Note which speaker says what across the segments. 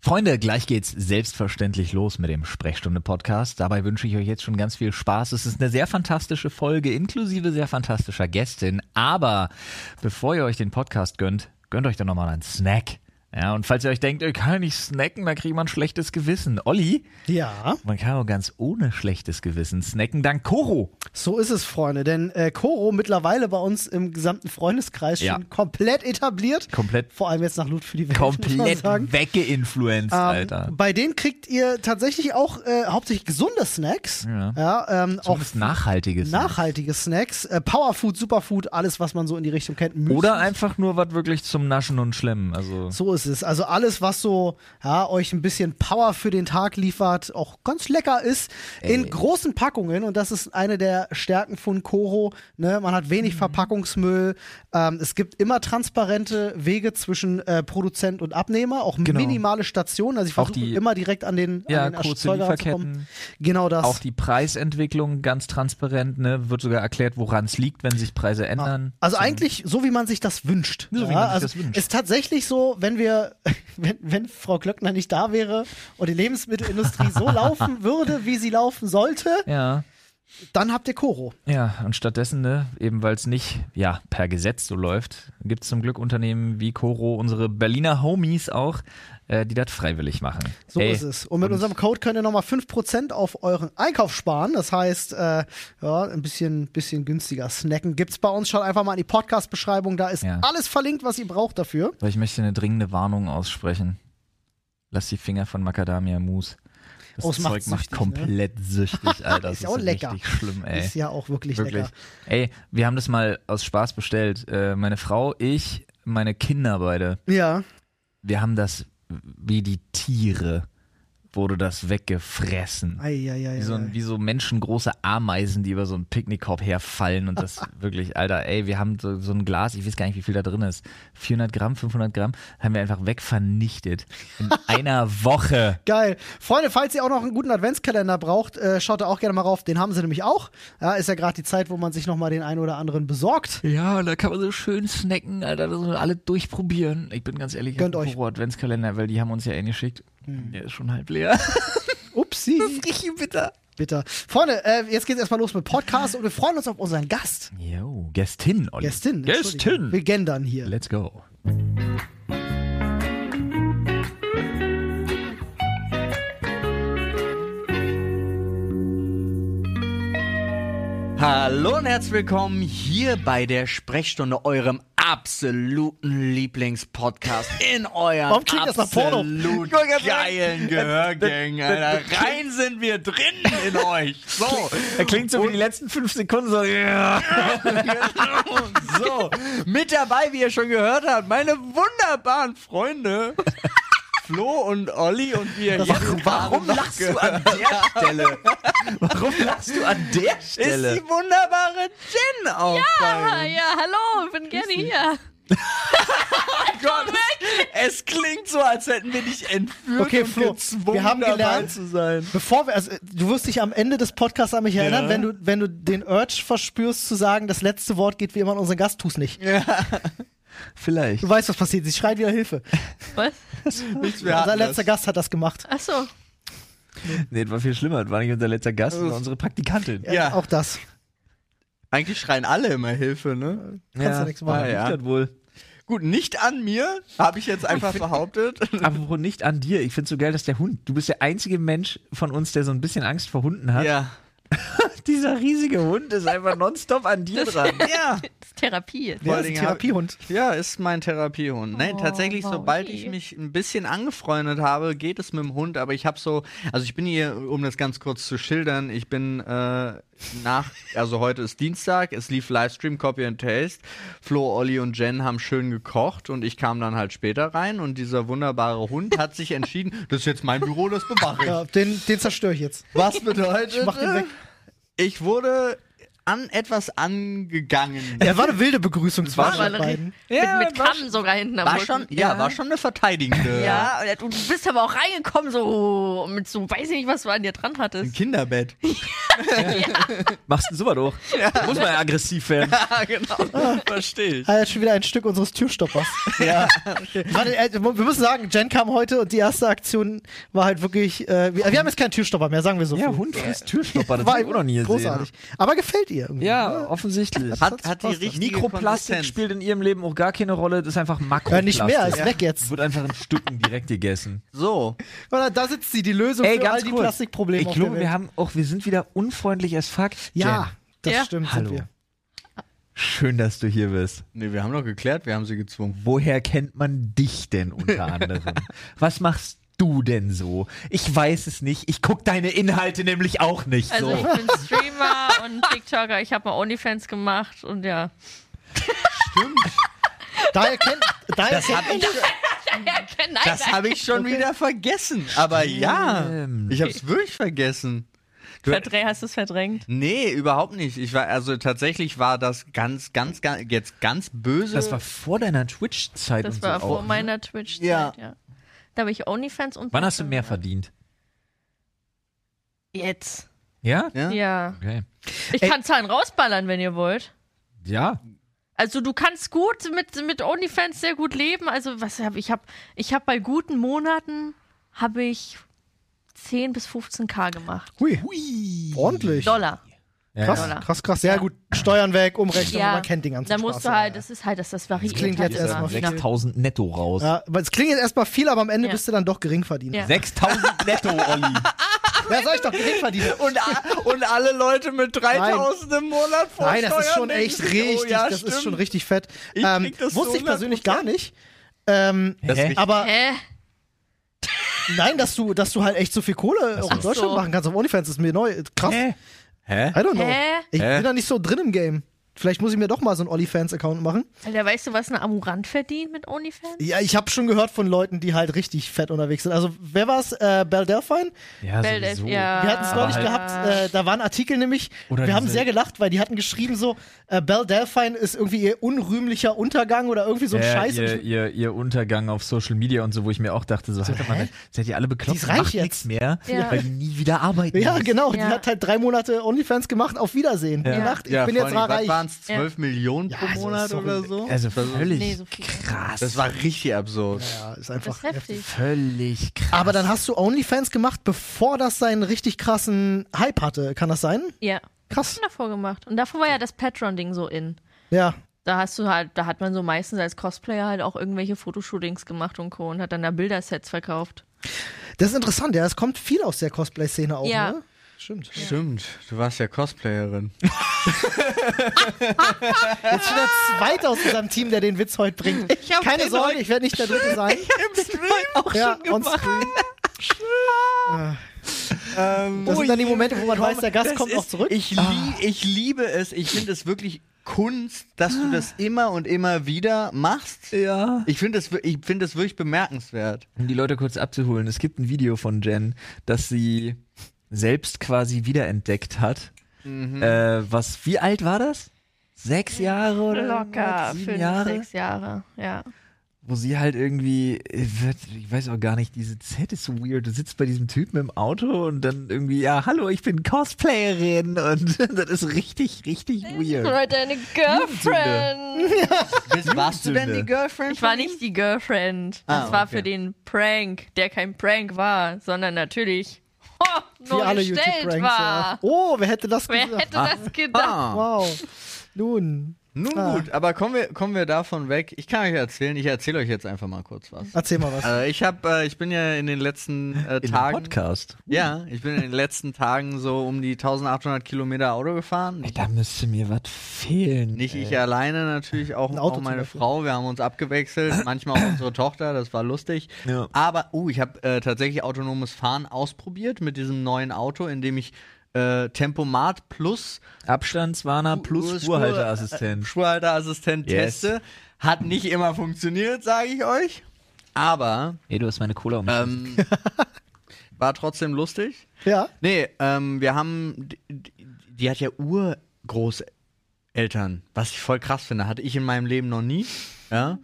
Speaker 1: Freunde, gleich geht's selbstverständlich los mit dem Sprechstunde-Podcast. Dabei wünsche ich euch jetzt schon ganz viel Spaß. Es ist eine sehr fantastische Folge, inklusive sehr fantastischer Gästin. Aber bevor ihr euch den Podcast gönnt, gönnt euch doch nochmal einen Snack. Ja, und falls ihr euch denkt, ich kann nicht snacken, dann kriegt man ein schlechtes Gewissen. Olli,
Speaker 2: Ja,
Speaker 1: man kann auch ganz ohne schlechtes Gewissen snacken, dank Koro.
Speaker 2: so ist es, Freunde. Denn äh, Koro mittlerweile bei uns im gesamten Freundeskreis
Speaker 1: Ja.
Speaker 2: schon komplett etabliert.
Speaker 1: Komplett.
Speaker 2: Vor allem jetzt nach Loot für die Welt. Muss man
Speaker 1: Komplett
Speaker 2: sagen.
Speaker 1: weggeinfluenced, Alter.
Speaker 2: Ähm, bei denen kriegt ihr tatsächlich auch äh, hauptsächlich gesunde Snacks.
Speaker 1: Ja.
Speaker 2: ähm, auch
Speaker 1: Auch nachhaltiges.
Speaker 2: nachhaltige Snacks. Äh, Powerfood, Superfood, alles, was man so in die Richtung kennt. Müsli.
Speaker 1: Oder einfach nur was wirklich zum Naschen und Schlemmen. Also
Speaker 2: So ist es. Also alles, was so ja, euch ein bisschen Power für den Tag liefert, auch ganz lecker ist, in großen Packungen. Und das ist eine der Stärken von Koro. Ne? Man hat
Speaker 1: Mhm.
Speaker 2: wenig Verpackungsmüll. Ähm, es gibt immer transparente Wege zwischen äh, Produzent und Abnehmer, auch
Speaker 1: Genau.
Speaker 2: minimale Stationen. Also ich
Speaker 1: Auch
Speaker 2: versuche
Speaker 1: die-
Speaker 2: immer direkt an den,
Speaker 1: Ja,
Speaker 2: an den
Speaker 1: kurze
Speaker 2: Erzeuger ranzukommen.
Speaker 1: Lieferketten.
Speaker 2: Genau das.
Speaker 1: auch die Preisentwicklung ganz transparent, ne? Wird sogar erklärt, woran es liegt, wenn sich Preise ändern.
Speaker 2: Also eigentlich so, wie man sich das wünscht.
Speaker 1: So, wie
Speaker 2: ja,
Speaker 1: man sich
Speaker 2: also
Speaker 1: das wünscht.
Speaker 2: Ist tatsächlich so, wenn wir, wenn, wenn Frau Klöckner nicht da wäre und die Lebensmittelindustrie so laufen würde, wie sie laufen sollte,
Speaker 1: Ja,
Speaker 2: dann habt ihr Koro.
Speaker 1: ja. Und stattdessen, ne, eben weil es nicht, ja, per Gesetz so läuft, gibt es zum Glück Unternehmen wie Coro, unsere Berliner Homies auch, äh, die das freiwillig machen.
Speaker 2: So
Speaker 1: Ey,
Speaker 2: ist es. Und mit unserem Code könnt ihr nochmal 5% auf euren Einkauf sparen. Das heißt, äh, ja, ein bisschen, bisschen günstiger snacken gibt's bei uns. Schaut einfach mal in die Podcast-Beschreibung. Da ist
Speaker 1: Ja.
Speaker 2: alles verlinkt, was ihr braucht dafür.
Speaker 1: Weil ich möchte eine dringende Warnung aussprechen. Lass die Finger von Macadamia Mousse. Das
Speaker 2: Oh, es macht
Speaker 1: Zeug macht
Speaker 2: süchtig, ne?
Speaker 1: komplett süchtig, Alter. Das
Speaker 2: Ist ja auch lecker.
Speaker 1: richtig schlimm, ey.
Speaker 2: Ist ja auch wirklich,
Speaker 1: Wirklich.
Speaker 2: lecker.
Speaker 1: Ey, wir haben das mal aus Spaß bestellt. Äh, meine Frau, ich, meine Kinder beide.
Speaker 2: Ja.
Speaker 1: Wir haben das wie die Tiere wurde das weggefressen.
Speaker 2: Eieieiei.
Speaker 1: Wie so, ein, wie so menschengroße Ameisen, die über so einen Picknickkorb herfallen und das wirklich, Alter, ey, wir haben so, so ein Glas, ich weiß gar nicht, wie viel da drin ist. 400 Gramm, 500 Gramm, haben wir einfach wegvernichtet. In einer Woche.
Speaker 2: Geil. Freunde, falls ihr auch noch einen guten Adventskalender braucht, äh, schaut da auch gerne mal rauf. Den haben sie nämlich auch. Ja, ist ja gerade die Zeit, wo man sich nochmal den einen oder anderen besorgt.
Speaker 1: Ja, da kann man so schön snacken, Alter, das müssen wir alle durchprobieren. Ich bin ganz ehrlich, ich
Speaker 2: Gönnt
Speaker 1: hab einen
Speaker 2: euch. Hm.
Speaker 1: Horror Adventskalender, weil die haben uns ja einen geschickt. Der ist schon halb leer.
Speaker 2: Upsi.
Speaker 1: Richtig bitter.
Speaker 2: Bitter. Freunde, äh, jetzt geht's erstmal los mit Podcast und wir freuen uns auf unseren Gast.
Speaker 1: Jo, Gästin, Olli.
Speaker 2: Gästin. Entschuldigung.
Speaker 1: Gästin.
Speaker 2: Wir gendern hier.
Speaker 1: Let's go.
Speaker 3: Hallo und herzlich willkommen hier bei der Sprechstunde, eurem absoluten Lieblingspodcast in eurem
Speaker 2: Warum klingt das nach Porno?
Speaker 3: absolut
Speaker 2: Ich wollte gerade sagen,
Speaker 1: äh,
Speaker 3: geilen Gehörgängen. Alter. Rein sind wir drin in euch. So,
Speaker 1: Er klingt so wie die letzten fünf Sekunden so.
Speaker 3: so. Mit dabei, wie ihr schon gehört habt, meine wunderbaren Freunde. Flo und Olli und wir
Speaker 2: Also,
Speaker 1: Warum, warum lachst du an der Stelle? Warum lachst du an der
Speaker 3: ist
Speaker 1: Stelle?
Speaker 3: die wunderbare Jen auch
Speaker 4: Ah, ja, hallo, ich bin gerne hier.
Speaker 3: Gott, es klingt so, als hätten wir dich entführt
Speaker 2: Okay,
Speaker 3: und
Speaker 2: Flo,
Speaker 3: gezwungen,
Speaker 2: wir haben
Speaker 3: dabei
Speaker 2: gelernt-
Speaker 3: zu sein.
Speaker 2: Bevor wir, also, äh, du wirst dich am Ende des Podcasts an mich erinnern, wenn du, wenn du den Urge verspürst zu sagen, das letzte Wort geht wie immer an unseren Gast, tu's nicht.
Speaker 1: Vielleicht.
Speaker 2: Du weißt, was passiert. Sie schreit wieder Hilfe.
Speaker 4: Was?
Speaker 3: Nichts
Speaker 2: Unser letzter Gast hat das gemacht.
Speaker 4: Achso,
Speaker 1: Nee, das war viel schlimmer. Das war nicht unser letzter Gast, sondern unsere Praktikantin.
Speaker 2: Ja.
Speaker 3: Ja.
Speaker 2: Auch das.
Speaker 3: Eigentlich schreien alle immer Hilfe, ne?
Speaker 2: Kannst ja nichts machen.
Speaker 3: Ah, ja.
Speaker 1: Ich das wohl.
Speaker 3: Gut, nicht an mir, habe ich jetzt einfach behauptet.
Speaker 1: Apropos nicht an dir. Ich find's so geil, dass der Hund, du bist der einzige Mensch von uns, der so ein bisschen Angst vor Hunden hat.
Speaker 3: ja.
Speaker 1: Dieser riesige Hund ist einfach nonstop an dir dran.
Speaker 3: Ja.
Speaker 4: das ist Therapie jetzt.
Speaker 3: Vor
Speaker 2: Der
Speaker 3: allen
Speaker 2: ist ein
Speaker 3: Dingen hab-
Speaker 2: Therapiehund.
Speaker 3: Ja, ist mein Therapiehund. Nein,
Speaker 4: Oh,
Speaker 3: tatsächlich,
Speaker 4: Maui.
Speaker 3: sobald ich mich ein bisschen angefreundet habe, geht es mit dem Hund. Aber ich habe so, also ich bin hier, um das ganz kurz zu schildern, ich bin äh, nach, also heute ist Dienstag, es lief Livestream Copy and Taste. Flo, Olli und Jen haben schön gekocht und ich kam dann halt später rein und dieser wunderbare Hund hat sich entschieden, das ist jetzt mein Büro, das bewache ich.
Speaker 2: Ja, den, den zerstöre ich jetzt.
Speaker 3: Was bedeutet,
Speaker 2: Ich mach den weg.
Speaker 3: ich wurde an etwas angegangen.
Speaker 2: Ja, war eine wilde Begrüßung
Speaker 3: war
Speaker 2: zwischen den
Speaker 4: Valerie.
Speaker 2: beiden.
Speaker 3: Ja,
Speaker 4: mit mit
Speaker 3: war
Speaker 4: Kamm sogar hinten am
Speaker 3: War
Speaker 4: Rücken.
Speaker 3: schon, ja, war schon eine verteidigende.
Speaker 4: Ja, und du bist aber auch reingekommen, so mit so, weiß ich nicht, was du an dir dran
Speaker 3: Ein
Speaker 4: hattest.
Speaker 3: Kinderbett.
Speaker 1: Machst du super durch. Muss man ja aggressiv werden.
Speaker 3: ja, genau. Verstehe ich.
Speaker 2: Ah, jetzt schon wieder ein Stück unseres Türstoppers. ja. Warte, äh, wir müssen sagen, Jen kam heute und die erste Aktion war halt wirklich. Äh, wir, wir haben jetzt keinen Türstopper mehr, sagen wir so.
Speaker 1: Ja,
Speaker 2: viel.
Speaker 1: Hund frisst Türstopper, das
Speaker 2: war
Speaker 1: hab ich auch noch nie gesehen. ne?
Speaker 2: großartig. Aber gefällt ihr irgendwie.
Speaker 1: Ja, offensichtlich.
Speaker 3: Hat, hat die
Speaker 2: Spaß.
Speaker 3: richtige
Speaker 1: Mikroplastik
Speaker 3: Konsistenz.
Speaker 1: spielt in ihrem Leben auch gar keine Rolle, das ist einfach
Speaker 2: Äh,
Speaker 1: Makroplastik.
Speaker 2: nicht mehr, ist weg jetzt.
Speaker 1: Wird einfach in Stücken direkt gegessen.
Speaker 3: So.
Speaker 2: Warte, Da sitzt sie, die Lösung
Speaker 1: Ey,
Speaker 2: für all
Speaker 1: ganz
Speaker 2: die
Speaker 1: kurz.
Speaker 2: Plastikprobleme.
Speaker 1: ich
Speaker 2: auf
Speaker 1: glaube,
Speaker 2: der Welt.
Speaker 1: wir haben auch, wir sind wieder unfreundlich als fuck.
Speaker 2: Ja, das
Speaker 4: Ja.
Speaker 2: stimmt.
Speaker 1: Hallo.
Speaker 2: Sind wir.
Speaker 1: Schön, dass du hier bist.
Speaker 3: Nee, wir haben doch geklärt, wir haben sie gezwungen.
Speaker 1: Woher kennt man dich denn unter anderem? Was machst du denn so? Ich weiß es nicht. Ich guck deine Inhalte nämlich auch nicht
Speaker 4: Also ich
Speaker 1: so.
Speaker 4: bin Streamer und TikToker, ich habe mal Onlyfans gemacht und ja.
Speaker 2: Daher kennt. Daher
Speaker 3: Das
Speaker 2: kennt
Speaker 3: habe ich,
Speaker 4: Ja, nein,
Speaker 3: das
Speaker 4: nein.
Speaker 3: hab ich schon wieder vergessen. Aber ja,
Speaker 1: Stimmt.
Speaker 3: ich habe es wirklich vergessen.
Speaker 4: Verdreh, hast du es verdrängt?
Speaker 3: Nee, überhaupt nicht. Ich war also tatsächlich war das ganz ganz ganz jetzt ganz böse.
Speaker 1: Das war vor deiner Twitch-Zeit
Speaker 4: Das
Speaker 1: und so
Speaker 4: war vor
Speaker 1: auch. ne?
Speaker 4: meiner Twitch-Zeit,
Speaker 3: Ja.
Speaker 4: ja. Da habe ich Onlyfans und.
Speaker 1: Wann hast du mehr
Speaker 4: TikTok
Speaker 1: verdient?
Speaker 4: gemacht. Jetzt.
Speaker 1: Ja?
Speaker 3: ja?
Speaker 4: Ja.
Speaker 1: Okay.
Speaker 4: Ich kann Zahlen rausballern, wenn ihr wollt.
Speaker 1: Ja.
Speaker 4: Also du kannst gut mit, mit OnlyFans sehr gut leben. Also was habe ich habe ich habe bei guten Monaten habe ich 10 bis 15k gemacht.
Speaker 2: Hui,
Speaker 1: Hui.
Speaker 2: ordentlich.
Speaker 4: Dollar.
Speaker 1: Ja,
Speaker 2: Krass,
Speaker 1: ja.
Speaker 4: Dollar.
Speaker 2: krass, krass. Sehr gut. Steuern weg, Umrechnung,
Speaker 4: Ja.
Speaker 2: man kennt den ganzen
Speaker 4: Da musst
Speaker 2: Spaß.
Speaker 4: du halt, das ist halt, dass das variiert.
Speaker 2: klingt
Speaker 4: halt
Speaker 2: jetzt
Speaker 4: immer.
Speaker 2: erstmal viel.
Speaker 4: Ja.
Speaker 1: 6000 netto raus.
Speaker 2: Ja, aber es klingt jetzt erstmal viel, aber am Ende
Speaker 4: Ja.
Speaker 2: bist du dann doch Geringverdiener.
Speaker 4: Ja.
Speaker 1: 6000 netto, Olli.
Speaker 2: Wer soll ich doch Geringverdiener?
Speaker 3: Und, a- und alle Leute mit 3000 im Monat vor
Speaker 2: Nein, das ist
Speaker 3: Steuern
Speaker 2: schon
Speaker 3: denken
Speaker 2: echt
Speaker 3: sich,
Speaker 2: richtig.
Speaker 3: Oh, ja,
Speaker 2: das ist
Speaker 3: stimmt.
Speaker 2: schon richtig fett.
Speaker 3: Ich
Speaker 2: Ähm,
Speaker 3: krieg das
Speaker 2: wusste
Speaker 3: zu
Speaker 2: ich persönlich gar nicht. Ähm,
Speaker 3: Das ist richtig.
Speaker 2: aber
Speaker 4: Hä?
Speaker 2: nein, dass du, dass du halt echt so viel Kohle auch in
Speaker 4: Ach
Speaker 2: Deutschland
Speaker 4: so.
Speaker 2: machen kannst auf OnlyFans, ist mir neu. Krass.
Speaker 1: Hä?
Speaker 3: Hä?
Speaker 2: I don't know.
Speaker 4: Hä?
Speaker 2: Ich
Speaker 3: Hä?
Speaker 2: bin da nicht so drin im Game. Vielleicht muss ich mir doch mal so einen OnlyFans-Account machen.
Speaker 4: Alter, weißt du, was eine Amurant verdient mit OnlyFans?
Speaker 2: Ja, ich habe schon gehört von Leuten, die halt richtig fett unterwegs sind. Also, wer war's? Äh, Belle Delphine?
Speaker 1: Ja,
Speaker 4: Bell ist-
Speaker 1: sowieso.
Speaker 4: ja.
Speaker 2: Wir hatten es
Speaker 1: Aber
Speaker 2: neulich
Speaker 1: halt-
Speaker 2: gehabt, äh, da war ein Artikel nämlich,
Speaker 1: Oder
Speaker 2: wir haben
Speaker 1: diese-
Speaker 2: sehr gelacht, weil die hatten geschrieben so, äh, Belle Delphine ist irgendwie ihr unrühmlicher Untergang oder irgendwie so ein
Speaker 1: Ja,
Speaker 2: Scheiß. Und
Speaker 1: Äh, Ihr,
Speaker 2: ich-
Speaker 1: ihr, ihr Untergang auf Social Media und so, wo ich mir auch dachte, so, halt mal, seid ihr alle bekloppt?
Speaker 2: Die ist reich
Speaker 1: Macht nix
Speaker 2: jetzt.
Speaker 1: mehr,
Speaker 4: Ja.
Speaker 1: weil die nie wieder arbeiten.
Speaker 2: Ja, genau, die
Speaker 4: Ja.
Speaker 2: hat halt drei Monate Onlyfans gemacht, auf Wiedersehen.
Speaker 1: Ja. Ah,
Speaker 2: Die Nacht, ich
Speaker 3: Ja,
Speaker 2: bin jetzt
Speaker 3: vor allen
Speaker 2: mal
Speaker 3: Dingen, was
Speaker 2: reich.
Speaker 3: waren es?
Speaker 4: Ja.
Speaker 3: 12 Millionen pro
Speaker 2: Ja, also,
Speaker 3: Monat
Speaker 2: sorry.
Speaker 3: oder so?
Speaker 1: Also
Speaker 3: das,
Speaker 1: völlig
Speaker 4: Nee, so viel.
Speaker 1: krass.
Speaker 3: das war richtig absurd.
Speaker 2: Ja, ist
Speaker 4: Das
Speaker 2: einfach
Speaker 4: ist heftig.
Speaker 1: völlig krass.
Speaker 2: Aber dann hast du Onlyfans gemacht, bevor das seinen richtig krassen Hype hatte. Kann das sein?
Speaker 4: Ja.
Speaker 2: Krass.
Speaker 4: Schon davor gemacht. Und davor war ja das Patron-Ding so in.
Speaker 2: Ja.
Speaker 4: Da hast du halt, da hat man so meistens als Cosplayer halt auch irgendwelche Fotoshootings gemacht und Co. und hat dann da Bildersets verkauft.
Speaker 2: Das ist interessant, ja. Es kommt viel aus der Cosplay-Szene auch,
Speaker 4: Ja.
Speaker 2: ne? Stimmt.
Speaker 3: Stimmt, du warst ja Cosplayerin.
Speaker 2: Jetzt schon der Zweite aus unserem Team, der den Witz heute bringt.
Speaker 4: Ich hab
Speaker 2: Keine
Speaker 4: den
Speaker 2: Sorge,
Speaker 4: heute-
Speaker 2: ich werde nicht der Dritte sein.
Speaker 4: Im Stream auch
Speaker 2: ja, on screen. Das sind
Speaker 4: Ähm,
Speaker 2: dann die Momente, wo man weiß, der Gast
Speaker 3: Das
Speaker 2: kommt
Speaker 3: ist-
Speaker 2: noch zurück.
Speaker 3: Ich, lie ich liebe es. Ich finde es wirklich Kunst, dass du das immer und immer wieder machst.
Speaker 1: Ja.
Speaker 3: Ich finde das, wir- ich find das wirklich bemerkenswert.
Speaker 1: Um die Leute kurz abzuholen, es gibt ein Video von Jen, das sie selbst quasi wiederentdeckt hat.
Speaker 3: Mhm.
Speaker 1: Äh, was, wie alt war das? Sechs Jahre oder?
Speaker 4: Locker,
Speaker 1: irgendwas? Sieben
Speaker 4: fünf,
Speaker 1: Jahre?
Speaker 4: sechs Jahre, ja.
Speaker 1: wo sie halt irgendwie, äh, wird- ich weiß auch gar nicht, diese Z ist so weird. Du sitzt bei diesem Typen im Auto und dann irgendwie, ja, hallo, ich bin Cosplayerin und das ist richtig, richtig weird.
Speaker 4: Oder deine Girlfriend.
Speaker 3: Bist, warst du denn
Speaker 1: Jugendsünde.
Speaker 3: die Girlfriend?
Speaker 4: Ich war
Speaker 3: von ihm?
Speaker 4: nicht die Girlfriend.
Speaker 3: Ah,
Speaker 4: Das war
Speaker 3: okay.
Speaker 4: für den Prank, der kein Prank war, sondern natürlich ho,
Speaker 2: Wie
Speaker 4: nur
Speaker 2: alle
Speaker 4: gestellt
Speaker 2: YouTube-Pranks. Ja.
Speaker 4: war.
Speaker 2: Oh, wer hätte das
Speaker 4: Wer
Speaker 2: gesagt?
Speaker 4: hätte das gedacht?
Speaker 3: Ah,
Speaker 2: Wow. Nun,
Speaker 3: nun
Speaker 2: Ah.
Speaker 3: gut, aber kommen wir, kommen wir davon weg. Ich kann euch erzählen, ich erzähle euch jetzt einfach mal kurz was.
Speaker 2: erzähl mal was.
Speaker 3: Also ich habe, äh, ich bin ja in den letzten äh,
Speaker 1: In dem
Speaker 3: Tagen,
Speaker 1: Podcast.
Speaker 3: ja, ich bin in den letzten Tagen so um die 1800 Kilometer Auto gefahren.
Speaker 1: Ey, da müsste mir was fehlen.
Speaker 3: Nicht
Speaker 1: ey.
Speaker 3: ich alleine natürlich, auch,
Speaker 2: Auto
Speaker 3: auch
Speaker 2: zum
Speaker 3: meine
Speaker 2: Beispiel.
Speaker 3: Frau. Wir haben uns abgewechselt, manchmal auch unsere Tochter, das war lustig.
Speaker 1: Ja.
Speaker 3: Aber, uh, ich habe äh, tatsächlich autonomes Fahren ausprobiert mit diesem neuen Auto, in dem ich äh, Tempomat plus
Speaker 1: Abstandswarner
Speaker 3: Spur-
Speaker 1: plus
Speaker 3: Spur- äh,
Speaker 1: Spurhalteassistent.
Speaker 3: Spurhalteassistent
Speaker 1: Yes.
Speaker 3: teste. Hat nicht immer funktioniert, sage ich euch. Aber
Speaker 1: Ey, du hast meine Cola um.
Speaker 3: ähm, war trotzdem lustig.
Speaker 2: ja.
Speaker 3: Nee, ähm, wir haben. Die, die hat ja Ur. Großeltern, was ich voll krass finde, hatte ich in meinem Leben noch nie. Ja.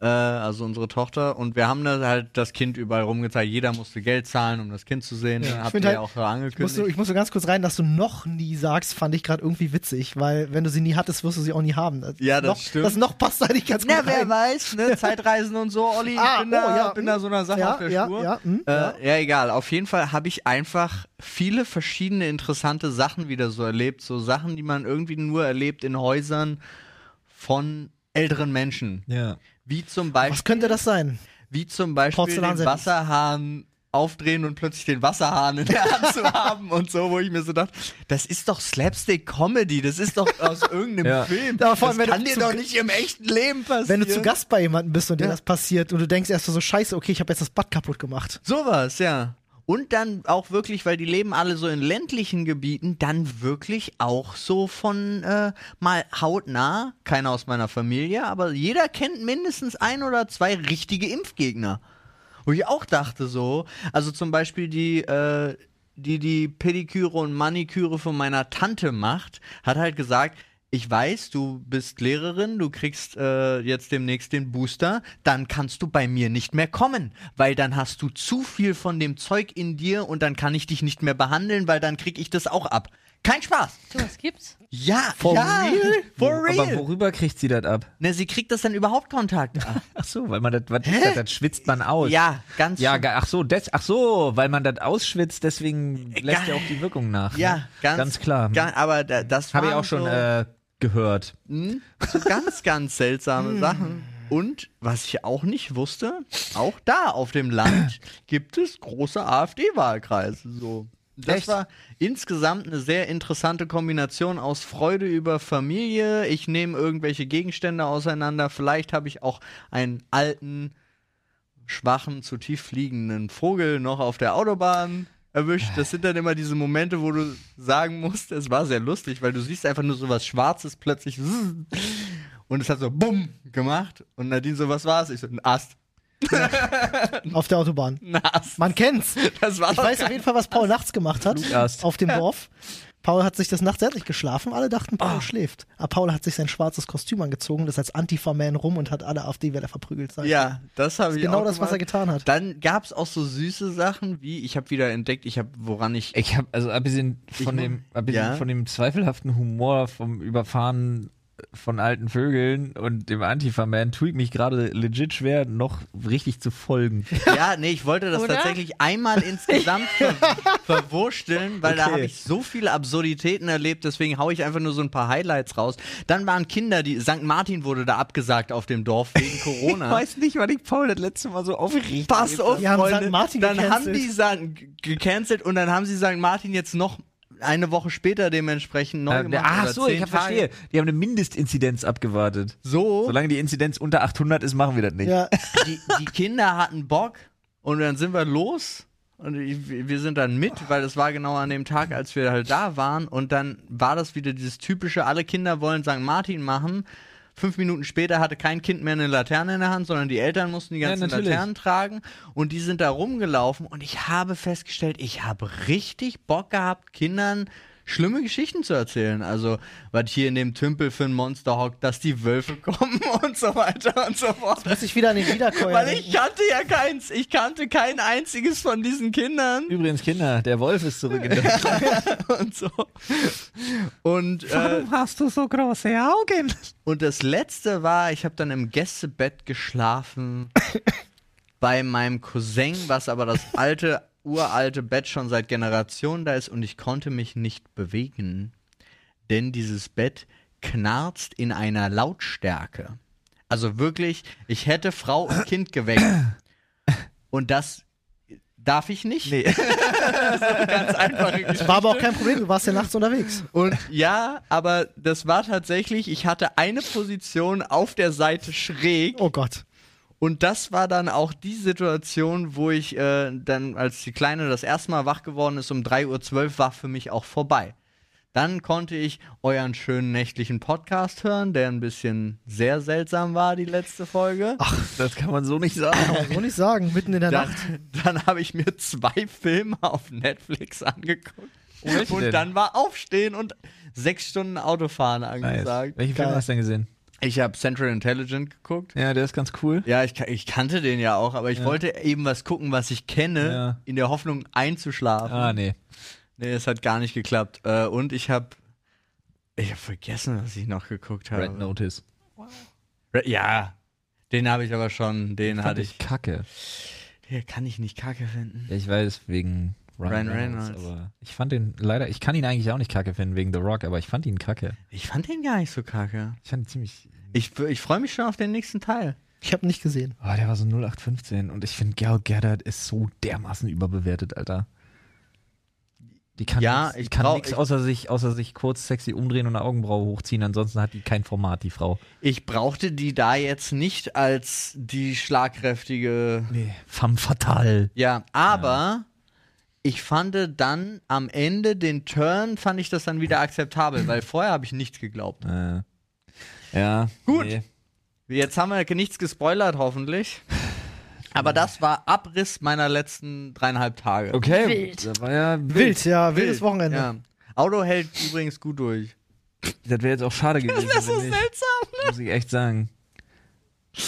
Speaker 3: Äh, also unsere Tochter und wir haben da halt das Kind überall rumgezeigt. Jeder musste Geld zahlen, um das Kind zu sehen. Ja. Habt ihr
Speaker 2: find
Speaker 3: ja
Speaker 2: halt-
Speaker 3: auch
Speaker 2: Ich muss,
Speaker 3: angekündigt.
Speaker 2: so, ich muss so ganz kurz rein, dass du noch nie sagst, fand ich gerade irgendwie witzig, weil wenn du sie nie hattest, wirst du sie auch nie haben.
Speaker 3: Ja, das
Speaker 2: noch,
Speaker 3: stimmt.
Speaker 2: Das noch passt eigentlich ganz gut
Speaker 3: Na, wer
Speaker 2: rein.
Speaker 3: weiß, ne? Zeitreisen und so, Olli, ich
Speaker 2: Ah,
Speaker 3: bin, da,
Speaker 2: oh, ja,
Speaker 3: bin
Speaker 2: hm.
Speaker 3: da so einer Sache
Speaker 2: Ja,
Speaker 3: auf der
Speaker 2: ja,
Speaker 3: Spur.
Speaker 2: ja, hm,
Speaker 3: äh, ja. egal. Auf jeden Fall habe ich einfach viele verschiedene interessante Sachen wieder so erlebt. So Sachen, die man irgendwie nur erlebt in Häusern von älteren Menschen.
Speaker 1: Ja.
Speaker 3: Wie zum Beispiel,
Speaker 2: Was könnte das sein?
Speaker 3: wie zum Beispiel den
Speaker 2: Porzellanservice?
Speaker 3: Wasserhahn aufdrehen und plötzlich den Wasserhahn in der Hand zu haben und so, wo ich mir so dachte, das ist doch Slapstick-Comedy, das ist doch aus irgendeinem
Speaker 1: Ja.
Speaker 3: Film.
Speaker 2: Aber vor allem,
Speaker 3: das
Speaker 2: wenn du
Speaker 3: kann dir
Speaker 2: zu-
Speaker 3: doch nicht im echten Leben passieren.
Speaker 2: Wenn du zu Gast bei jemandem bist und dir
Speaker 3: Ja.
Speaker 2: das passiert und du denkst erst so, scheiße, okay, ich habe jetzt das Bad kaputt gemacht.
Speaker 3: Sowas, ja. Und dann auch wirklich, weil die leben alle so in ländlichen Gebieten, dann wirklich auch so von äh, mal hautnah, keiner aus meiner Familie, aber jeder kennt mindestens ein oder zwei richtige Impfgegner. Wo ich auch dachte so, also zum Beispiel die, äh, die die Pediküre und Maniküre von meiner Tante macht, hat halt gesagt, ich weiß, du bist Lehrerin, du kriegst äh, jetzt demnächst den Booster, dann kannst du bei mir nicht mehr kommen, weil dann hast du zu viel von dem Zeug in dir und dann kann ich dich nicht mehr behandeln, weil dann krieg ich das auch ab. Kein Spaß.
Speaker 4: So was gibt's?
Speaker 3: Ja, ja, for real.
Speaker 1: Aber worüber kriegt sie das ab?
Speaker 3: Ne, sie kriegt das dann überhaupt Kontakt. ab.
Speaker 1: Ach so, weil man das, was ist das? Das schwitzt man aus.
Speaker 3: ja, ganz
Speaker 1: Ja, ge- ach so, des, ach so, weil man das ausschwitzt, deswegen lässt ja auch die Wirkung nach.
Speaker 3: Ja,
Speaker 1: ne?
Speaker 3: ganz,
Speaker 1: ganz klar.
Speaker 3: ga- aber da, das
Speaker 1: Habe ich
Speaker 3: waren
Speaker 1: auch schon
Speaker 3: so,
Speaker 1: äh, gehört.
Speaker 3: hm, so ganz, ganz seltsame Sachen. Und was ich auch nicht wusste, auch da auf dem Land gibt es große AfD-Wahlkreise. So. Das
Speaker 1: Echt?
Speaker 3: war insgesamt eine sehr interessante Kombination aus Freude über Familie. Ich nehme irgendwelche Gegenstände auseinander. Vielleicht habe ich auch einen alten, schwachen, zu tief fliegenden Vogel noch auf der Autobahn erwischt. Das sind dann immer diese Momente, wo du sagen musst, es war sehr lustig, weil du siehst einfach nur so was Schwarzes plötzlich und es hat so bumm gemacht und Nadine so, was war's? Ich so, ein Ast.
Speaker 2: Auf der Autobahn.
Speaker 3: Ein Ast.
Speaker 2: Man kennt's.
Speaker 3: Das war
Speaker 2: Ich
Speaker 3: doch
Speaker 2: weiß auf
Speaker 3: kein-
Speaker 2: jeden Fall, was Paul nachts gemacht hat.
Speaker 1: Flugast.
Speaker 2: Auf dem Dorf. Paul hat sich das nachts endlich geschlafen. Alle dachten, Paul
Speaker 3: Ah.
Speaker 2: schläft. Aber Paul hat sich sein schwarzes Kostüm angezogen, das als Antifa-Man rum und hat alle AfD-Wähler verprügelt. sag ich.
Speaker 3: Ja, das habe ich
Speaker 2: genau
Speaker 3: auch
Speaker 2: das, was
Speaker 3: gemacht.
Speaker 2: er getan hat.
Speaker 3: Dann gab es auch so süße Sachen wie, ich habe wieder entdeckt, ich habe, woran ich.
Speaker 1: Ich habe also abgesehen von
Speaker 3: Ich-
Speaker 1: dem abgesehen
Speaker 3: Ja.
Speaker 1: von dem zweifelhaften Humor vom Überfahren von alten Vögeln und dem Antifa-Man tue ich mich gerade legit schwer, noch richtig zu folgen.
Speaker 3: Ja, nee, ich wollte das
Speaker 4: Oder?
Speaker 3: tatsächlich einmal insgesamt ver verwursteln, weil da
Speaker 1: Okay.
Speaker 3: habe ich so viele Absurditäten erlebt, deswegen haue ich einfach nur so ein paar Highlights raus. Dann waren Kinder, die. St. Martin wurde da abgesagt auf dem Dorf wegen Corona.
Speaker 1: nicht, wann ich Paul das letzte Mal so aufgeregt
Speaker 3: Pass auf,
Speaker 2: Die haben
Speaker 3: Freunde.
Speaker 2: St. Martin
Speaker 3: dann
Speaker 2: gecancelt.
Speaker 3: haben die St. gecancelt und dann haben sie St. Martin jetzt noch eine Woche später dementsprechend neu
Speaker 1: Ähm,
Speaker 3: gemacht.
Speaker 1: ach
Speaker 3: oder
Speaker 1: so,
Speaker 3: zehn
Speaker 1: ich hab,
Speaker 3: Tage.
Speaker 1: verstehe. Die haben eine Mindestinzidenz abgewartet.
Speaker 3: So,
Speaker 1: Solange die Inzidenz unter 800 ist, machen wir das nicht.
Speaker 2: Ja.
Speaker 3: die, die Kinder hatten Bock und dann sind wir los und ich, wir sind dann mit, weil das war genau an dem Tag, als wir halt da waren und dann war das wieder dieses typische, alle Kinder wollen St. Martin machen. Fünf Minuten später hatte kein Kind mehr eine Laterne in der Hand, sondern die Eltern mussten die ganzen
Speaker 1: natürlich.
Speaker 3: Laternen tragen und die sind da rumgelaufen und ich habe festgestellt, ich habe richtig Bock gehabt, Kindern schlimme Geschichten zu erzählen. Also, was hier in dem Tümpel für ein Monster hockt, dass die Wölfe kommen und so weiter und so fort.
Speaker 2: Muss ich wieder an den Wiederkäuer
Speaker 3: Weil ich
Speaker 2: denken.
Speaker 3: kannte ja keins. Ich kannte kein einziges von diesen Kindern
Speaker 1: Übrigens, Kinder, der Wolf ist zurück in der
Speaker 3: und so. Und, äh,
Speaker 1: hast du so große Augen?
Speaker 3: und das letzte war, ich habe dann im Gästebett geschlafen bei meinem Cousin, was aber das alte, uralte Bett schon seit Generationen da ist und ich konnte mich nicht bewegen, denn dieses Bett knarzt in einer Lautstärke. Also wirklich, ich hätte Frau und Kind geweckt. Und das darf ich nicht.
Speaker 1: Nee.
Speaker 3: ganz einfache Geschichte.
Speaker 2: War aber auch kein Problem, du warst ja nachts unterwegs.
Speaker 3: Und ja, aber das war tatsächlich, ich hatte eine Position auf der Seite schräg
Speaker 2: Oh Gott.
Speaker 3: und das war dann auch die Situation, wo ich äh, dann, als die Kleine das erste Mal wach geworden ist, um 3.12 Uhr war für mich auch vorbei. Dann konnte ich euren schönen nächtlichen Podcast hören, der ein bisschen sehr seltsam war, die letzte Folge.
Speaker 1: Das kann man so nicht sagen.
Speaker 2: Kann man so nicht sagen, mitten in der Nacht.
Speaker 3: Dann, dann habe ich mir zwei Filme auf Netflix angeguckt.
Speaker 1: Welche
Speaker 3: Und
Speaker 1: denn?
Speaker 3: dann war Aufstehen und sechs Stunden Autofahren
Speaker 1: Nice.
Speaker 3: angesagt.
Speaker 1: Welchen Film
Speaker 2: Geil.
Speaker 1: hast du denn gesehen?
Speaker 3: Ich habe Central Intelligent geguckt.
Speaker 1: Ja, der ist ganz cool.
Speaker 3: Ja, ich, ka- ich kannte den ja auch, aber ich wollte eben was gucken, was ich kenne,
Speaker 1: Ja.
Speaker 3: in der Hoffnung einzuschlafen.
Speaker 1: Ah, nee.
Speaker 3: Nee, es hat gar nicht geklappt. Äh, und ich habe ich hab vergessen, was ich noch geguckt habe.
Speaker 1: Red Notice.
Speaker 3: Red- ja, den habe ich aber schon, den hatte ich.
Speaker 1: kacke.
Speaker 3: Hier kann ich nicht kacke finden.
Speaker 1: Ja, ich weiß, wegen Ryan,
Speaker 3: Ryan
Speaker 1: Reynolds,
Speaker 3: Reynolds.
Speaker 1: Aber ich fand den leider, ich kann ihn eigentlich auch nicht kacke finden wegen The Rock, aber ich fand ihn kacke.
Speaker 3: Ich fand den gar nicht so kacke.
Speaker 1: Ich fand ihn ziemlich.
Speaker 3: Ich, ich freue mich schon auf den nächsten Teil.
Speaker 2: Ich habe nicht gesehen.
Speaker 1: Oh, der war so 0815 und ich finde Gal Gadot ist so dermaßen überbewertet, Alter. Die kann
Speaker 3: Ja,
Speaker 1: nix, die
Speaker 3: ich
Speaker 1: kann
Speaker 3: trau-
Speaker 1: nichts
Speaker 3: ich-
Speaker 1: außer sich, außer sich kurz sexy umdrehen und eine Augenbraue hochziehen, ansonsten hat die kein Format, die Frau.
Speaker 3: Ich brauchte die da jetzt nicht als die schlagkräftige
Speaker 1: Nee. Femme fatale.
Speaker 3: Ja, aber ich fand dann am Ende den Turn, fand ich das dann wieder akzeptabel, weil vorher habe ich nichts geglaubt.
Speaker 1: Äh, ja.
Speaker 3: Gut.
Speaker 1: nee.
Speaker 3: Jetzt haben wir nichts gespoilert, hoffentlich. Aber das war Abriss meiner letzten dreieinhalb Tage.
Speaker 1: Okay.
Speaker 4: Wild.
Speaker 1: Das war ja
Speaker 2: Wild, ja, wildes
Speaker 3: Wild,
Speaker 2: Wochenende.
Speaker 3: Ja. Auto hält übrigens gut durch.
Speaker 1: Das wäre jetzt auch schade gewesen.
Speaker 3: Das ist so
Speaker 1: wenn nicht.
Speaker 3: seltsam.
Speaker 1: Muss ich echt sagen.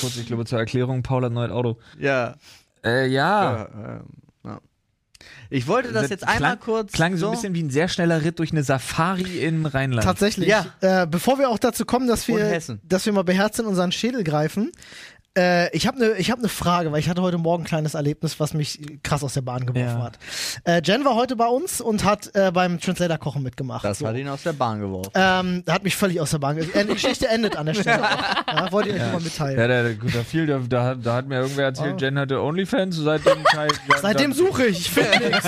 Speaker 1: Kurz, ich glaube, zur Erklärung, Paul hat ein neues Auto.
Speaker 3: Ja.
Speaker 1: Äh, ja.
Speaker 3: ja, ähm, ja. Ich wollte das jetzt einmal
Speaker 1: Äh, klang,
Speaker 3: kurz.
Speaker 1: Klang so
Speaker 3: so
Speaker 1: ein bisschen wie ein sehr schneller Ritt durch eine Safari in Rheinland.
Speaker 2: Tatsächlich.
Speaker 3: Ja.
Speaker 2: Äh, bevor wir auch dazu kommen, dass
Speaker 3: Und
Speaker 2: wir,
Speaker 3: Hessen.
Speaker 2: dass wir mal beherzt in unseren Schädel greifen, äh, ich habe eine ich hab ne Frage, weil ich hatte heute Morgen ein kleines Erlebnis, was mich krass aus der Bahn geworfen
Speaker 1: Ja.
Speaker 2: hat. Äh, Jen war heute bei uns und hat äh, beim Translator-Kochen mitgemacht.
Speaker 3: Das
Speaker 2: So.
Speaker 3: hat ihn aus der Bahn geworfen.
Speaker 2: ähm, hat mich völlig aus der Bahn geworfen. Äh, die Geschichte endet an der Stelle. auch. Ja, wollte ich euch nochmal mitteilen.
Speaker 1: Ja, da, gut, da viel, da, da, hat- da hat mir irgendwer erzählt, Jen hatte Onlyfans, seitdem Teil,
Speaker 2: Seitdem suche ich. Ich finde nix.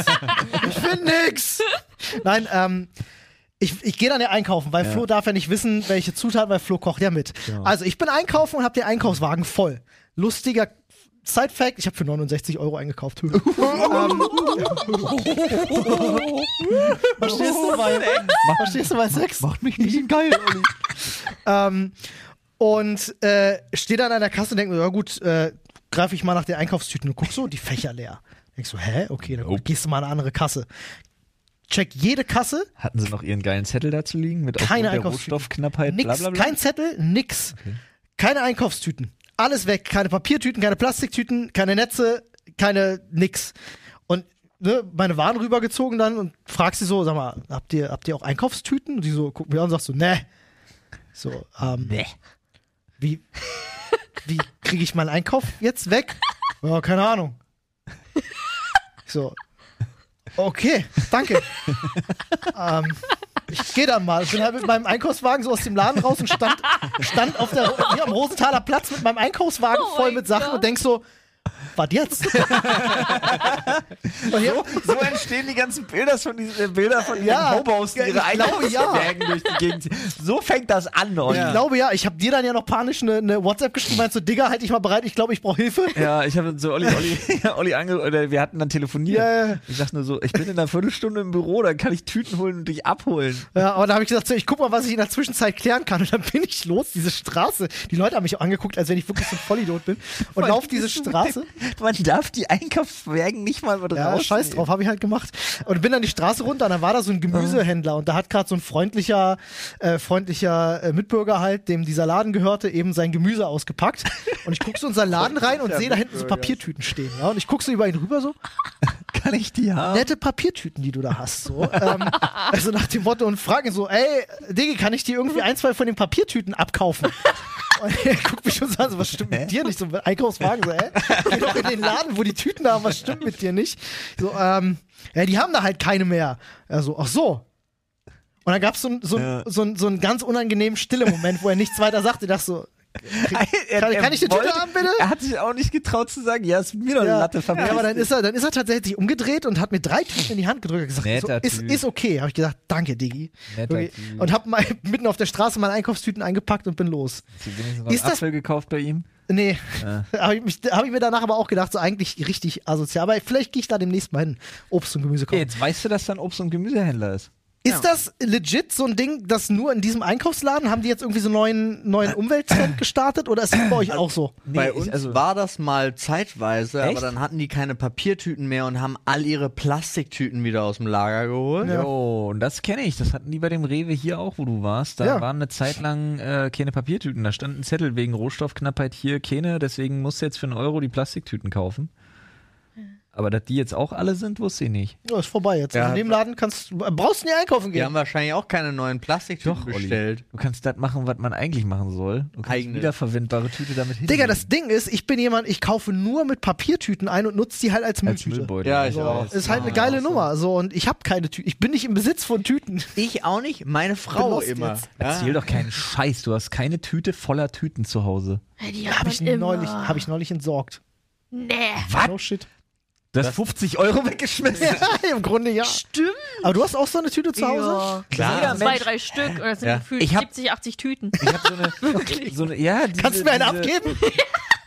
Speaker 2: Ich finde nix. Nein, ähm. Ich, ich gehe dann ja einkaufen, weil Flo darf ja nicht wissen, welche Zutaten, weil Flo kocht ja mit. Also ich bin einkaufen und habe den Einkaufswagen voll. Lustiger Side-Fact, ich habe für 69 Euro eingekauft. ähm, verstehst du, weil, verstehst du, weil Sex?
Speaker 1: Macht mich nicht geil, Olli.
Speaker 2: Ähm, und äh, stehe dann an der Kasse und denke mir, ja gut, äh, greife ich mal nach den Einkaufstüten und guck so, die Fächer leer. Denkst du, hä? Okay, dann
Speaker 1: Nope.
Speaker 2: gut, gehst du mal an eine andere Kasse. Check jede Kasse,
Speaker 1: Hatten sie noch ihren geilen Zettel dazu liegen? Mit
Speaker 2: Keine
Speaker 1: aufgrund der
Speaker 2: Einkaufstüten.
Speaker 1: Rohstoffknappheit,
Speaker 2: nix,
Speaker 1: bla bla bla.
Speaker 2: kein Zettel, nix. Keine Einkaufstüten. Alles weg, keine Papiertüten, keine Plastiktüten, keine Netze, keine nix. Und ne, meine Waren rübergezogen dann und frag sie so, sag mal, habt ihr, habt ihr auch Einkaufstüten? Und die so, guckt mir an und sagt so, ne. So, ähm,
Speaker 1: Bäh.
Speaker 2: wie, wie kriege ich meinen Einkauf jetzt weg? Ja, keine Ahnung. So. Okay, danke. ähm, ich gehe dann mal. Ich bin halt mit meinem Einkaufswagen so aus dem Laden raus und stand, stand auf der, hier am Rosenthaler Platz mit meinem Einkaufswagen
Speaker 4: Oh
Speaker 2: voll
Speaker 4: mein
Speaker 2: mit Sachen
Speaker 4: Gott.
Speaker 2: und denk so, was jetzt? und hier,
Speaker 1: So entstehen die ganzen Bilder von diesen äh, Bilder von ihren
Speaker 2: Ja,
Speaker 1: Hobos, die
Speaker 2: ja,
Speaker 1: ihre
Speaker 2: ich glaube,
Speaker 1: Einkaufswagen durch die Gegend ziehen. So fängt das an, Olli.
Speaker 2: Ich glaube ja, ich habe dir dann ja noch panisch eine, eine WhatsApp geschrieben, meinst du, Digga, halt dich mal bereit, ich glaube, ich brauche Hilfe.
Speaker 1: Ja, ich habe so Olli, Olli, Olli ange oder wir hatten dann telefoniert.
Speaker 2: Ja, ja.
Speaker 1: Ich sag nur so, ich bin in einer Viertelstunde im Büro, dann kann ich Tüten holen und dich abholen.
Speaker 2: Ja, aber da habe ich gesagt, so, ich guck mal, was ich in der Zwischenzeit klären kann. Und dann bin ich los, diese Straße. Die Leute haben mich auch angeguckt, als wenn ich wirklich so ein Vollidiot bin. Und lauf diese Straße.
Speaker 1: Man darf die Einkaufswagen nicht mal mit
Speaker 2: Ja,
Speaker 1: rausnehmen.
Speaker 2: scheiß drauf, habe ich halt gemacht. Und bin dann die Straße runter und dann war da so ein Gemüsehändler und da hat gerade so ein freundlicher, äh, freundlicher äh, Mitbürger halt, dem dieser Laden gehörte, eben sein Gemüse ausgepackt. Und ich guck so in unseren Laden rein und sehe da hinten so Papiertüten stehen. Ja? Und ich guck so über ihn rüber so,
Speaker 1: Kann ich die haben?
Speaker 2: nette Papiertüten, die du da hast. So. ähm, also nach dem Motto und fragen so, ey, Diggi, kann ich dir irgendwie ein, zwei von den Papiertüten abkaufen? Und er guckt mich schon so an, so, was stimmt mit dir nicht? So mit Einkaufswagen, so, ey, geh doch in den Laden, wo die Tüten haben, was stimmt mit dir nicht? So, ähm, ja, die haben da halt keine mehr. Also, ach so. Und dann gab so es so, ein-
Speaker 1: Ja.
Speaker 2: so, ein- so einen ganz unangenehmen stille Moment, wo er nichts weiter sagte. Ich dachte so, Kann- kann ich die Tüte haben, bitte?
Speaker 1: Er hat sich auch nicht getraut zu sagen, ja, ist mir doch eine
Speaker 2: ja,
Speaker 1: Latte
Speaker 2: ja, aber dann ist er, dann ist er tatsächlich umgedreht und hat mir drei Tüten in die Hand gedrückt und gesagt, so,
Speaker 1: Netter
Speaker 2: ist,
Speaker 1: Typ.
Speaker 2: ist okay. Habe ich gesagt, danke, Diggi.
Speaker 1: Netter
Speaker 2: Okay.
Speaker 1: Typ.
Speaker 2: Und habe mal mitten auf der Straße meine Einkaufstüten eingepackt und bin los.
Speaker 1: ist das
Speaker 2: ist das-
Speaker 1: Apfel gekauft bei ihm?
Speaker 2: Nee, habe ich, mich- hab ich mir danach aber auch gedacht, so eigentlich richtig asozial. Aber vielleicht gehe ich da demnächst mal hin, Obst und Gemüse kaufen.
Speaker 1: Jetzt weißt du, dass da ein Obst- und Gemüsehändler ist.
Speaker 2: Ist das legit so ein Ding, das nur in diesem Einkaufsladen? Haben die jetzt irgendwie so einen neuen, neuen Umwelttrend gestartet oder ist das bei euch auch so?
Speaker 1: Nee,
Speaker 3: Bei
Speaker 1: ich-
Speaker 3: uns
Speaker 1: also-
Speaker 3: war das mal zeitweise, aber
Speaker 1: Echt?
Speaker 3: dann hatten die keine Papiertüten mehr und haben all ihre Plastiktüten wieder aus dem Lager geholt.
Speaker 1: Jo, und das kenne ich. Das hatten die bei dem Rewe hier auch, wo du warst. Da
Speaker 2: Ja.
Speaker 1: waren eine Zeit lang äh, keine Papiertüten. Da stand ein Zettel wegen Rohstoffknappheit hier keine. Deswegen musst du jetzt für einen Euro die Plastiktüten kaufen. Aber dass die jetzt auch alle sind, wusste ich nicht.
Speaker 2: Ja, ist vorbei jetzt.
Speaker 3: Ja.
Speaker 2: Also in dem Laden kannst du- brauchst du nie einkaufen
Speaker 3: Die
Speaker 2: gehen.
Speaker 3: haben wahrscheinlich auch keine neuen Plastiktüten
Speaker 1: Doch,
Speaker 3: bestellt.
Speaker 1: Olli. Du kannst das machen, was man eigentlich machen soll. Du kannst
Speaker 3: Eigene.
Speaker 1: wiederverwendbare Tüte damit hin.
Speaker 2: Digga, das Ding ist, ich bin jemand, ich kaufe nur mit Papiertüten ein und nutze die halt als
Speaker 1: als
Speaker 2: Mülltüte.
Speaker 1: Müllbeutel.
Speaker 3: Ja, ich
Speaker 2: so,
Speaker 3: auch.
Speaker 2: ist halt eine geile Nummer. So, und ich habe keine Tüten. Ich bin nicht im Besitz von Tüten.
Speaker 3: Ich auch nicht, meine Frau
Speaker 2: lost
Speaker 3: immer.
Speaker 2: jetzt.
Speaker 1: Erzähl
Speaker 3: Ah.
Speaker 1: doch keinen Scheiß. Du hast keine Tüte voller Tüten zu Hause.
Speaker 4: Hey, die
Speaker 2: Habe
Speaker 4: hat
Speaker 2: ich,
Speaker 4: man immer.
Speaker 2: neulich- hab ich neulich entsorgt.
Speaker 4: Nee.
Speaker 2: No shit.
Speaker 1: Du hast 50 Euro weggeschmissen.
Speaker 2: Ja, im Grunde ja.
Speaker 4: Stimmt.
Speaker 2: Aber du hast auch so eine Tüte zu Hause?
Speaker 4: Ja.
Speaker 1: Klar. Jeder
Speaker 4: Zwei,
Speaker 1: Mensch-
Speaker 4: drei Stück. Und das sind
Speaker 3: Ja.
Speaker 4: gefühlt
Speaker 1: Ich hab-
Speaker 4: 70, 80 Tüten.
Speaker 1: Ich hab so eine, so eine ja, diese,
Speaker 2: Kannst du mir eine
Speaker 1: diese-
Speaker 2: abgeben?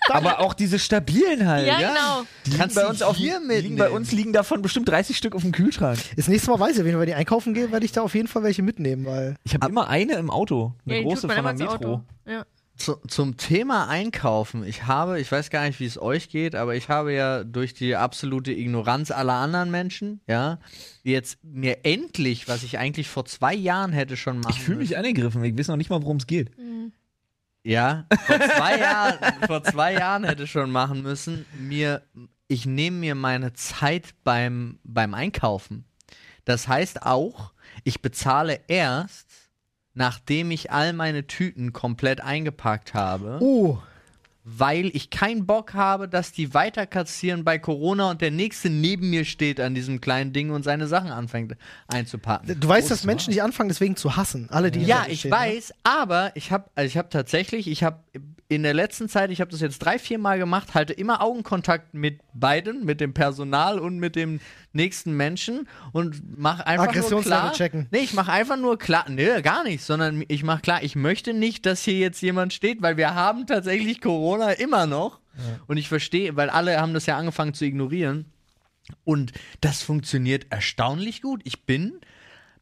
Speaker 1: Aber auch diese stabilen halt.
Speaker 4: Ja, genau.
Speaker 1: Die liegen
Speaker 3: Kannst
Speaker 1: bei
Speaker 3: du
Speaker 1: uns auch
Speaker 3: hier
Speaker 1: liegen
Speaker 3: mitnehmen?
Speaker 1: bei uns liegen davon bestimmt 30 Stück auf dem Kühlschrank.
Speaker 2: Das nächste Mal weiß ich, wenn ich einkaufen gehe, werde ich da auf jeden Fall welche mitnehmen, weil.
Speaker 1: Ich habe immer eine im Auto, eine
Speaker 4: Ja, die
Speaker 1: große
Speaker 4: tut man
Speaker 1: von der
Speaker 4: immer ins
Speaker 1: Metro.
Speaker 4: Auto. Ja.
Speaker 3: Zu, zum Thema Einkaufen. Ich habe, ich weiß gar nicht, wie es euch geht, aber ich habe ja durch die absolute Ignoranz aller anderen Menschen, ja, jetzt mir endlich, was ich eigentlich vor zwei Jahren hätte schon machen
Speaker 1: Ich fühle mich angegriffen, ich weiß noch nicht mal, worum es geht.
Speaker 3: Ja, vor zwei, Jahren, vor zwei Jahren hätte schon machen müssen, mir, ich nehme mir meine Zeit beim, beim Einkaufen. Das heißt auch, ich bezahle erst, nachdem ich all meine Tüten komplett eingepackt habe,
Speaker 2: Oh,
Speaker 3: weil ich keinen Bock habe, dass die weiter kassieren bei Corona und der Nächste neben mir steht an diesem kleinen Ding und seine Sachen anfängt einzupacken.
Speaker 2: du weißt, dass Menschen dich anfangen, deswegen zu hassen. Alle, die
Speaker 3: Ja,
Speaker 2: hinter dir
Speaker 3: ich
Speaker 2: stehen, Ne?
Speaker 3: weiß, aber ich habe also ich hab tatsächlich, ich habe in der letzten Zeit, ich habe das jetzt drei, vier Mal gemacht, halte immer Augenkontakt mit beiden, mit dem Personal und mit dem nächsten Menschen und mache einfach nur
Speaker 2: Aggressionslevel
Speaker 3: klar.
Speaker 2: checken.
Speaker 3: Nee, ich mache einfach nur klar, nee, gar nicht, sondern ich mache klar, ich möchte nicht, dass hier jetzt jemand steht, weil wir haben tatsächlich Corona immer noch. Und ich verstehe, weil alle haben das ja angefangen zu ignorieren. Und das funktioniert erstaunlich gut. Ich bin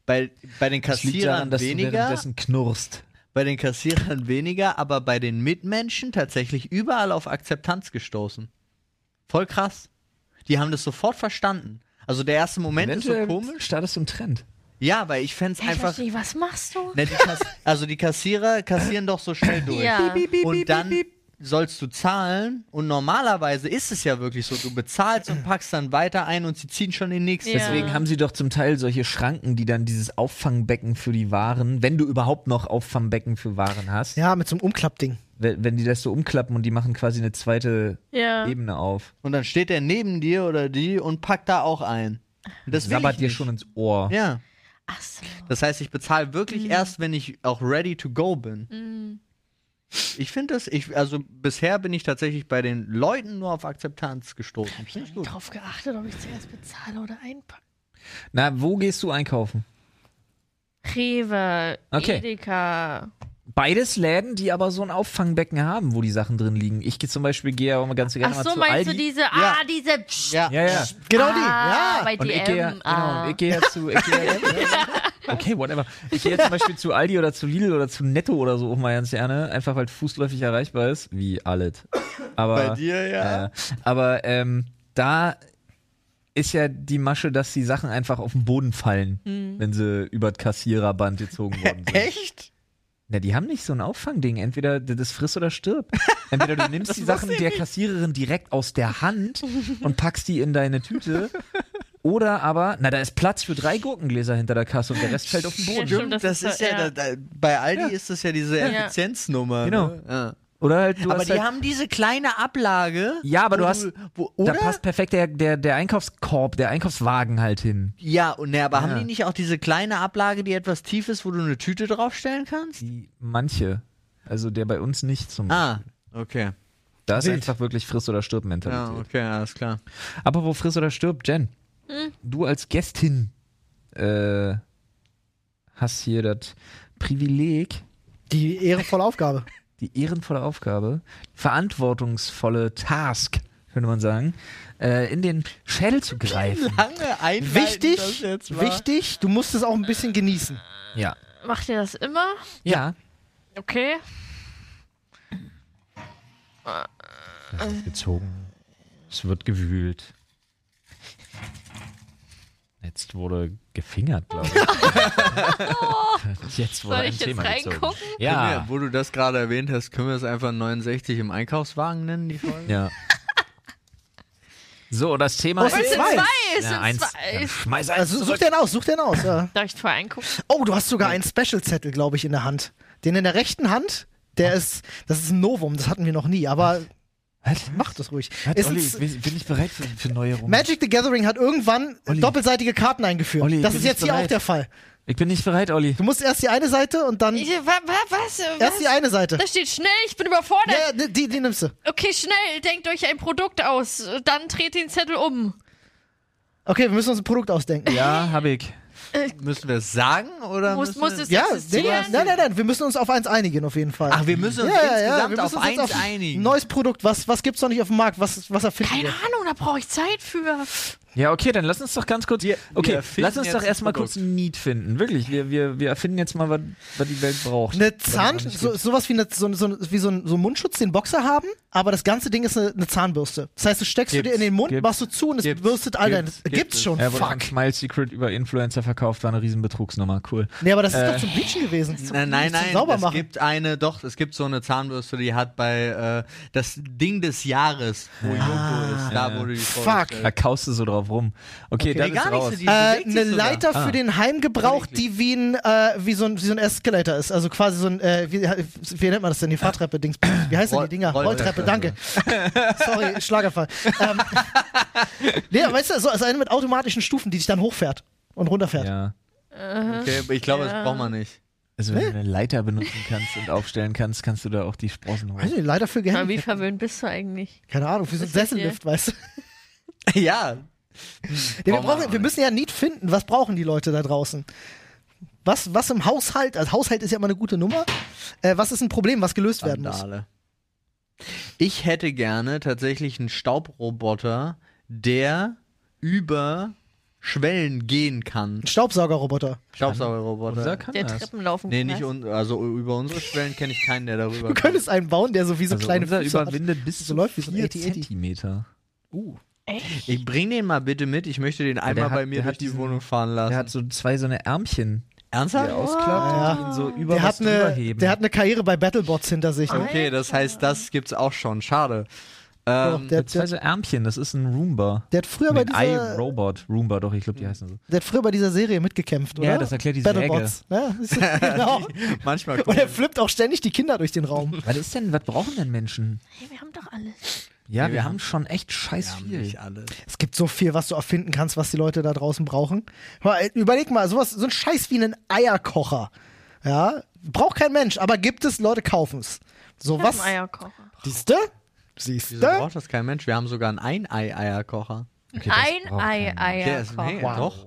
Speaker 3: bei, bei den
Speaker 1: Das liegt
Speaker 3: Kassierern
Speaker 1: daran, dass du
Speaker 3: weniger,
Speaker 1: währenddessen knurrst.
Speaker 3: bei den Kassierern weniger, aber bei den Mitmenschen tatsächlich überall auf Akzeptanz gestoßen. Voll krass. Die haben das sofort verstanden. Also der erste Moment ist so
Speaker 1: Eventuell
Speaker 3: komisch.
Speaker 1: startest du im Trend.
Speaker 3: Ja, weil ich fänd's
Speaker 4: Hey,
Speaker 3: einfach.
Speaker 4: Steffi, was machst du?
Speaker 3: Ne, die Kass also die Kassierer kassieren doch so schnell durch.
Speaker 4: Ja. Piep,
Speaker 3: Und dann sollst du zahlen und normalerweise ist es ja wirklich so, du bezahlst und packst dann weiter ein und sie ziehen schon den nächsten.
Speaker 4: Ja.
Speaker 1: Deswegen haben sie doch zum Teil solche Schranken, die dann dieses Auffangbecken für die Waren, wenn du überhaupt noch Auffangbecken für Waren hast,
Speaker 2: Ja, mit so einem Umklappding.
Speaker 1: wenn, wenn die das so umklappen und die machen quasi eine zweite
Speaker 4: Ja.
Speaker 1: Ebene auf.
Speaker 3: Und dann steht der neben dir oder die und packt da auch ein. Und das will ich
Speaker 1: Sabbert dir
Speaker 3: nicht.
Speaker 1: schon ins Ohr.
Speaker 3: Ja.
Speaker 4: Ach so.
Speaker 3: Das heißt, ich bezahle
Speaker 4: Mhm.
Speaker 3: wirklich erst, wenn ich auch ready to go bin. Ich finde das, ich, also bisher bin ich tatsächlich bei den Leuten nur auf Akzeptanz gestoßen. Finde ich gut.
Speaker 4: Drauf geachtet, ob ich zuerst bezahle oder einpacke.
Speaker 1: Na, wo gehst du einkaufen?
Speaker 4: Rewe,
Speaker 1: Okay.
Speaker 4: Edeka.
Speaker 1: Beides Läden, die aber so ein Auffangbecken haben, wo die Sachen drin liegen. Ich gehe zum Beispiel gehe ja immer ganz gerne
Speaker 4: Ach
Speaker 1: mal
Speaker 4: so,
Speaker 1: zu
Speaker 4: meinst
Speaker 1: Aldi.
Speaker 4: du diese,
Speaker 3: Ja.
Speaker 4: ah, diese, psch,
Speaker 3: Ja.
Speaker 1: ja, ja.
Speaker 2: Genau die.
Speaker 4: ah,
Speaker 2: Ja.
Speaker 4: bei
Speaker 1: Und
Speaker 4: DM,
Speaker 1: ich gehe ja, genau,
Speaker 4: ah.
Speaker 1: und ich gehe ja zu ich gehe ja, Okay, whatever. Ich gehe ja zum Beispiel zu Aldi oder zu Lidl oder zu Netto oder so auch mal ganz gerne, einfach weil es fußläufig erreichbar ist, wie alles. Aber
Speaker 3: Bei dir, ja.
Speaker 1: Äh, aber ähm, da ist ja die Masche, dass die Sachen einfach auf den Boden fallen, wenn sie über das Kassiererband gezogen worden sind.
Speaker 3: Hm. Echt?
Speaker 1: Na, die haben nicht so ein Auffangding. Entweder d- das friss oder stirb. Entweder du nimmst die Sachen der Kassiererin direkt aus der Hand und packst die in deine Tüte. Oder aber, na, da ist Platz für drei Gurkengläser hinter der Kasse und der Rest fällt auf den Boden.
Speaker 4: Ja, stimmt,
Speaker 3: Das,
Speaker 4: das ist
Speaker 3: ist
Speaker 4: so-
Speaker 3: ja,
Speaker 4: ja.
Speaker 3: Da, da, bei Aldi ist das ja diese
Speaker 4: Ja.
Speaker 3: Effizienznummer.
Speaker 1: Genau.
Speaker 3: Ne? Ja.
Speaker 1: Oder halt, du
Speaker 3: Aber
Speaker 1: hast
Speaker 3: die
Speaker 1: halt,
Speaker 3: haben diese kleine Ablage.
Speaker 1: Ja, aber
Speaker 3: wo
Speaker 1: du hast-
Speaker 3: Wo,
Speaker 1: da
Speaker 3: oder?
Speaker 1: passt perfekt der, der, der Einkaufskorb, der Einkaufswagen halt hin.
Speaker 3: ja, und ne, aber
Speaker 1: Ja.
Speaker 3: haben die nicht auch diese kleine Ablage, die etwas tief ist, wo du eine Tüte draufstellen kannst?
Speaker 1: Die manche. Also der bei uns nicht zum
Speaker 3: Ah, okay.
Speaker 1: Da ist
Speaker 2: Wild.
Speaker 1: einfach wirklich Friss oder stirb
Speaker 3: Ja,
Speaker 1: Mentalität.
Speaker 3: okay, alles klar.
Speaker 1: Aber wo friss oder stirb, Jen, du als Gästin äh, hast hier das Privileg,
Speaker 2: Die ehrenvolle Aufgabe.
Speaker 1: die ehrenvolle Aufgabe, verantwortungsvolle Task, könnte man sagen, äh, in den Schädel zu greifen.
Speaker 3: Lange einleiten, das
Speaker 2: Wichtig,
Speaker 3: jetzt war.
Speaker 2: wichtig, du musst es auch ein bisschen genießen.
Speaker 1: Ja.
Speaker 4: Macht ihr das immer?
Speaker 1: Ja.
Speaker 4: Okay. Äh.
Speaker 1: Gezogen. Es wird gewühlt. Jetzt wurde gefingert, glaube ich. jetzt wurde
Speaker 4: Soll
Speaker 1: ein
Speaker 4: ich jetzt
Speaker 1: Thema gezogen.
Speaker 4: reingucken?
Speaker 1: Ja.
Speaker 3: Können wir, wo du das gerade erwähnt hast, können wir es einfach 69 im Einkaufswagen nennen, die Folge?
Speaker 1: ja. So, das Thema
Speaker 2: Oh,
Speaker 1: ist.
Speaker 2: es sind zwei.
Speaker 4: Es
Speaker 1: Ja,
Speaker 4: sind
Speaker 1: eins.
Speaker 4: zwei.
Speaker 1: Dann Schmeiß eins
Speaker 2: Also such
Speaker 1: zurück.
Speaker 2: den aus, such den aus. Ja.
Speaker 4: Darf ich vorher eingucken?
Speaker 2: Oh, du hast sogar einen Special-Zettel, glaube ich, in der Hand. Den in der rechten Hand, der ist, das ist ein Novum, das hatten wir noch nie, aber Halt,
Speaker 1: Was?
Speaker 2: mach das ruhig.
Speaker 1: Was,
Speaker 2: Ist
Speaker 1: Olli,
Speaker 2: ein-
Speaker 1: bin bin ich bereit für, für Neuerungen?
Speaker 2: Magic the Gathering hat irgendwann
Speaker 1: Olli.
Speaker 2: doppelseitige Karten eingeführt.
Speaker 1: Olli,
Speaker 2: das
Speaker 1: bin
Speaker 2: ist
Speaker 1: ich
Speaker 2: jetzt hier
Speaker 1: bereit.
Speaker 2: auch der Fall.
Speaker 1: Ich bin nicht bereit, Olli.
Speaker 2: Du musst erst die eine Seite und
Speaker 1: Hm.
Speaker 2: dann
Speaker 4: Ich, wa, wa, was? äh,
Speaker 2: erst die
Speaker 4: was?
Speaker 2: eine Seite.
Speaker 4: Da steht schnell, ich bin überfordert.
Speaker 2: Ja, ja, ne, die, die nimmst du.
Speaker 4: Okay, schnell, denkt euch ein Produkt aus. Dann dreht den Zettel um.
Speaker 2: Okay, wir müssen uns ein Produkt ausdenken.
Speaker 1: Ja, Ah, hab ich.
Speaker 3: Müssen wir es sagen oder
Speaker 4: Muss,
Speaker 3: müssen
Speaker 4: muss
Speaker 3: wir-
Speaker 4: es
Speaker 2: Ja,
Speaker 4: existieren?
Speaker 2: Digga, nein, nein, nein, wir müssen uns auf eins einigen auf jeden Fall.
Speaker 3: Ach, wir müssen uns
Speaker 2: ja, ja, ja,
Speaker 3: insgesamt
Speaker 2: wir müssen
Speaker 3: auf
Speaker 2: uns jetzt
Speaker 3: eins
Speaker 2: auf ein
Speaker 3: einigen.
Speaker 2: neues Produkt. Was, was gibt's noch nicht auf dem Markt? Was, was erfinden
Speaker 4: Keine
Speaker 2: wir?
Speaker 4: Ahnung, da brauche ich Zeit für.
Speaker 1: Ja, okay, dann lass uns doch ganz kurz.
Speaker 3: Wir- wir
Speaker 1: okay,
Speaker 3: erfinden
Speaker 1: lass uns
Speaker 3: jetzt
Speaker 1: doch
Speaker 3: ein
Speaker 1: erstmal
Speaker 3: Produkt.
Speaker 1: kurz ein Need finden. Wirklich, wir, wir, wir erfinden jetzt mal, was, was die Welt braucht.
Speaker 2: Eine Zahn, so, sowas wie, eine, so, so, wie so, ein, so ein Mundschutz, den Boxer haben, aber das ganze Ding ist eine, eine Zahnbürste. Das heißt, du steckst du dir
Speaker 3: Gibt's.
Speaker 2: in den Mund,
Speaker 1: Gibt's.
Speaker 2: machst du zu und es
Speaker 3: Gibt's.
Speaker 2: bürstet all deine.
Speaker 3: Gibt's.
Speaker 2: Gibt's,
Speaker 3: Gibt's.
Speaker 2: schon,
Speaker 1: Er wurde
Speaker 2: fuck.
Speaker 1: von Smile Secret über Influencer verkauft, war eine Riesenbetrugsnummer. Cool.
Speaker 2: Nee, aber das ist doch zum Bleachen gewesen.
Speaker 3: Äh. Nein, nein,
Speaker 2: Zum
Speaker 3: nein.
Speaker 2: Sauber
Speaker 3: es
Speaker 2: machen.
Speaker 3: gibt eine, doch, es gibt so eine Zahnbürste, die hat bei äh, das Ding des Jahres, wo Yoko ist, da wurde die
Speaker 2: Ah. Fuck.
Speaker 1: Da kaust du so drauf rum. Okay, dann
Speaker 3: gar
Speaker 1: ist
Speaker 3: nicht
Speaker 1: raus.
Speaker 3: so die-
Speaker 2: äh,
Speaker 3: bewegt sich
Speaker 2: eine
Speaker 3: sogar.
Speaker 2: Leiter
Speaker 1: Ah.
Speaker 2: für den Heimgebrauch, die wie ein, äh, wie, so ein, wie so ein Escalator ist. Also quasi so ein, äh, wie, wie nennt man das denn?
Speaker 1: Äh.
Speaker 2: Die Fahrtreppe, Dings. Wie heißen
Speaker 3: Roll-
Speaker 2: die Dinger?
Speaker 3: Rolltreppe.
Speaker 2: Rolltreppe, danke. Sorry, Schlagerfall. ähm, nee, aber weißt du, so, also eine mit automatischen Stufen, die dich dann hochfährt und runterfährt.
Speaker 1: Ja.
Speaker 3: Okay, ich glaube,
Speaker 4: Ja.
Speaker 3: das braucht man nicht.
Speaker 1: Also, wenn du eine Leiter benutzen kannst und aufstellen kannst, kannst du da auch die Sprossen
Speaker 2: Weiß
Speaker 1: holen.
Speaker 2: nicht, Leiter für
Speaker 4: Aber wie
Speaker 2: Gehandicapte.
Speaker 4: verwöhnt bist du eigentlich?
Speaker 2: Keine Ahnung, für so einen
Speaker 4: Ist das hier?
Speaker 2: Sessellift, weißt du.
Speaker 3: ja.
Speaker 2: Nee, wir,
Speaker 3: Brauchen wir
Speaker 2: brauchen,
Speaker 3: auch
Speaker 2: wir müssen ja ein Need finden. Was brauchen die Leute da draußen? Was, was im Haushalt, also Haushalt ist ja immer eine gute Nummer. Äh, was ist ein Problem, was gelöst werden muss?
Speaker 3: Skandale. Ich hätte gerne tatsächlich einen Staubroboter, der über Schwellen gehen kann.
Speaker 2: Ein Staubsaugerroboter.
Speaker 1: Unser
Speaker 3: Staubsaugerroboter.
Speaker 1: kann
Speaker 4: Der
Speaker 1: das.
Speaker 4: Treppen laufen
Speaker 3: Nee,
Speaker 4: kann,
Speaker 3: nicht un
Speaker 4: weißt
Speaker 3: also über unsere Schwellen kenne ich keinen, der darüber.
Speaker 2: Du könntest einen bauen, der so wie so
Speaker 1: also
Speaker 2: kleine
Speaker 1: unser
Speaker 2: Füße hat.
Speaker 1: überwindet bis
Speaker 2: So
Speaker 1: zu
Speaker 2: läuft wie so ein
Speaker 1: 4
Speaker 2: AT-AT.
Speaker 1: Zentimeter.
Speaker 2: Uh.
Speaker 4: Echt?
Speaker 3: Ich bring den mal bitte mit. Ich möchte den
Speaker 1: der
Speaker 3: einmal
Speaker 1: hat-
Speaker 3: bei mir
Speaker 1: der
Speaker 3: durch
Speaker 1: hat
Speaker 3: die
Speaker 1: diesen-
Speaker 3: Wohnung fahren lassen.
Speaker 1: Der hat so zwei so eine Ärmchen, die
Speaker 3: Ernsthaft?
Speaker 1: er ausklappt und
Speaker 2: Ah, Ja.
Speaker 1: ihn so über was Ah.
Speaker 2: Der hat,
Speaker 1: drüber
Speaker 2: eine,
Speaker 1: heben.
Speaker 2: der hat eine Karriere bei Battlebots hinter sich. Ne?
Speaker 3: Okay, das heißt, das gibt's auch schon. Schade.
Speaker 2: Doch,
Speaker 3: Ähm,
Speaker 2: der,
Speaker 1: Mit zwei
Speaker 2: der,
Speaker 1: so Ärmchen, das ist ein Roomba.
Speaker 2: der, hat Mhm. früher bei
Speaker 1: Ein
Speaker 2: dieser,
Speaker 1: iRobot. Roomba, doch, ich glaube, die heißen so.
Speaker 2: der hat früher bei dieser Serie mitgekämpft, oder?
Speaker 1: Ja, das erklärt die
Speaker 2: Battlebots. Ja, siehst du, genau.
Speaker 1: Oh.
Speaker 3: manchmal
Speaker 2: Und er
Speaker 3: gucken-
Speaker 2: flippt auch ständig die Kinder durch den Raum.
Speaker 1: Was ist denn, was brauchen denn Menschen?
Speaker 4: Hey, wir haben doch alles.
Speaker 1: Ja,
Speaker 3: Nee,
Speaker 1: wir,
Speaker 3: wir
Speaker 1: haben,
Speaker 3: haben-
Speaker 1: schon echt scheiß
Speaker 3: Wir haben
Speaker 1: viel.
Speaker 3: nicht alles.
Speaker 2: Es gibt so viel, was du erfinden kannst, was die Leute da draußen brauchen. Mal, äh, Überleg mal, sowas, so ein Scheiß wie einen Eierkocher. Ja, braucht kein Mensch, aber gibt es, Leute kaufen es. So
Speaker 4: Ich hab
Speaker 2: Oh, was.
Speaker 4: einen Eierkocher.
Speaker 2: Siehste? Siehste?
Speaker 3: Wieso braucht das kein Mensch? Wir haben sogar einen Ein-Ei-Eierkocher.
Speaker 1: Okay, das
Speaker 4: Ein
Speaker 1: braucht
Speaker 4: Ei,
Speaker 1: keiner.
Speaker 3: Der ist- nee,
Speaker 4: Eierkocher.
Speaker 3: Doch.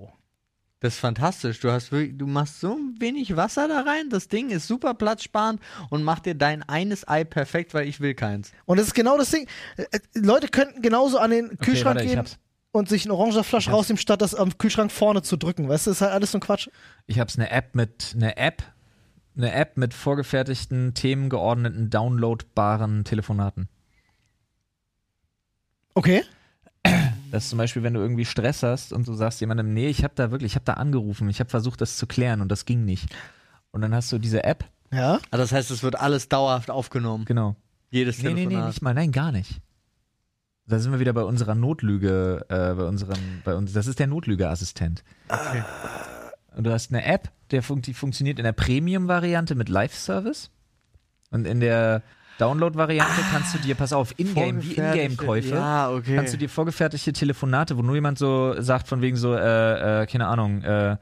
Speaker 3: Das ist fantastisch. Du, hast, wirklich- du machst so wenig Wasser da rein. Das Ding ist super platzsparend und macht dir dein eines Ei perfekt, weil ich will keins.
Speaker 2: Und das ist genau das Ding. Äh, äh, Leute könnten genauso an den Kühlschrank
Speaker 1: warte, ich
Speaker 2: gehen
Speaker 1: hab's.
Speaker 2: und sich einen Orangensaftflasch rausnehmen, statt das am Kühlschrank vorne zu drücken. Weißt du, ist halt alles so ein Quatsch.
Speaker 1: Ich hab's eine App mit, eine App, eine App mit vorgefertigten, themengeordneten, downloadbaren Telefonaten.
Speaker 2: Okay.
Speaker 1: Das ist zum Beispiel, wenn du irgendwie Stress hast und du sagst jemandem, nee, ich habe da wirklich, ich habe da angerufen, ich habe versucht, das zu klären und das ging nicht. Und dann hast du diese App,
Speaker 2: Ja.
Speaker 3: Also das heißt, es wird alles dauerhaft aufgenommen.
Speaker 1: genau.
Speaker 3: Jedes
Speaker 1: Nee, nee, nee,
Speaker 3: Telefonat.
Speaker 1: nicht mal, nein, gar nicht. Da sind wir wieder bei unserer Notlüge, äh, bei unserem, bei uns, das ist der Notlügeassistent. Ah. Und du hast eine App, der fun die funktioniert in der Premium-Variante mit Live-Service. Und in der Download-Variante kannst du dir, pass auf, Ingame, wie Ingame-Käufe,
Speaker 3: Ah. Ja, okay.
Speaker 1: kannst du dir vorgefertigte Telefonate, wo nur jemand so sagt, von wegen so, äh, äh, keine Ahnung, äh,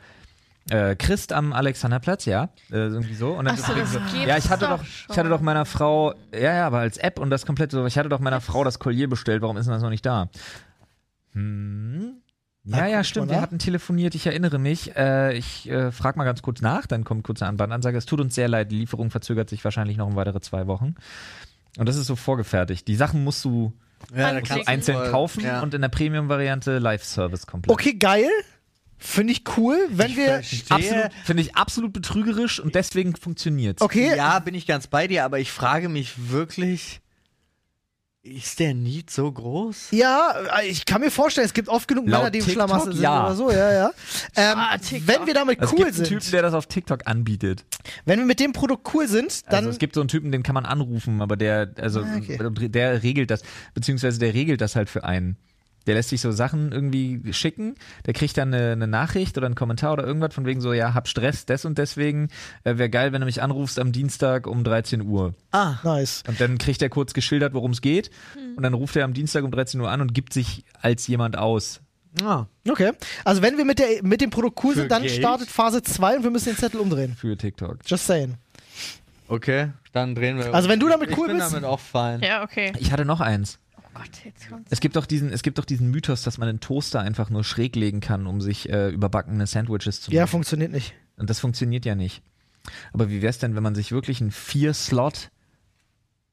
Speaker 1: äh, Christ am Alexanderplatz, ja, äh, irgendwie so. Und dann
Speaker 4: Ach so,
Speaker 1: deswegen
Speaker 4: das gibt's
Speaker 1: ja, ich hatte doch,
Speaker 4: doch
Speaker 1: ich hatte
Speaker 4: schon.
Speaker 1: doch meiner Frau, ja, ja, aber als App und das komplett so, ich hatte doch meiner Frau das Collier bestellt, warum ist denn das noch nicht da? Hm.
Speaker 2: Na,
Speaker 1: Ja, ja,
Speaker 2: guck
Speaker 1: stimmt,
Speaker 2: mal
Speaker 1: wir
Speaker 2: nach.
Speaker 1: hatten telefoniert, ich erinnere mich. Äh, ich äh, frage mal ganz kurz nach, dann kommt kurze Anbandansage. Es tut uns sehr leid, die Lieferung verzögert sich wahrscheinlich noch um weitere zwei Wochen. Und das ist so vorgefertigt. Die Sachen musst du
Speaker 3: Ja, da
Speaker 4: Anklicken.
Speaker 3: kannst du
Speaker 1: Einzeln
Speaker 3: voll-
Speaker 1: kaufen
Speaker 3: ja.
Speaker 1: und in der Premium-Variante Live-Service komplett.
Speaker 2: Okay, geil. Finde ich cool, wenn wir.
Speaker 1: Absolut, finde ich absolut betrügerisch und deswegen funktioniert
Speaker 2: Okay,
Speaker 3: Ja, bin ich ganz bei dir, aber ich frage mich wirklich, ist der Need so groß?
Speaker 2: Ja, äh, ich kann mir vorstellen, es gibt oft genug
Speaker 1: Laut
Speaker 2: Männer, die im
Speaker 1: TikTok,
Speaker 2: Schlamassel sind
Speaker 1: ja.
Speaker 2: oder so, ja, ja. Ähm,
Speaker 4: Ah, TikTok.
Speaker 2: wenn wir damit
Speaker 1: Also Es
Speaker 2: cool
Speaker 1: gibt einen Typen,
Speaker 2: sind,
Speaker 1: der das auf TikTok anbietet.
Speaker 2: wenn wir mit dem Produkt cool sind, dann
Speaker 1: also es gibt so einen Typen, den kann man anrufen, aber der, also
Speaker 2: Ah, okay.
Speaker 1: der regelt das, beziehungsweise der regelt das halt für einen. Der lässt sich so Sachen irgendwie schicken, der kriegt dann eine, eine Nachricht oder einen Kommentar oder irgendwas von wegen so, ja, hab Stress, des und deswegen, äh, wäre geil, wenn du mich anrufst am Dienstag um 13 Uhr.
Speaker 2: ah, nice.
Speaker 1: Und dann kriegt er kurz geschildert, worum es geht und dann ruft er am Dienstag um 13 Uhr an und gibt sich als jemand aus.
Speaker 3: Ja.
Speaker 2: Okay. Also wenn wir mit, der, mit dem Produkt cool
Speaker 3: Für
Speaker 2: sind, dann
Speaker 3: Geld?
Speaker 2: startet Phase 2 und wir müssen den Zettel umdrehen.
Speaker 1: Für TikTok.
Speaker 2: Just saying.
Speaker 3: Okay, dann drehen wir.
Speaker 2: Also wenn du damit
Speaker 3: ich
Speaker 2: cool
Speaker 3: bin
Speaker 2: bist-
Speaker 3: damit auch fein.
Speaker 4: Ja, okay.
Speaker 1: Ich hatte noch eins.
Speaker 4: Oh Gott, jetzt kommt's.
Speaker 1: Es gibt doch diesen, es gibt doch diesen Mythos, dass man einen Toaster einfach nur schräg legen kann, um sich äh, überbackene Sandwiches zu machen.
Speaker 2: Ja, funktioniert nicht.
Speaker 1: Und das funktioniert ja nicht. Aber wie wär's denn, wenn man sich wirklich einen Vier-Slot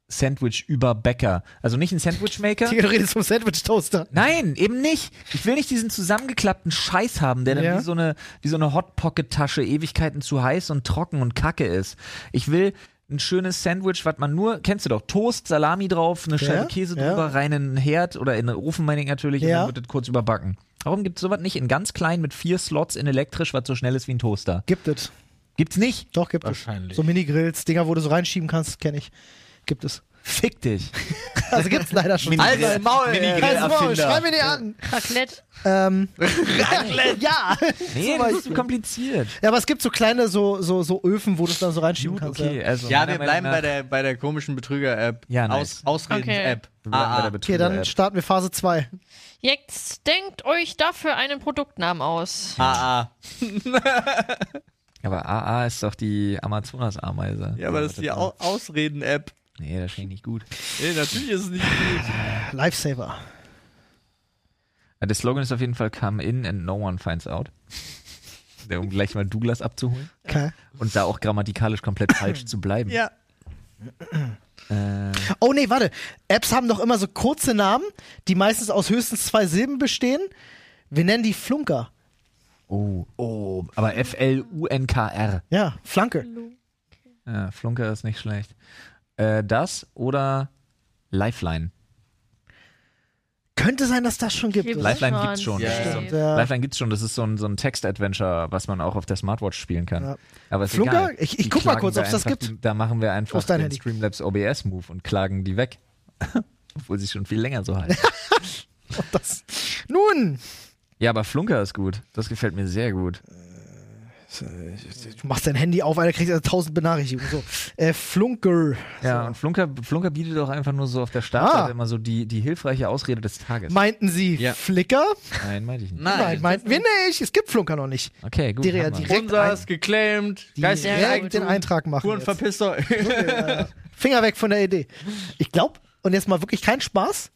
Speaker 1: Sandwich über Bäcker, also nicht einen Sandwichmaker?
Speaker 2: Digga, du redest vom Sandwich Toaster.
Speaker 1: Nein, eben nicht. Ich will nicht diesen zusammengeklappten Scheiß haben, der dann
Speaker 2: Ja.
Speaker 1: wie so eine, wie so eine Hot Pocket Tasche Ewigkeiten zu heiß und trocken und kacke ist. Ich will ein schönes Sandwich, was man nur, kennst du doch, Toast, Salami drauf, eine Scheibe Käse
Speaker 2: ja.
Speaker 1: drüber, rein in den Herd oder in den Ofen meinetwegen natürlich und
Speaker 2: Ja.
Speaker 1: dann wird das kurz überbacken. Warum gibt's sowas nicht in ganz klein mit vier Slots in elektrisch, was so schnell ist wie ein Toaster?
Speaker 2: Gibt es.
Speaker 1: Gibt's nicht.
Speaker 2: Doch, gibt es.
Speaker 3: Wahrscheinlich.
Speaker 2: So Mini-Grills, Dinger, wo du so reinschieben kannst, kenne ich. Gibt es.
Speaker 1: Fick dich.
Speaker 2: Also gibt's leider schon.
Speaker 1: Mini-
Speaker 3: Also im Maul!
Speaker 1: Mini-
Speaker 3: ey.
Speaker 1: Grill-
Speaker 2: Also, wow,
Speaker 1: Erfinder.
Speaker 2: schreib mir den an.
Speaker 4: Raclette.
Speaker 2: Ähm, ja.
Speaker 1: Nee, das ist zu kompliziert.
Speaker 2: ja, aber es gibt so kleine so, so, so Öfen, wo du es dann so reinschieben kannst. ja.
Speaker 1: Okay, also
Speaker 3: Ja,
Speaker 1: meiner
Speaker 3: wir
Speaker 1: Meinung
Speaker 3: bleiben bei
Speaker 1: nach-
Speaker 3: der, bei der komischen Betrüger-App.
Speaker 1: Ja, nice.
Speaker 3: Aus, Ausreden-App.
Speaker 1: wir bleiben bei
Speaker 3: Ah,
Speaker 1: der
Speaker 3: ah.
Speaker 2: Okay,
Speaker 1: Betrüger-App.
Speaker 2: dann starten wir Phase 2.
Speaker 4: Jetzt denkt euch dafür einen Produktnamen aus.
Speaker 3: ah, ah.
Speaker 1: Aber AA ist doch die Amazonas-Ameise.
Speaker 3: Ja, aber das ist die Au Ausreden-App.
Speaker 1: Nee, das klingt nicht gut.
Speaker 3: Nee, natürlich ist es nicht.
Speaker 2: Lifesaver.
Speaker 1: Ja, Ah, Der Slogan ist auf jeden Fall Come in and no one finds out. Der, Um gleich mal Douglas abzuholen.
Speaker 2: Okay.
Speaker 1: Und da auch grammatikalisch komplett falsch zu bleiben.
Speaker 3: Ja.
Speaker 1: Äh,
Speaker 2: Oh nee, warte. Apps haben doch immer so kurze Namen, die meistens aus höchstens zwei Silben bestehen. Wir nennen die Flunker.
Speaker 1: oh, oh, aber F-L-U-N-K-R.
Speaker 2: Ja, Flanke.
Speaker 1: Ja, Flunker ist nicht schlecht. Äh, das oder Lifeline.
Speaker 2: Könnte sein, dass das schon gibt.
Speaker 4: Gibt's
Speaker 2: Oder?
Speaker 1: Lifeline gibt's schon.
Speaker 3: Ja,
Speaker 4: safe.
Speaker 3: stimmt,
Speaker 2: Ja.
Speaker 1: Lifeline gibt's schon, das ist so ein, so ein Text-Adventure, was man auch auf der Smartwatch spielen kann.
Speaker 2: Ja.
Speaker 1: Aber ist
Speaker 2: Flunker?
Speaker 1: egal.
Speaker 2: Ich- ich
Speaker 1: Die
Speaker 2: guck mal
Speaker 1: klagen
Speaker 2: kurz,
Speaker 1: wir
Speaker 2: ob's das
Speaker 1: einfach-
Speaker 2: gibt.
Speaker 1: Da machen wir einfach
Speaker 2: Auf dein
Speaker 1: den
Speaker 2: Handy.
Speaker 1: Streamlabs OBS-Move und klagen die weg. Obwohl sie schon viel länger so halten.
Speaker 2: Das. Nun,
Speaker 1: ja, aber Flunker ist gut. Das gefällt mir sehr gut.
Speaker 2: du machst dein Handy auf, Alter, kriegst also 1000 Benachrichtigungen. So. Äh, Flunker.
Speaker 1: Ja,
Speaker 2: So.
Speaker 1: und Flunker, Flunker bietet auch einfach nur so auf der Startseite immer so die, die hilfreiche Ausrede des Tages.
Speaker 2: Meinten sie
Speaker 3: Ja.
Speaker 2: Flickr?
Speaker 1: Nein, meinte ich nicht.
Speaker 3: Nein.
Speaker 2: Nein, meinten wir nicht. Es gibt Flunker noch nicht.
Speaker 1: Okay, gut.
Speaker 2: Direkt-
Speaker 1: haben wir.
Speaker 2: direkt-
Speaker 3: Unser ist geclaimed. Geistiges
Speaker 2: Direkt den
Speaker 3: Eigentum.
Speaker 2: Eintrag machen.
Speaker 3: Huren
Speaker 2: jetzt.
Speaker 3: verpisst euch.
Speaker 2: Finger weg von der Idee. Ich glaube, und jetzt mal wirklich kein Spaß,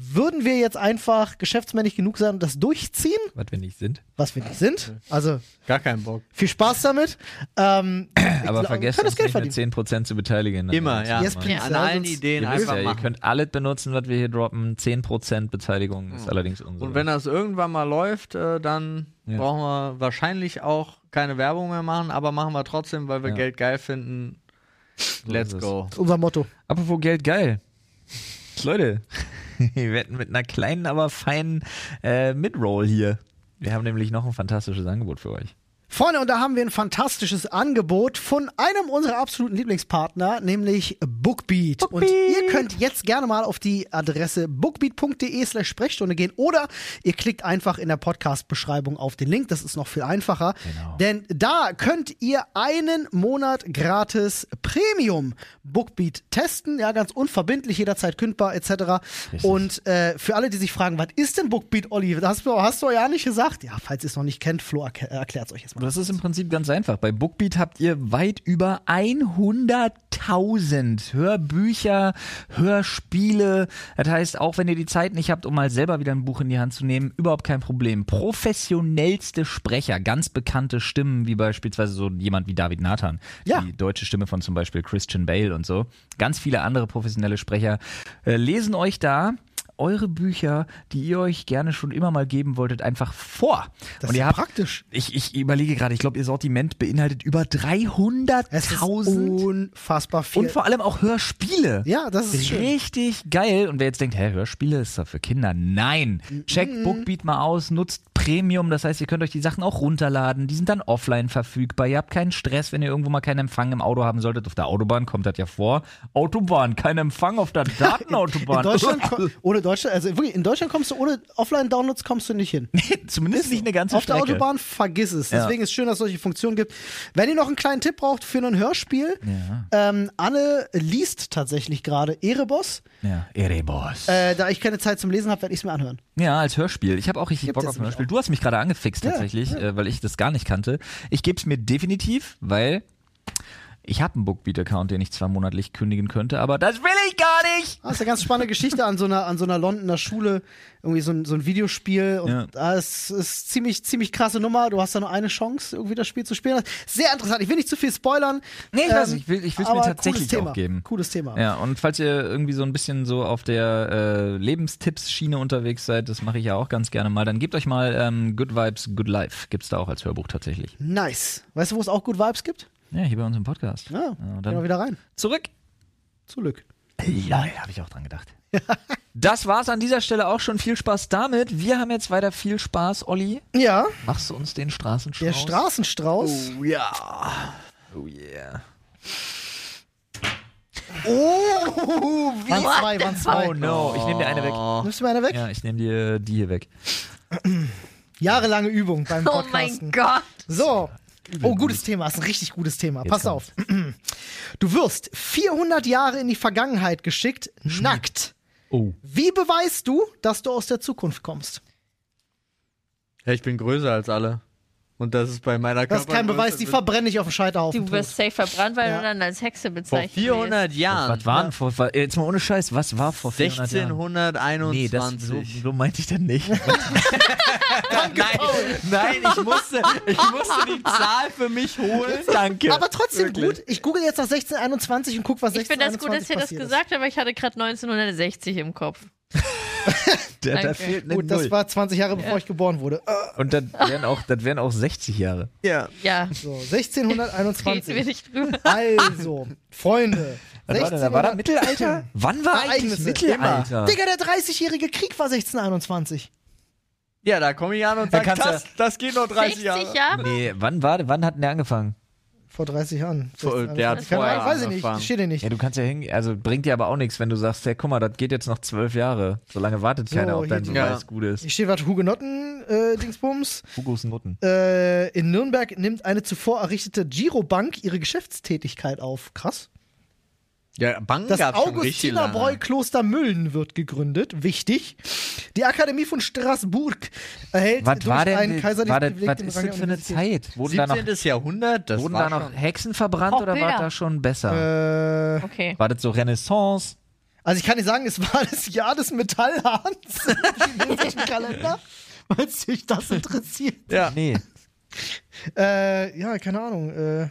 Speaker 2: würden wir jetzt einfach geschäftsmännig genug sein und das durchziehen,
Speaker 1: Was wir nicht sind.
Speaker 2: was wir nicht sind. Also
Speaker 3: Gar keinen Bock.
Speaker 2: viel Spaß damit. Ähm,
Speaker 1: Aber
Speaker 2: glaub,
Speaker 1: vergesst
Speaker 2: kann
Speaker 1: uns
Speaker 2: das Geld
Speaker 1: nicht mit 10% zu beteiligen.
Speaker 3: Immer, ja.
Speaker 2: yes, please.
Speaker 3: An
Speaker 2: Ja,
Speaker 3: allen
Speaker 2: sonst-
Speaker 3: Ideen
Speaker 1: Ihr wisst
Speaker 3: einfach
Speaker 1: ja, ihr
Speaker 3: machen.
Speaker 1: könnt alles benutzen, was wir hier droppen. 10% Beteiligung ist allerdings unsere.
Speaker 3: Und wenn das irgendwann mal läuft, äh, dann
Speaker 1: Ja.
Speaker 3: brauchen wir wahrscheinlich auch keine Werbung mehr machen, aber machen wir trotzdem, weil wir
Speaker 1: Ja.
Speaker 3: Geld geil finden.
Speaker 1: ist
Speaker 3: Let's
Speaker 1: es.
Speaker 3: go.
Speaker 2: Das ist unser Motto.
Speaker 1: Apropos Geld geil. Leute, wir hätten mit einer kleinen, aber feinen äh, Midroll hier. Wir haben nämlich noch ein fantastisches Angebot für euch.
Speaker 2: Freunde, und da haben wir ein fantastisches Angebot von einem unserer absoluten Lieblingspartner, nämlich Bookbeat. Und ihr könnt jetzt gerne mal auf die Adresse bookbeat.de slash Sprechstunde gehen oder ihr klickt einfach in der Podcast-Beschreibung auf den Link. Das ist noch viel einfacher. Denn da könnt ihr einen Monat gratis Premium Bookbeat testen. Ja, ganz unverbindlich, jederzeit kündbar etc. Und äh, für alle, die sich fragen, was ist denn Bookbeat, Olli? Das hast du, hast du ja nicht gesagt. Ja, falls ihr es noch nicht kennt, Flo erklärt es euch jetzt mal.
Speaker 1: Das ist im Prinzip ganz einfach. Bei Bookbeat habt ihr weit über 100.000 Hörbücher, Hörspiele. Das heißt, auch wenn ihr die Zeit nicht habt, um mal selber wieder ein Buch in die Hand zu nehmen, überhaupt kein Problem. Professionellste Sprecher, ganz bekannte Stimmen, wie beispielsweise so jemand wie David Nathan,
Speaker 2: Ja.
Speaker 1: die deutsche Stimme von zum Beispiel Christian Bale und so. Ganz viele andere professionelle Sprecher äh, lesen euch da eure Bücher, die ihr euch gerne schon immer mal geben wolltet, einfach vor.
Speaker 2: Das
Speaker 1: und
Speaker 2: ist
Speaker 1: ihr habt,
Speaker 2: praktisch.
Speaker 1: ich, ich überlege gerade, ich glaube, ihr Sortiment beinhaltet über
Speaker 2: Es ist
Speaker 1: 300.000
Speaker 2: unfassbar viel.
Speaker 1: und vor allem auch Hörspiele.
Speaker 2: ja, das ist schön.
Speaker 1: Richtig geil. Und wer jetzt denkt, hä, Hörspiele ist doch für Kinder. Nein. Checkt Bookbeat mal aus, nutzt Premium. Das heißt, ihr könnt euch die Sachen auch runterladen. Die sind dann offline verfügbar. Ihr habt keinen Stress, wenn ihr irgendwo mal keinen Empfang im Auto haben solltet. Auf der Autobahn kommt das ja vor. Autobahn, kein Empfang auf der Datenautobahn.
Speaker 2: In Deutschland, ko- ohne Deutschland, also wirklich, in Deutschland kommst du ohne Offline-Downloads kommst du nicht hin.
Speaker 1: Zumindest nicht eine ganze
Speaker 2: Auf der
Speaker 1: Strecke.
Speaker 2: Autobahn vergiss es.
Speaker 1: Ja.
Speaker 2: Deswegen ist schön, dass es solche Funktionen gibt. Wenn ihr noch einen kleinen Tipp braucht für ein Hörspiel, ähm, Anne liest tatsächlich gerade Ereboss.
Speaker 1: Ja, Erebos.
Speaker 2: Äh, da ich keine Zeit zum Lesen habe, werde ich es mir anhören.
Speaker 1: Ja, als Hörspiel. Ich habe auch richtig
Speaker 2: Gibt
Speaker 1: Bock
Speaker 2: es
Speaker 1: auf ein
Speaker 2: nämlich
Speaker 1: Hörspiel. Du hast mich gerade angefixt
Speaker 2: Ja,
Speaker 1: tatsächlich, Äh, weil ich das gar nicht kannte. Ich geb's mir definitiv, weil ich habe einen Bookbeat-Account, den ich zwar monatlich kündigen könnte, aber das will ich gar nicht.
Speaker 2: Das Ah, ist eine ganz spannende Geschichte an so einer, an so einer Londoner Schule. Irgendwie so ein, so ein Videospiel. Und
Speaker 1: Ja.
Speaker 2: ah, es ist ziemlich, ziemlich krasse Nummer. Du hast da nur eine Chance, irgendwie das Spiel zu spielen. Sehr interessant. Ich will nicht zu viel spoilern. Ähm,
Speaker 1: Nee, ich weiß nicht. Ich will- ich will's mir
Speaker 2: aber
Speaker 1: tatsächlich
Speaker 2: cooles Thema.
Speaker 1: auch geben.
Speaker 2: Cooles Thema.
Speaker 1: Ja, und falls ihr irgendwie so ein bisschen so auf der äh, Lebenstipps-Schiene unterwegs seid, das mache ich ja auch ganz gerne mal, dann gebt euch mal ähm, Good Vibes, Good Life. Gibt's da auch als Hörbuch tatsächlich.
Speaker 2: Nice. Weißt du, wo es auch gut Vibes gibt?
Speaker 1: Ja, hier bei uns im Podcast.
Speaker 2: Ja,
Speaker 1: und
Speaker 2: gehen wir
Speaker 1: dann
Speaker 2: wieder rein.
Speaker 1: zurück.
Speaker 2: Zu Glück.
Speaker 1: Ja, habe ich auch dran gedacht. Das war's an dieser Stelle auch schon. Viel Spaß damit. Wir haben jetzt weiter viel Spaß, Olli.
Speaker 2: Ja,
Speaker 1: Machst du uns den Straßenstrauß?
Speaker 2: der Straßenstrauß.
Speaker 3: Oh ja.
Speaker 1: Oh yeah.
Speaker 2: Oh, wie waren zwei, waren zwei.
Speaker 1: Oh no, ich nehme dir eine
Speaker 3: Oh.
Speaker 1: weg.
Speaker 2: Nimmst du mir eine weg?
Speaker 1: Ja, ich nehme dir die hier weg.
Speaker 2: Jahrelange Übung beim
Speaker 4: Oh
Speaker 2: Podcasten.
Speaker 4: mein Gott.
Speaker 2: So. Oh, gutes Thema, ist ein richtig gutes Thema. Pass auf.
Speaker 1: kommt's.
Speaker 2: Du wirst 400 Jahre in die Vergangenheit geschickt, nackt.
Speaker 1: Oh.
Speaker 2: Wie beweist du, dass du aus der Zukunft kommst?
Speaker 3: Ja, ich bin größer als alle. Und das ist bei meiner
Speaker 2: Das ist kein Beweis, die verbrenne ich auf dem Scheiterhaufen.
Speaker 4: Du wirst safe verbrannt, weil
Speaker 2: Ja.
Speaker 4: du dann als Hexe
Speaker 3: Vor
Speaker 4: bezeichnet wirst.
Speaker 3: 400 Jahren. Ne?
Speaker 1: Was war denn vor, war, jetzt mal ohne Scheiß, was war vor 400 Jahren?
Speaker 3: 1621.
Speaker 1: Nee, das, so, so meinte ich dann nicht.
Speaker 3: nein, nein, ich musste, ich musste die Zahl für mich holen.
Speaker 1: Danke.
Speaker 2: Aber trotzdem gut. Ich google jetzt nach 1621 und guck, was
Speaker 4: Ich finde das gut,
Speaker 2: 1621
Speaker 4: dass ihr das
Speaker 2: passiert ist.
Speaker 4: gesagt habt, weil ich hatte gerade 1960 im Kopf.
Speaker 1: da, da
Speaker 4: danke.
Speaker 1: fehlt eine
Speaker 2: Gut, das
Speaker 1: Null.
Speaker 2: war 20 Jahre, bevor ich geboren wurde. Äh,
Speaker 1: Und das wären, auch, das wären auch 60 Jahre.
Speaker 3: Ja.
Speaker 4: Ja,
Speaker 2: So,
Speaker 4: reden wir
Speaker 2: 1621.
Speaker 4: nicht drüber.
Speaker 2: Also, Freunde.
Speaker 1: Was war denn da? War das Mittelalter? Wann war eigentlich
Speaker 2: Ereignisse.
Speaker 1: Mittelalter?
Speaker 2: Digga, der 30-jährige Krieg war 1621.
Speaker 3: ja, da komme ich an und
Speaker 1: Dann
Speaker 3: sage,
Speaker 1: kannst du-
Speaker 3: das, das geht noch 30
Speaker 4: 60
Speaker 3: Jahre.
Speaker 4: Jahre?
Speaker 1: Nee, wann war, wann hat denn der angefangen?
Speaker 2: Vor 30 Jahren.
Speaker 3: Vor- der hat
Speaker 2: Keine Ahnung,
Speaker 3: vorher
Speaker 2: weiß ich nicht,
Speaker 3: angefangen.
Speaker 2: steht hier nicht.
Speaker 1: Ja, du kannst ja hingehen, also bringt dir aber auch nichts, wenn du sagst, hey, guck mal, das geht jetzt noch zwölf Jahre. Solange wartet keiner auf
Speaker 2: hier
Speaker 1: deinen
Speaker 2: die-
Speaker 1: Beweis
Speaker 3: Ja.
Speaker 1: gut ist.
Speaker 2: Hier steht was Hugenotten äh, Dingsbums.
Speaker 1: Hugos Noten.
Speaker 2: Äh, in Nürnberg nimmt eine zuvor errichtete Girobank ihre Geschäftstätigkeit auf. Krass.
Speaker 1: Hm,
Speaker 3: Ja, Banken
Speaker 2: Das
Speaker 3: gab's schon richtig lange.
Speaker 2: Augustinerbräu-Kloster Müllen wird gegründet. Wichtig. Die Akademie von Straßburg erhält
Speaker 1: Was
Speaker 2: durch
Speaker 1: war denn,
Speaker 2: einen
Speaker 1: die- war
Speaker 2: kaiserlichen
Speaker 1: das,
Speaker 2: Privileg
Speaker 1: was
Speaker 2: den
Speaker 1: ist
Speaker 2: Rang
Speaker 1: denn
Speaker 2: der
Speaker 1: für eine
Speaker 2: Universität.
Speaker 1: Zeit? Wurden da noch,
Speaker 3: 17. Jahrhundert, das
Speaker 1: wurden da
Speaker 3: war
Speaker 1: noch
Speaker 3: schon.
Speaker 1: Hexen verbrannt
Speaker 4: Auch
Speaker 1: oder war
Speaker 4: Bilder.
Speaker 1: da schon besser?
Speaker 2: Äh,
Speaker 4: Okay.
Speaker 1: War das so Renaissance?
Speaker 2: Also ich kann nicht sagen, es war das Jahr des Metallhahns im chinesischen Kalender, falls dich das interessiert.
Speaker 3: Ja.
Speaker 1: Nee.
Speaker 2: Äh, ja, keine Ahnung. Äh,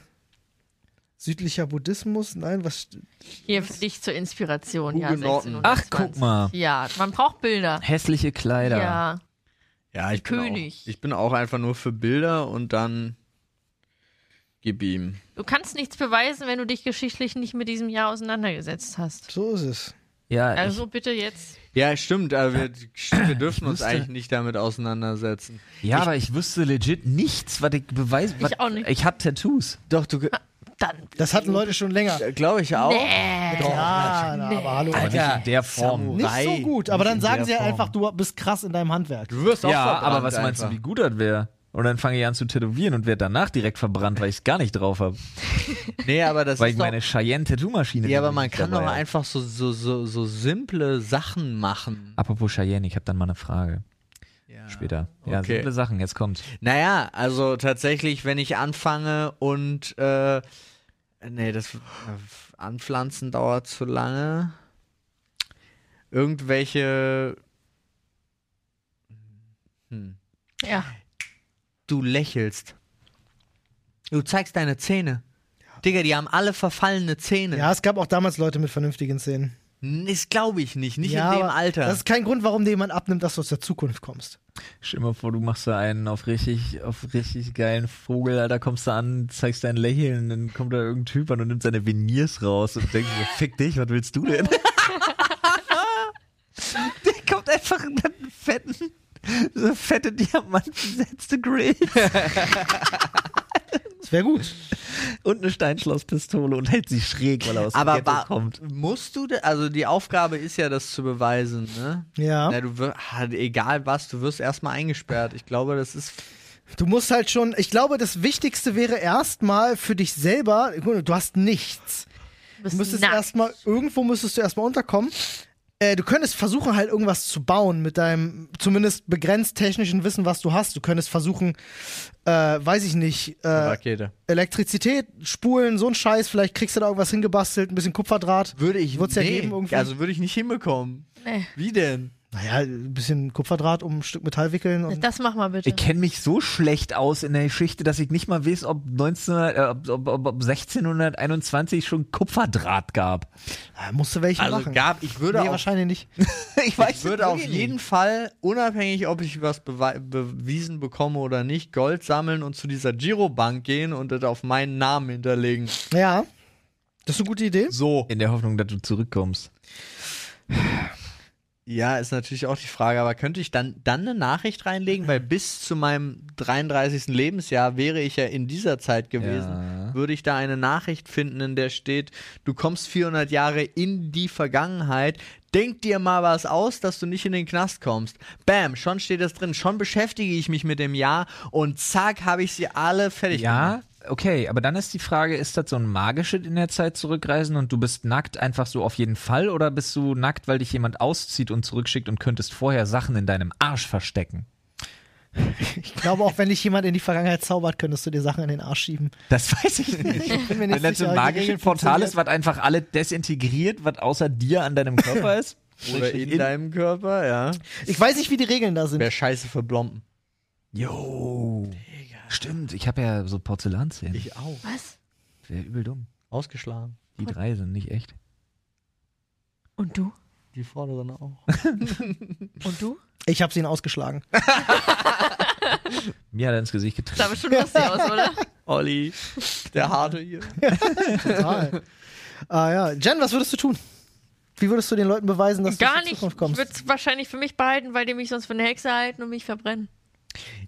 Speaker 2: südlicher Buddhismus? Nein, was... st-
Speaker 4: Hier für dich zur Inspiration. Ja,
Speaker 3: Hugenotten.
Speaker 4: 1620.
Speaker 1: Ach, guck mal.
Speaker 4: Ja, man braucht Bilder.
Speaker 1: Hässliche Kleider.
Speaker 4: Ja.
Speaker 3: Ja, ich bin
Speaker 4: König.
Speaker 3: Auch, ich bin auch einfach nur für Bilder und dann gib ihm.
Speaker 4: Du kannst nichts beweisen, wenn du dich geschichtlich nicht mit diesem Jahr auseinandergesetzt hast.
Speaker 2: So ist es.
Speaker 1: Ja, ich-
Speaker 4: Also bitte jetzt.
Speaker 3: Ja, stimmt, aber wir, wir dürfen uns eigentlich nicht damit auseinandersetzen.
Speaker 1: ja aber ich wüsste legit nichts, was ich beweise. was-
Speaker 4: Ich auch nicht.
Speaker 1: Ich hab Tattoos.
Speaker 3: Doch, du
Speaker 4: Dann.
Speaker 2: Das hatten Leute schon länger.
Speaker 3: glaube ich auch.
Speaker 4: Äh,
Speaker 2: Ja, na, aber hallo.
Speaker 1: Nicht in der Form.
Speaker 2: Nicht so gut, aber dann sagen sie halt einfach, du bist krass in deinem Handwerk.
Speaker 3: Du wirst auch
Speaker 1: Ja,
Speaker 3: verbrannt
Speaker 1: aber was meinst du,
Speaker 3: einfach.
Speaker 1: wie gut das wäre? Und dann fange ich an zu tätowieren und werde danach direkt verbrannt, weil ich es gar nicht drauf habe.
Speaker 3: Nee, aber das
Speaker 1: Weil
Speaker 3: ist
Speaker 1: ich
Speaker 3: doch,
Speaker 1: meine Cheyenne-Tattoo-Maschine.
Speaker 3: Ja, aber
Speaker 1: nämlich
Speaker 3: man
Speaker 1: nicht
Speaker 3: kann
Speaker 1: dabei
Speaker 3: doch
Speaker 1: hab.
Speaker 3: einfach so, so, so, so simple Sachen machen.
Speaker 1: Apropos Cheyenne, ich habe dann mal eine Frage später. Ja,
Speaker 3: Okay.
Speaker 1: simple Sachen, jetzt kommt.
Speaker 3: Naja, also tatsächlich, wenn ich anfange und äh, nee, das äh, Anpflanzen dauert zu lange. Irgendwelche
Speaker 4: ja.
Speaker 3: du lächelst. Du zeigst deine Zähne. Digga, die haben alle verfallene Zähne.
Speaker 2: Ja, es gab auch damals Leute mit vernünftigen Szenen.
Speaker 3: Das glaube ich nicht, nicht
Speaker 2: ja,
Speaker 3: in dem
Speaker 2: aber
Speaker 3: Alter.
Speaker 2: Das ist kein Grund, warum dir jemand abnimmt, dass du aus der Zukunft kommst.
Speaker 1: Stell dir mal vor, du machst da einen auf richtig, auf richtig geilen Vogel, Alter, kommst da an, zeigst dein Lächeln, dann kommt da irgendein Typ an und nimmt seine Veneers raus und denkt, so, fick dich, was willst du denn? Der kommt einfach mit einem fetten, so fette Diamantensetzte Grill
Speaker 2: Das wäre gut.
Speaker 1: und eine Steinschlosspistole und hält sie schräg, weil er aus dem
Speaker 3: aber
Speaker 1: Ghetto
Speaker 3: wa-
Speaker 1: kommt.
Speaker 3: musst du, da- also die Aufgabe ist ja, das zu beweisen, ne?
Speaker 2: Ja.
Speaker 3: Na, du wir, ah, egal was, du wirst erstmal eingesperrt. Ich glaube, das ist.
Speaker 2: Du musst halt schon, ich glaube, das Wichtigste wäre erstmal für dich selber, du hast nichts.
Speaker 4: bist
Speaker 2: Du müsstest
Speaker 4: nackt.
Speaker 2: erstmal, irgendwo müsstest du erstmal unterkommen. Äh, du könntest versuchen, halt irgendwas zu bauen mit deinem zumindest begrenzt technischen Wissen, was du hast. Du könntest versuchen, äh, weiß ich nicht, äh,
Speaker 3: Rakete.
Speaker 2: Elektrizität, Spulen, so ein Scheiß, vielleicht kriegst du da irgendwas hingebastelt, ein bisschen Kupferdraht.
Speaker 3: Würde ich.
Speaker 2: Wird's ja geben irgendwie.
Speaker 3: Also würde ich nicht hinbekommen.
Speaker 4: Nee.
Speaker 3: Wie denn?
Speaker 2: Naja, ein bisschen Kupferdraht um ein Stück Metall wickeln und
Speaker 4: Das mach mal bitte.
Speaker 1: Ich kenne mich so schlecht aus in der Geschichte, dass ich nicht mal weiß, ob, 19, äh, ob, ob, ob, ob 1621 schon Kupferdraht gab.
Speaker 2: Ah, musst du welche
Speaker 3: Also
Speaker 2: machen.
Speaker 3: gab, ich würde
Speaker 1: genau.
Speaker 2: nee,
Speaker 3: auf
Speaker 2: wahrscheinlich nicht.
Speaker 1: Ich
Speaker 3: ich würde auf jeden Fall, unabhängig ob ich was bewei- bewiesen bekomme oder nicht, Gold sammeln und zu dieser Girobank gehen und das auf meinen Namen hinterlegen.
Speaker 2: Ja. Das ist eine gute Idee.
Speaker 3: So.
Speaker 1: In der Hoffnung, dass du zurückkommst.
Speaker 3: Ja, ist natürlich auch die Frage, aber könnte ich dann, dann eine Nachricht reinlegen? Weil bis zu meinem 33. Lebensjahr wäre ich ja in dieser Zeit gewesen.
Speaker 1: Ja.
Speaker 3: Würde ich da eine Nachricht finden, in der steht, du kommst 400 Jahre in die Vergangenheit, denk dir mal was aus, dass du nicht in den Knast kommst. Bam, schon steht das drin, schon beschäftige ich mich mit dem Jahr und zack, habe ich sie alle fertig
Speaker 1: Ja,
Speaker 3: gemacht.
Speaker 1: okay, aber dann ist die Frage, ist das so ein magisches in der Zeit zurückreisen und du bist nackt einfach so auf jeden Fall oder bist du nackt, weil dich jemand auszieht und zurückschickt und könntest vorher Sachen in deinem Arsch verstecken?
Speaker 2: Ich glaube, auch wenn dich jemand in die Vergangenheit zaubert, könntest du dir Sachen in den Arsch schieben.
Speaker 1: Das weiß ich nicht.
Speaker 2: Bin mir
Speaker 1: Wenn das so
Speaker 2: nicht sicher,
Speaker 1: ein
Speaker 2: die Regel
Speaker 1: magisches Portal
Speaker 2: funktioniert.
Speaker 1: ist, was einfach alle desintegriert, was außer dir an deinem Körper ist.
Speaker 3: Oder in, deinem Körper, ja.
Speaker 2: Ich weiß nicht, wie die Regeln da sind.
Speaker 3: Wäre scheiße für Blompen.
Speaker 1: Jo. Stimmt, ich habe ja so Porzellanzähne.
Speaker 3: Ich auch.
Speaker 4: Was?
Speaker 1: Wäre übel dumm.
Speaker 3: Ausgeschlagen.
Speaker 1: Die drei sind nicht echt.
Speaker 4: Und du?
Speaker 3: Die vorderen auch.
Speaker 4: Und du?
Speaker 2: Ich habe ihn ausgeschlagen.
Speaker 1: Mir hat er ins Gesicht
Speaker 4: Sah aber
Speaker 1: getroffen.
Speaker 4: schon lustig aus, oder?
Speaker 3: Olli, der Harte hier.
Speaker 2: Total. ah ja. Jen, was würdest du tun? Wie würdest du den Leuten beweisen, dass du in
Speaker 4: Gar
Speaker 2: die
Speaker 4: nicht. Ich
Speaker 2: Zukunft kommst?
Speaker 4: würde es wahrscheinlich für mich behalten, weil die mich sonst für eine Hexe halten und mich verbrennen.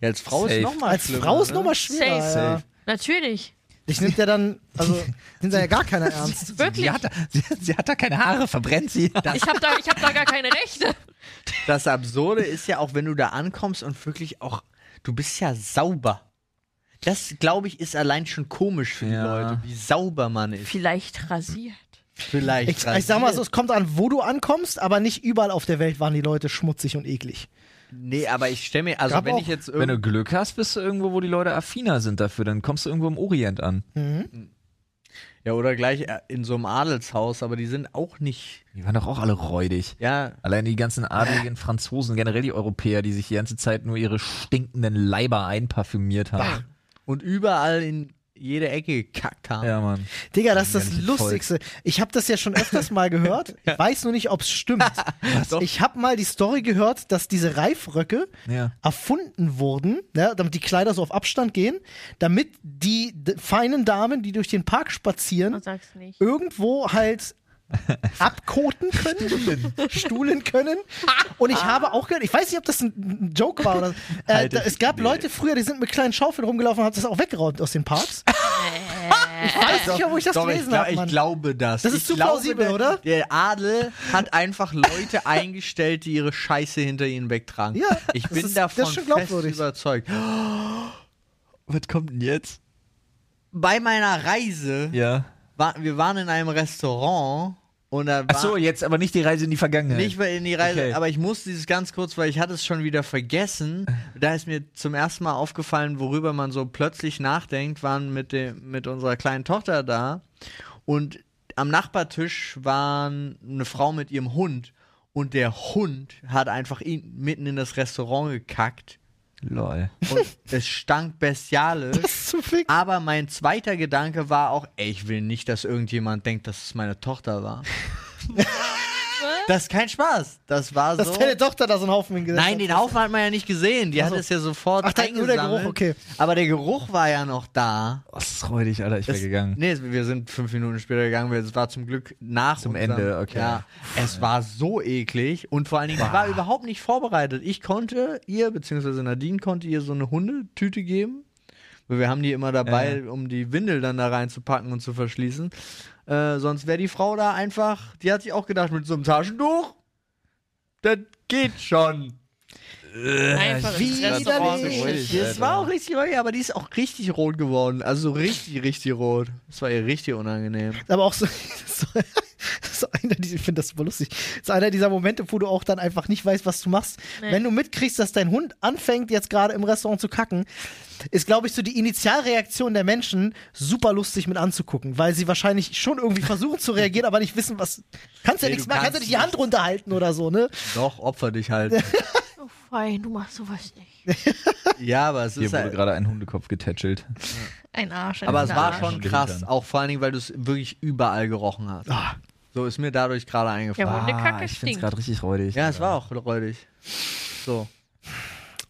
Speaker 3: Ja, als Frau
Speaker 1: Safe.
Speaker 3: ist nochmal
Speaker 2: Als Frau
Speaker 3: ne?
Speaker 2: ist nochmal schwerer.
Speaker 4: Safe.
Speaker 2: Ja.
Speaker 1: Safe.
Speaker 4: Natürlich.
Speaker 2: Ich nimmt ja dann, also nimmt ja gar keiner ernst.
Speaker 4: Wirklich.
Speaker 1: Sie hat, da, sie, sie hat da keine Haare, verbrennt sie.
Speaker 4: Ich habe da, ich hab da gar keine Rechte.
Speaker 3: Das Absurde ist ja auch, wenn du da ankommst und wirklich auch, du bist ja sauber. Das, glaube ich, ist allein schon komisch für die
Speaker 1: Ja.
Speaker 3: Leute, wie sauber man ist.
Speaker 4: Vielleicht rasiert.
Speaker 3: Vielleicht.
Speaker 2: Ich, ich sag mal so, es kommt an, wo du ankommst, aber nicht überall auf der Welt waren die Leute schmutzig und eklig.
Speaker 3: Nee, aber ich stelle mir, also
Speaker 2: Gab
Speaker 3: wenn
Speaker 2: auch-
Speaker 3: ich jetzt
Speaker 1: Wenn du
Speaker 3: irgendwie.
Speaker 1: Glück hast, bist du irgendwo, wo die Leute affiner sind dafür. Dann kommst du irgendwo im Orient an.
Speaker 3: Ja, oder gleich äh, in so einem Adelshaus, aber die sind auch nicht.
Speaker 1: Die waren doch auch alle räudig.
Speaker 3: Ja,
Speaker 1: Allein die ganzen adeligen Franzosen, generell die Europäer, die sich die ganze Zeit nur ihre stinkenden Leiber einparfümiert haben.
Speaker 3: und überall in jede Ecke gekackt haben.
Speaker 1: Ja, Mann.
Speaker 2: Digga, das ist das
Speaker 1: Ganz voll.
Speaker 2: Lustigste. Ich habe das ja schon öfters mal gehört. Ich weiß nur nicht, ob es stimmt.
Speaker 3: Doch.
Speaker 2: Ich habe mal die Story gehört, dass diese Reifröcke
Speaker 1: Ja.
Speaker 2: erfunden wurden, ne, damit die Kleider so auf Abstand gehen, damit die d- feinen Damen, die durch den Park
Speaker 4: Du
Speaker 2: spazieren,
Speaker 4: sagst nicht.
Speaker 2: irgendwo halt abkoten können, stuhlen können. Und ich habe auch gehört, ich weiß nicht, ob das ein ein Joke war oder äh,
Speaker 3: Alter,
Speaker 2: da, es gab Leute früher, die sind mit kleinen Schaufeln rumgelaufen und haben das auch weggeräumt aus den Parks. Ich weiß nicht, wo ich das
Speaker 3: Doch, ich,
Speaker 2: gelesen
Speaker 3: glaub-
Speaker 2: habe,
Speaker 3: ich
Speaker 2: Mann.
Speaker 3: glaube das.
Speaker 2: Das ist
Speaker 3: ich
Speaker 2: zu
Speaker 3: glaube,
Speaker 2: plausibel,
Speaker 3: der,
Speaker 2: oder?
Speaker 3: Der Adel hat einfach Leute eingestellt, die ihre Scheiße hinter ihnen wegtragen.
Speaker 2: Ja,
Speaker 3: ich
Speaker 2: das
Speaker 3: bin
Speaker 2: ist- das
Speaker 3: davon
Speaker 2: ist schon
Speaker 3: fest
Speaker 2: glaubwürdig.
Speaker 3: überzeugt.
Speaker 1: Was kommt denn jetzt?
Speaker 3: Bei meiner Reise,
Speaker 1: Ja.
Speaker 3: war, wir waren in einem Restaurant und da war
Speaker 1: Ach so, jetzt aber nicht die Reise in die Vergangenheit.
Speaker 3: nicht weil in die Reise,
Speaker 1: Okay.
Speaker 3: aber ich musste dieses ganz kurz, weil ich hatte es schon wieder vergessen. Da ist mir zum ersten Mal aufgefallen, worüber man so plötzlich nachdenkt, waren mit dem mit unserer kleinen Tochter da und am Nachbartisch waren eine Frau mit ihrem Hund und der Hund hat einfach in, mitten in das Restaurant gekackt
Speaker 1: Lol.
Speaker 3: und es stank bestialisch.
Speaker 2: Das ist zu fix.
Speaker 3: Aber mein zweiter Gedanke war auch, ey, ich will nicht, dass irgendjemand denkt, dass es meine Tochter war. Das ist kein Spaß. Das war
Speaker 2: Dass
Speaker 3: so.
Speaker 2: deine Tochter da so einen Haufen hingesetzt
Speaker 3: Nein,
Speaker 2: hat.
Speaker 3: den Haufen hat man ja nicht gesehen. Die
Speaker 2: so.
Speaker 3: hat es ja sofort
Speaker 2: Ach, da nur der
Speaker 3: eingesammelt.
Speaker 2: Geruch, okay.
Speaker 3: Aber der Geruch war ja noch da.
Speaker 1: Oh, das ist räudig, Alter, ich wäre
Speaker 3: Es-
Speaker 1: gegangen.
Speaker 3: Nee, es- wir sind fünf Minuten später gegangen. weil Es war zum Glück nach
Speaker 1: Zum
Speaker 3: unserem-
Speaker 1: Ende, okay.
Speaker 3: Ja, es war so eklig und vor allen Dingen, ich war überhaupt nicht vorbereitet. Ich konnte ihr, beziehungsweise Nadine konnte ihr so eine Hundetüte geben. Weil Wir haben die immer dabei, um die Windel dann da reinzupacken und zu verschließen. Äh, sonst wäre die Frau da einfach, die hat sich auch gedacht, mit so einem Taschentuch, das geht schon.
Speaker 4: Einfach ins Restaurant
Speaker 1: widerlich.
Speaker 4: geschickt.
Speaker 1: Alter.
Speaker 3: Das war auch richtig rot, aber die ist auch richtig rot geworden. Also so richtig, richtig rot. Das war ihr richtig unangenehm.
Speaker 2: Aber auch so, so, so einer, die- ich finde das super lustig, so einer dieser Momente, wo du auch dann einfach nicht weißt, was du machst.
Speaker 4: Nee.
Speaker 2: Wenn du mitkriegst, dass dein Hund anfängt, jetzt gerade im Restaurant zu kacken, ist, glaube ich, so die Initialreaktion der Menschen super lustig mit anzugucken, weil sie wahrscheinlich schon irgendwie versuchen zu reagieren, aber nicht wissen, was. Kannst ja
Speaker 3: Nee,
Speaker 2: nichts
Speaker 3: du
Speaker 2: machen, kannst
Speaker 3: kannst
Speaker 2: ja nicht die Hand runterhalten oder so, ne?
Speaker 3: Doch, opfer dich halt.
Speaker 4: Oh, fein, du machst sowas nicht.
Speaker 3: ja, aber es
Speaker 1: Hier
Speaker 3: ist
Speaker 1: wurde
Speaker 3: halt,
Speaker 1: gerade ein Hundekopf getätschelt.
Speaker 4: Ein Arsch. Ein
Speaker 3: Aber es war
Speaker 4: Arsch.
Speaker 3: schon
Speaker 1: Ja.
Speaker 3: krass. Auch vor allen Dingen, weil du es wirklich überall gerochen hast. So ist mir dadurch gerade
Speaker 4: Ja,
Speaker 3: eingefallen.
Speaker 4: Hunde- Hundekacke
Speaker 1: Ah, ich find's
Speaker 4: stinkt.
Speaker 1: gerade richtig räudig.
Speaker 3: Ja, es war auch räudig. So.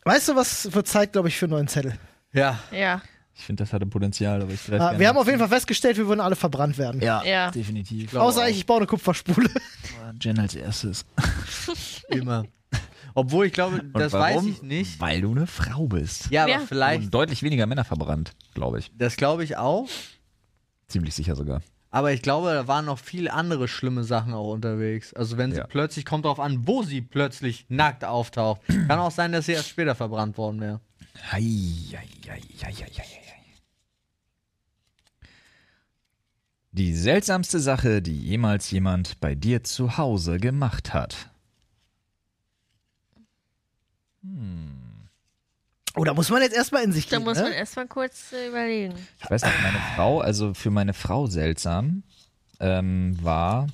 Speaker 2: Weißt du, was wird Zeit, glaube ich, für einen neuen Zettel?
Speaker 3: Ja.
Speaker 4: Ja,
Speaker 1: Ich finde, das hatte Potenzial, aber ich treffe
Speaker 2: Ah, wir haben auf jeden Fall festgestellt, wir würden alle verbrannt werden.
Speaker 1: ja,
Speaker 4: Ja.
Speaker 1: definitiv.
Speaker 3: glaub
Speaker 2: Außer
Speaker 3: auch.
Speaker 2: ich, ich baue eine Kupferspule.
Speaker 1: Jen als erstes.
Speaker 3: Immer. Obwohl, ich glaube, das weiß ich nicht.
Speaker 1: Weil du eine Frau bist.
Speaker 3: Ja, aber
Speaker 4: Ja.
Speaker 1: Wurden
Speaker 3: vielleicht,
Speaker 1: deutlich weniger Männer verbrannt, glaube ich.
Speaker 3: das glaube ich auch.
Speaker 1: Ziemlich sicher sogar.
Speaker 3: Aber ich glaube, da waren noch viele andere schlimme Sachen auch unterwegs. Also wenn sie
Speaker 1: Ja.
Speaker 3: plötzlich, kommt drauf an, wo sie plötzlich nackt auftaucht. Kann auch sein, dass sie erst später verbrannt worden wäre.
Speaker 1: Hei, hei, hei, hei, hei, hei, hei. Die seltsamste Sache, die jemals jemand bei dir zu Hause gemacht hat.
Speaker 2: Oh, da muss man jetzt erstmal in sich
Speaker 4: da
Speaker 2: gehen.
Speaker 4: muss
Speaker 2: ne?
Speaker 4: man erstmal kurz äh, überlegen.
Speaker 1: Ich weiß nicht, meine Frau, also für meine Frau seltsam, ähm, war,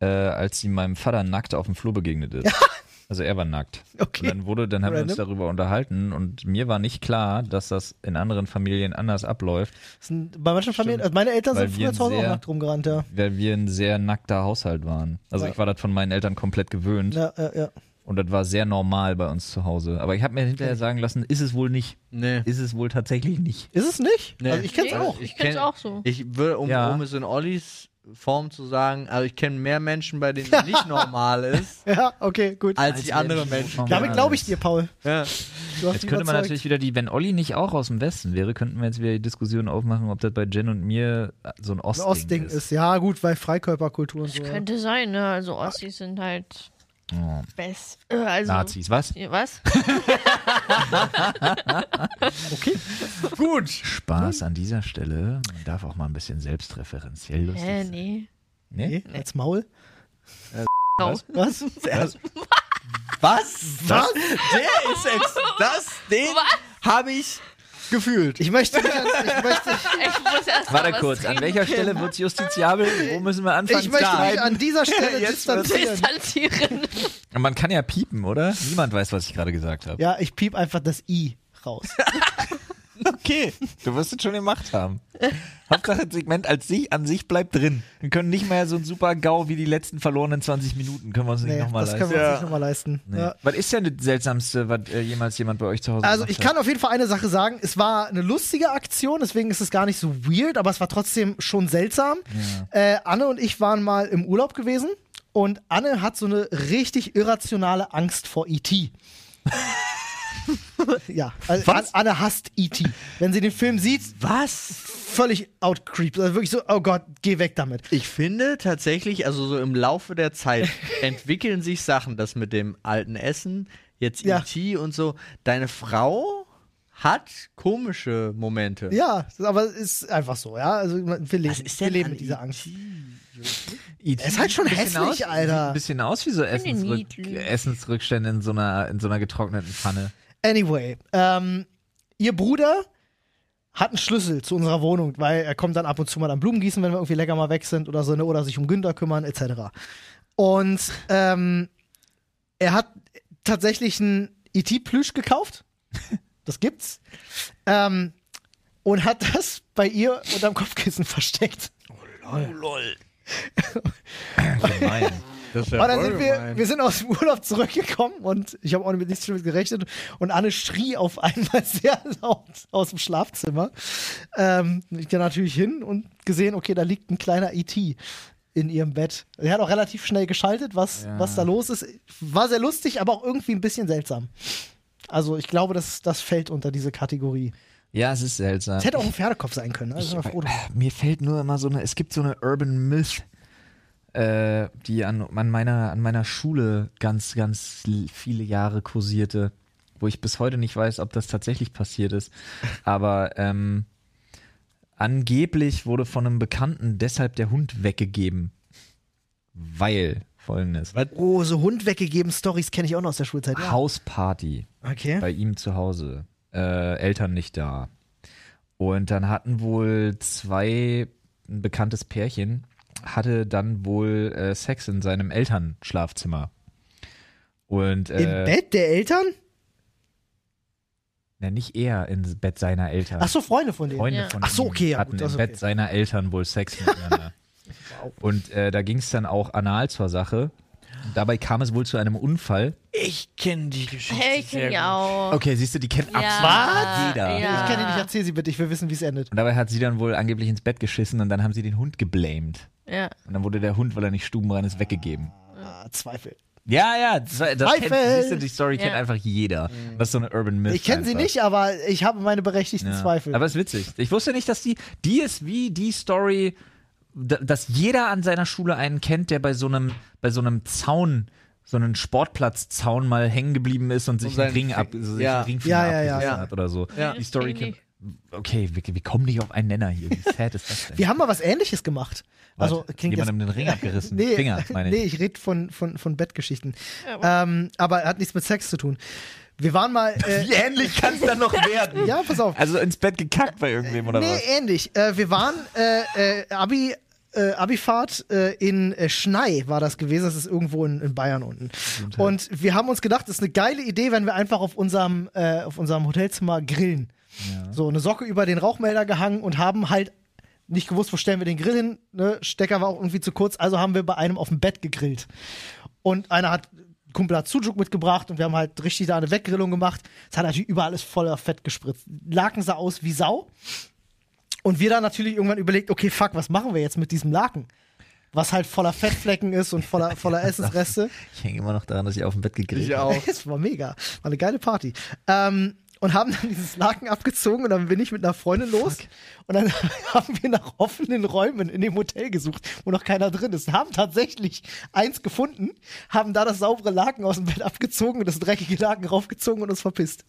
Speaker 1: äh, als sie meinem Vater nackt auf dem Flur begegnet ist. Also er war nackt.
Speaker 2: Okay.
Speaker 1: Und dann wurde, dann haben wir uns
Speaker 2: Random.
Speaker 1: darüber unterhalten und mir war nicht klar, dass das in anderen Familien anders abläuft,
Speaker 2: Das Sind bei manchen Familien, also meine Eltern
Speaker 1: Weil
Speaker 2: sind
Speaker 1: wir
Speaker 2: früher zu Hause auch
Speaker 1: sehr-
Speaker 2: nackt rumgerannt, ja.
Speaker 1: weil wir ein sehr nackter Haushalt waren. Also
Speaker 2: Ja.
Speaker 1: ich war das von meinen Eltern komplett gewöhnt
Speaker 2: Ja, ja, ja.
Speaker 1: und das war sehr normal bei uns zu Hause. Aber ich habe mir hinterher sagen lassen, ist es wohl nicht.
Speaker 3: Nee.
Speaker 1: Ist es wohl tatsächlich nicht.
Speaker 2: Ist es nicht?
Speaker 3: Nee.
Speaker 2: Also ich kenn's
Speaker 4: Nee.
Speaker 2: auch.
Speaker 4: Ich kenn's auch so.
Speaker 3: Ich würde, um,
Speaker 1: Ja.
Speaker 3: um es in Ollis Form zu sagen, also ich kenne mehr Menschen, bei denen es nicht normal ist,
Speaker 2: Ja, okay,
Speaker 1: Ah,
Speaker 2: gut.
Speaker 3: als die andere Menschen.
Speaker 2: Damit glaube ich dir, Paul. Du
Speaker 3: Ja.
Speaker 1: Jetzt
Speaker 2: hast mich
Speaker 1: könnte man
Speaker 2: überzeugt.
Speaker 1: natürlich wieder die, wenn Olli nicht auch aus dem Westen wäre, könnten wir jetzt wieder die Diskussion aufmachen, ob das bei Jen und mir äh, so ein
Speaker 2: Ein
Speaker 1: Ostding,
Speaker 2: Ostding ist.
Speaker 1: ist.
Speaker 2: Ja, gut, weil Freikörperkultur und so. ja.
Speaker 4: Könnte sein, ne? Also Ossis sind halt
Speaker 1: Oh,
Speaker 4: best. Äh, also,
Speaker 1: Nazis, was?
Speaker 4: Ja, Was?
Speaker 3: Gut.
Speaker 1: Spaß an dieser Stelle. Man darf auch mal ein bisschen selbstreferenziell lustig
Speaker 4: Hä,
Speaker 1: sein.
Speaker 4: nee.
Speaker 1: Nee?
Speaker 2: Nee, als Maul.
Speaker 4: Raus.
Speaker 2: Was?
Speaker 3: Was? Was? Das, der ist ex das, den habe ich gefühlt.
Speaker 2: Ich möchte mich an, ich möchte,
Speaker 4: Ich muss erst mal
Speaker 1: Warte
Speaker 4: was
Speaker 1: kurz, an
Speaker 4: trinken.
Speaker 1: welcher Stelle wird's justiziabel? Wo müssen wir anfangen?
Speaker 2: ich möchte mich
Speaker 1: Nein.
Speaker 2: an dieser Stelle
Speaker 1: Jetzt wird's-
Speaker 2: distanzieren.
Speaker 4: distanzieren?
Speaker 1: Man kann ja piepen, oder? Niemand weiß, was ich gerade gesagt habe.
Speaker 2: Ja, ich piep einfach das I raus.
Speaker 1: Okay, du wirst es schon gemacht haben. Hauptsache, das Segment als sich, an sich bleibt drin. Wir können nicht mehr so ein super GAU wie die letzten verlorenen 20 Minuten. Können wir uns nicht
Speaker 2: Nee,
Speaker 1: nochmal
Speaker 2: das
Speaker 1: leisten.
Speaker 2: können wir uns nicht nochmal leisten.
Speaker 1: Nee.
Speaker 2: Ja.
Speaker 1: Was ist denn das Seltsamste, was äh, jemals jemand bei euch zu Hause
Speaker 2: Also
Speaker 1: gemacht
Speaker 2: ich
Speaker 1: hat?
Speaker 2: kann auf jeden Fall eine Sache sagen, es war eine lustige Aktion, deswegen ist es gar nicht so weird, aber es war trotzdem schon seltsam. Äh, Anne und ich waren mal im Urlaub gewesen und Anne hat so eine richtig irrationale Angst vor E.T. ja, also An- Anne hasst E.T. Wenn sie den Film sieht,
Speaker 3: Was?
Speaker 2: völlig outcreeps. Also wirklich so, oh Gott, geh weg damit.
Speaker 3: Ich finde tatsächlich, also so im Laufe der Zeit entwickeln sich Sachen, das mit dem alten Essen, jetzt
Speaker 2: Ja.
Speaker 3: IT und so. Deine Frau hat komische Momente.
Speaker 2: Ja, aber es ist einfach so, ja. Also wir leben,
Speaker 3: Was ist
Speaker 2: wir
Speaker 3: denn
Speaker 2: leben
Speaker 3: an E
Speaker 2: mit dieser
Speaker 3: E.T.?
Speaker 2: Angst.
Speaker 1: E.T.
Speaker 2: Es ist halt schon
Speaker 1: sieht E ein bisschen
Speaker 2: hässlich,
Speaker 1: aus,
Speaker 2: Alter.
Speaker 1: Sieht ein bisschen aus wie so
Speaker 4: die
Speaker 1: Essensrück
Speaker 4: niedlich.
Speaker 1: Essensrückstände in so, einer, in so einer getrockneten Pfanne.
Speaker 2: Anyway, ähm, ihr Bruder hat einen Schlüssel zu unserer Wohnung, weil er kommt dann ab und zu mal am Blumengießen, wenn wir irgendwie lecker mal weg sind oder so, ne, oder sich um Günther kümmern, etc. Und ähm, er hat tatsächlich einen ET-Plüsch gekauft. Das gibt's. Ähm, und hat das bei ihr unterm Kopfkissen versteckt.
Speaker 1: Gemein.
Speaker 3: Das ist
Speaker 2: Und dann Oh, sind wir, wir sind aus dem Urlaub zurückgekommen und ich habe auch mit nichts Schlimmes gerechnet. Und Anne schrie auf einmal sehr laut aus dem Schlafzimmer. Ähm, ich gehe natürlich hin und gesehen, okay, da liegt ein kleiner E.T. in ihrem Bett. Er hat auch relativ schnell geschaltet, was,
Speaker 1: Ja.
Speaker 2: was da los ist. War sehr lustig, aber auch irgendwie ein bisschen seltsam. Also ich glaube, das, das fällt unter diese Kategorie.
Speaker 1: Ja, es ist seltsam.
Speaker 2: Es hätte auch ein Pferdekopf sein können. Also ich, froh, drum.
Speaker 1: Mir fällt nur immer so eine, es gibt so eine Urban Myth, äh, die an, an, meiner, an meiner Schule ganz, ganz l- viele Jahre kursierte, wo ich bis heute nicht weiß, ob das tatsächlich passiert ist. Aber ähm, angeblich wurde von einem Bekannten deshalb der Hund weggegeben. Weil folgendes.
Speaker 2: oh, so Hund weggegeben Stories kenne ich auch noch aus der Schulzeit.
Speaker 1: Hausparty.
Speaker 2: Okay.
Speaker 1: bei ihm zu Hause. Äh, Eltern nicht da. Und dann hatten wohl zwei, ein bekanntes Pärchen, hatte dann wohl äh, Sex in seinem Elternschlafzimmer. Und, äh,
Speaker 2: Im Bett der Eltern?
Speaker 1: Na, nicht er, ins Bett seiner Eltern.
Speaker 2: Ach so, Freunde von denen.
Speaker 1: Freunde
Speaker 4: Ja.
Speaker 1: von
Speaker 2: Ach so,
Speaker 1: ihm
Speaker 2: okay, ja,
Speaker 1: hatten
Speaker 2: gut,
Speaker 1: im
Speaker 2: das ist
Speaker 1: Bett
Speaker 2: okay.
Speaker 1: seiner Eltern wohl Sex miteinander. Und äh, da ging es dann auch anal zur Sache. Dabei kam es wohl zu einem Unfall.
Speaker 5: Ich kenne die Geschichte.
Speaker 4: Hey, ich
Speaker 5: sehr
Speaker 4: kenne die
Speaker 5: gut.
Speaker 4: auch.
Speaker 1: Okay, siehst du, die kennt
Speaker 4: Ja,
Speaker 1: absolut jeder.
Speaker 4: ja.
Speaker 2: Ich kenne die nicht, erzähl sie bitte, ich will wissen, wie es endet.
Speaker 1: Und dabei hat sie dann wohl angeblich ins Bett geschissen und dann haben sie den Hund geblamed.
Speaker 4: Ja.
Speaker 1: Und dann wurde der Hund, weil er nicht stubenrein ist, weggegeben.
Speaker 2: Ah, Zweifel.
Speaker 1: Ja, ja, das, das kennt,
Speaker 2: Zweifel!
Speaker 1: siehst du, die Story kennt
Speaker 4: Ja.
Speaker 1: einfach jeder. Das ist so eine Urban Myth.
Speaker 2: Mhm. Ich kenne sie
Speaker 1: einfach.
Speaker 2: nicht, aber ich habe meine berechtigten
Speaker 1: Ja.
Speaker 2: Zweifel.
Speaker 1: Aber ist witzig. Ich wusste nicht, dass die, die ist wie die Story, da- dass jeder an seiner Schule einen kennt, der bei so einem, bei so einem Zaun, so einem Sportplatzzaun mal hängen geblieben ist und sich
Speaker 3: Und
Speaker 1: einen
Speaker 3: seinen
Speaker 1: Ring ab,
Speaker 3: Fi-
Speaker 1: sich
Speaker 3: Ja.
Speaker 1: einen Ringfinger
Speaker 2: Ja, ja, ja.
Speaker 1: abgerissen
Speaker 3: Ja.
Speaker 1: hat oder so.
Speaker 3: Ja.
Speaker 1: Die Story
Speaker 4: Ich kenn
Speaker 1: kennt. Okay, wir, wir kommen nicht auf einen Nenner hier. Wie sad ist das denn?
Speaker 2: Wir haben mal was ähnliches gemacht. Also
Speaker 1: Warte,
Speaker 2: klingt jetzt,
Speaker 1: jemandem den Ring abgerissen.
Speaker 2: nee,
Speaker 1: Finger, meine ich.
Speaker 2: nee, ich rede von, von, von Bettgeschichten.
Speaker 4: Ja.
Speaker 2: Ähm, aber hat nichts mit Sex zu tun. Wir waren mal. Äh,
Speaker 1: Wie ähnlich kann es dann noch werden?
Speaker 2: ja, pass auf.
Speaker 1: Also ins Bett gekackt bei irgendwem oder
Speaker 2: nee,
Speaker 1: was?
Speaker 2: ähnlich. Äh, wir waren äh, äh, Abi. Äh, Abifahrt äh, in äh, Schnei war das gewesen, das ist irgendwo in, in Bayern unten. Und wir haben uns gedacht, das ist eine geile Idee, wenn wir einfach auf unserem, äh, auf unserem Hotelzimmer grillen. So eine Socke über den Rauchmelder gehangen und haben halt nicht gewusst, wo stellen wir den Grill hin. Ne? Stecker war auch irgendwie zu kurz, also haben wir bei einem auf dem Bett gegrillt. Und einer hat, ein Kumpel hat Sujuk mitgebracht und wir haben halt richtig da eine Weggrillung gemacht. Es hat natürlich überall alles voller Fett gespritzt. Laken sah aus wie Sau. Und wir dann natürlich irgendwann überlegt, okay, fuck, was machen wir jetzt mit diesem Laken? Was halt voller Fettflecken ist und voller, voller Essensreste.
Speaker 1: Ich hänge immer noch daran, dass ich auf dem Bett gegrillt
Speaker 3: Ich
Speaker 1: habe.
Speaker 3: auch.
Speaker 2: Es war mega. War eine geile Party. Ähm, und haben dann dieses Laken abgezogen und dann bin ich mit einer Freundin los. Und dann haben wir nach offenen Räumen in dem Hotel gesucht, wo noch keiner drin ist. Haben tatsächlich eins gefunden, haben da das saubere Laken aus dem Bett abgezogen und das dreckige Laken raufgezogen und uns verpisst.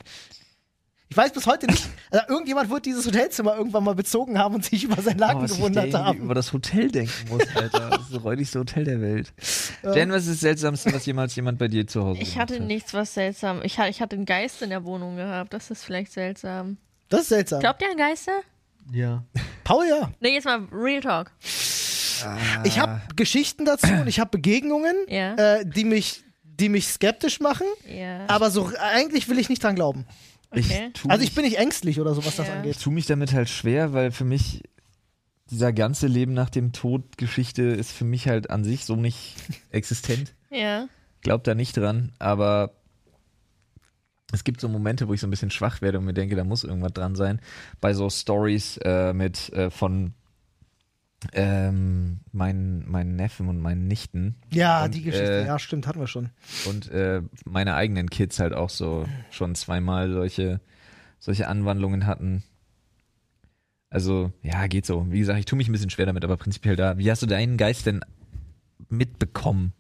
Speaker 2: Ich weiß bis heute nicht, also irgendjemand wird dieses Hotelzimmer irgendwann mal bezogen haben und sich über sein
Speaker 1: Oh,
Speaker 2: Laken
Speaker 1: was ich da
Speaker 2: gewundert
Speaker 1: irgendwie
Speaker 2: haben.
Speaker 1: über das Hotel denken muss, Alter. Das ist das räudigste Hotel der Welt. Jen, was ist das Seltsamste, was jemals jemand bei dir zu Hause
Speaker 4: Ich
Speaker 1: gemacht
Speaker 4: hatte
Speaker 1: hat?
Speaker 4: nichts, was seltsam. Ich, ha- ich hatte einen Geist in der Wohnung gehabt. Das ist vielleicht seltsam.
Speaker 2: Das ist seltsam.
Speaker 4: Glaubt ihr an Geister?
Speaker 3: Ja.
Speaker 2: Paul, ja.
Speaker 4: Nee, jetzt mal Real Talk.
Speaker 2: Ich
Speaker 1: Ah.
Speaker 2: habe Geschichten dazu und ich habe Begegnungen,
Speaker 4: Ja.
Speaker 2: äh, die, mich, die mich skeptisch machen.
Speaker 4: Ja.
Speaker 2: Aber so eigentlich will ich nicht dran glauben.
Speaker 4: Okay.
Speaker 1: Ich tu,
Speaker 2: Also ich bin nicht ängstlich oder so, was das
Speaker 4: Ja.
Speaker 1: ich
Speaker 2: angeht.
Speaker 1: tu mich damit halt schwer, weil für mich dieser ganze Leben nach dem Tod Geschichte ist für mich halt an sich so nicht existent.
Speaker 4: Ja.
Speaker 1: glaub da nicht dran, aber es gibt so Momente, wo ich so ein bisschen schwach werde und mir denke, da muss irgendwas dran sein. Bei so Stories äh, mit äh, von ähm, meinen, meinen Neffen und meinen Nichten
Speaker 2: Ja,
Speaker 1: Und,
Speaker 2: die Geschichte,
Speaker 1: äh,
Speaker 2: ja, stimmt, hatten wir schon.
Speaker 1: und äh, meine eigenen Kids halt auch so schon zweimal solche, solche Anwandlungen hatten. Also, ja, geht so. Wie gesagt, ich tue mich ein bisschen schwer damit, aber prinzipiell da. Wie hast du deinen Geist denn mitbekommen?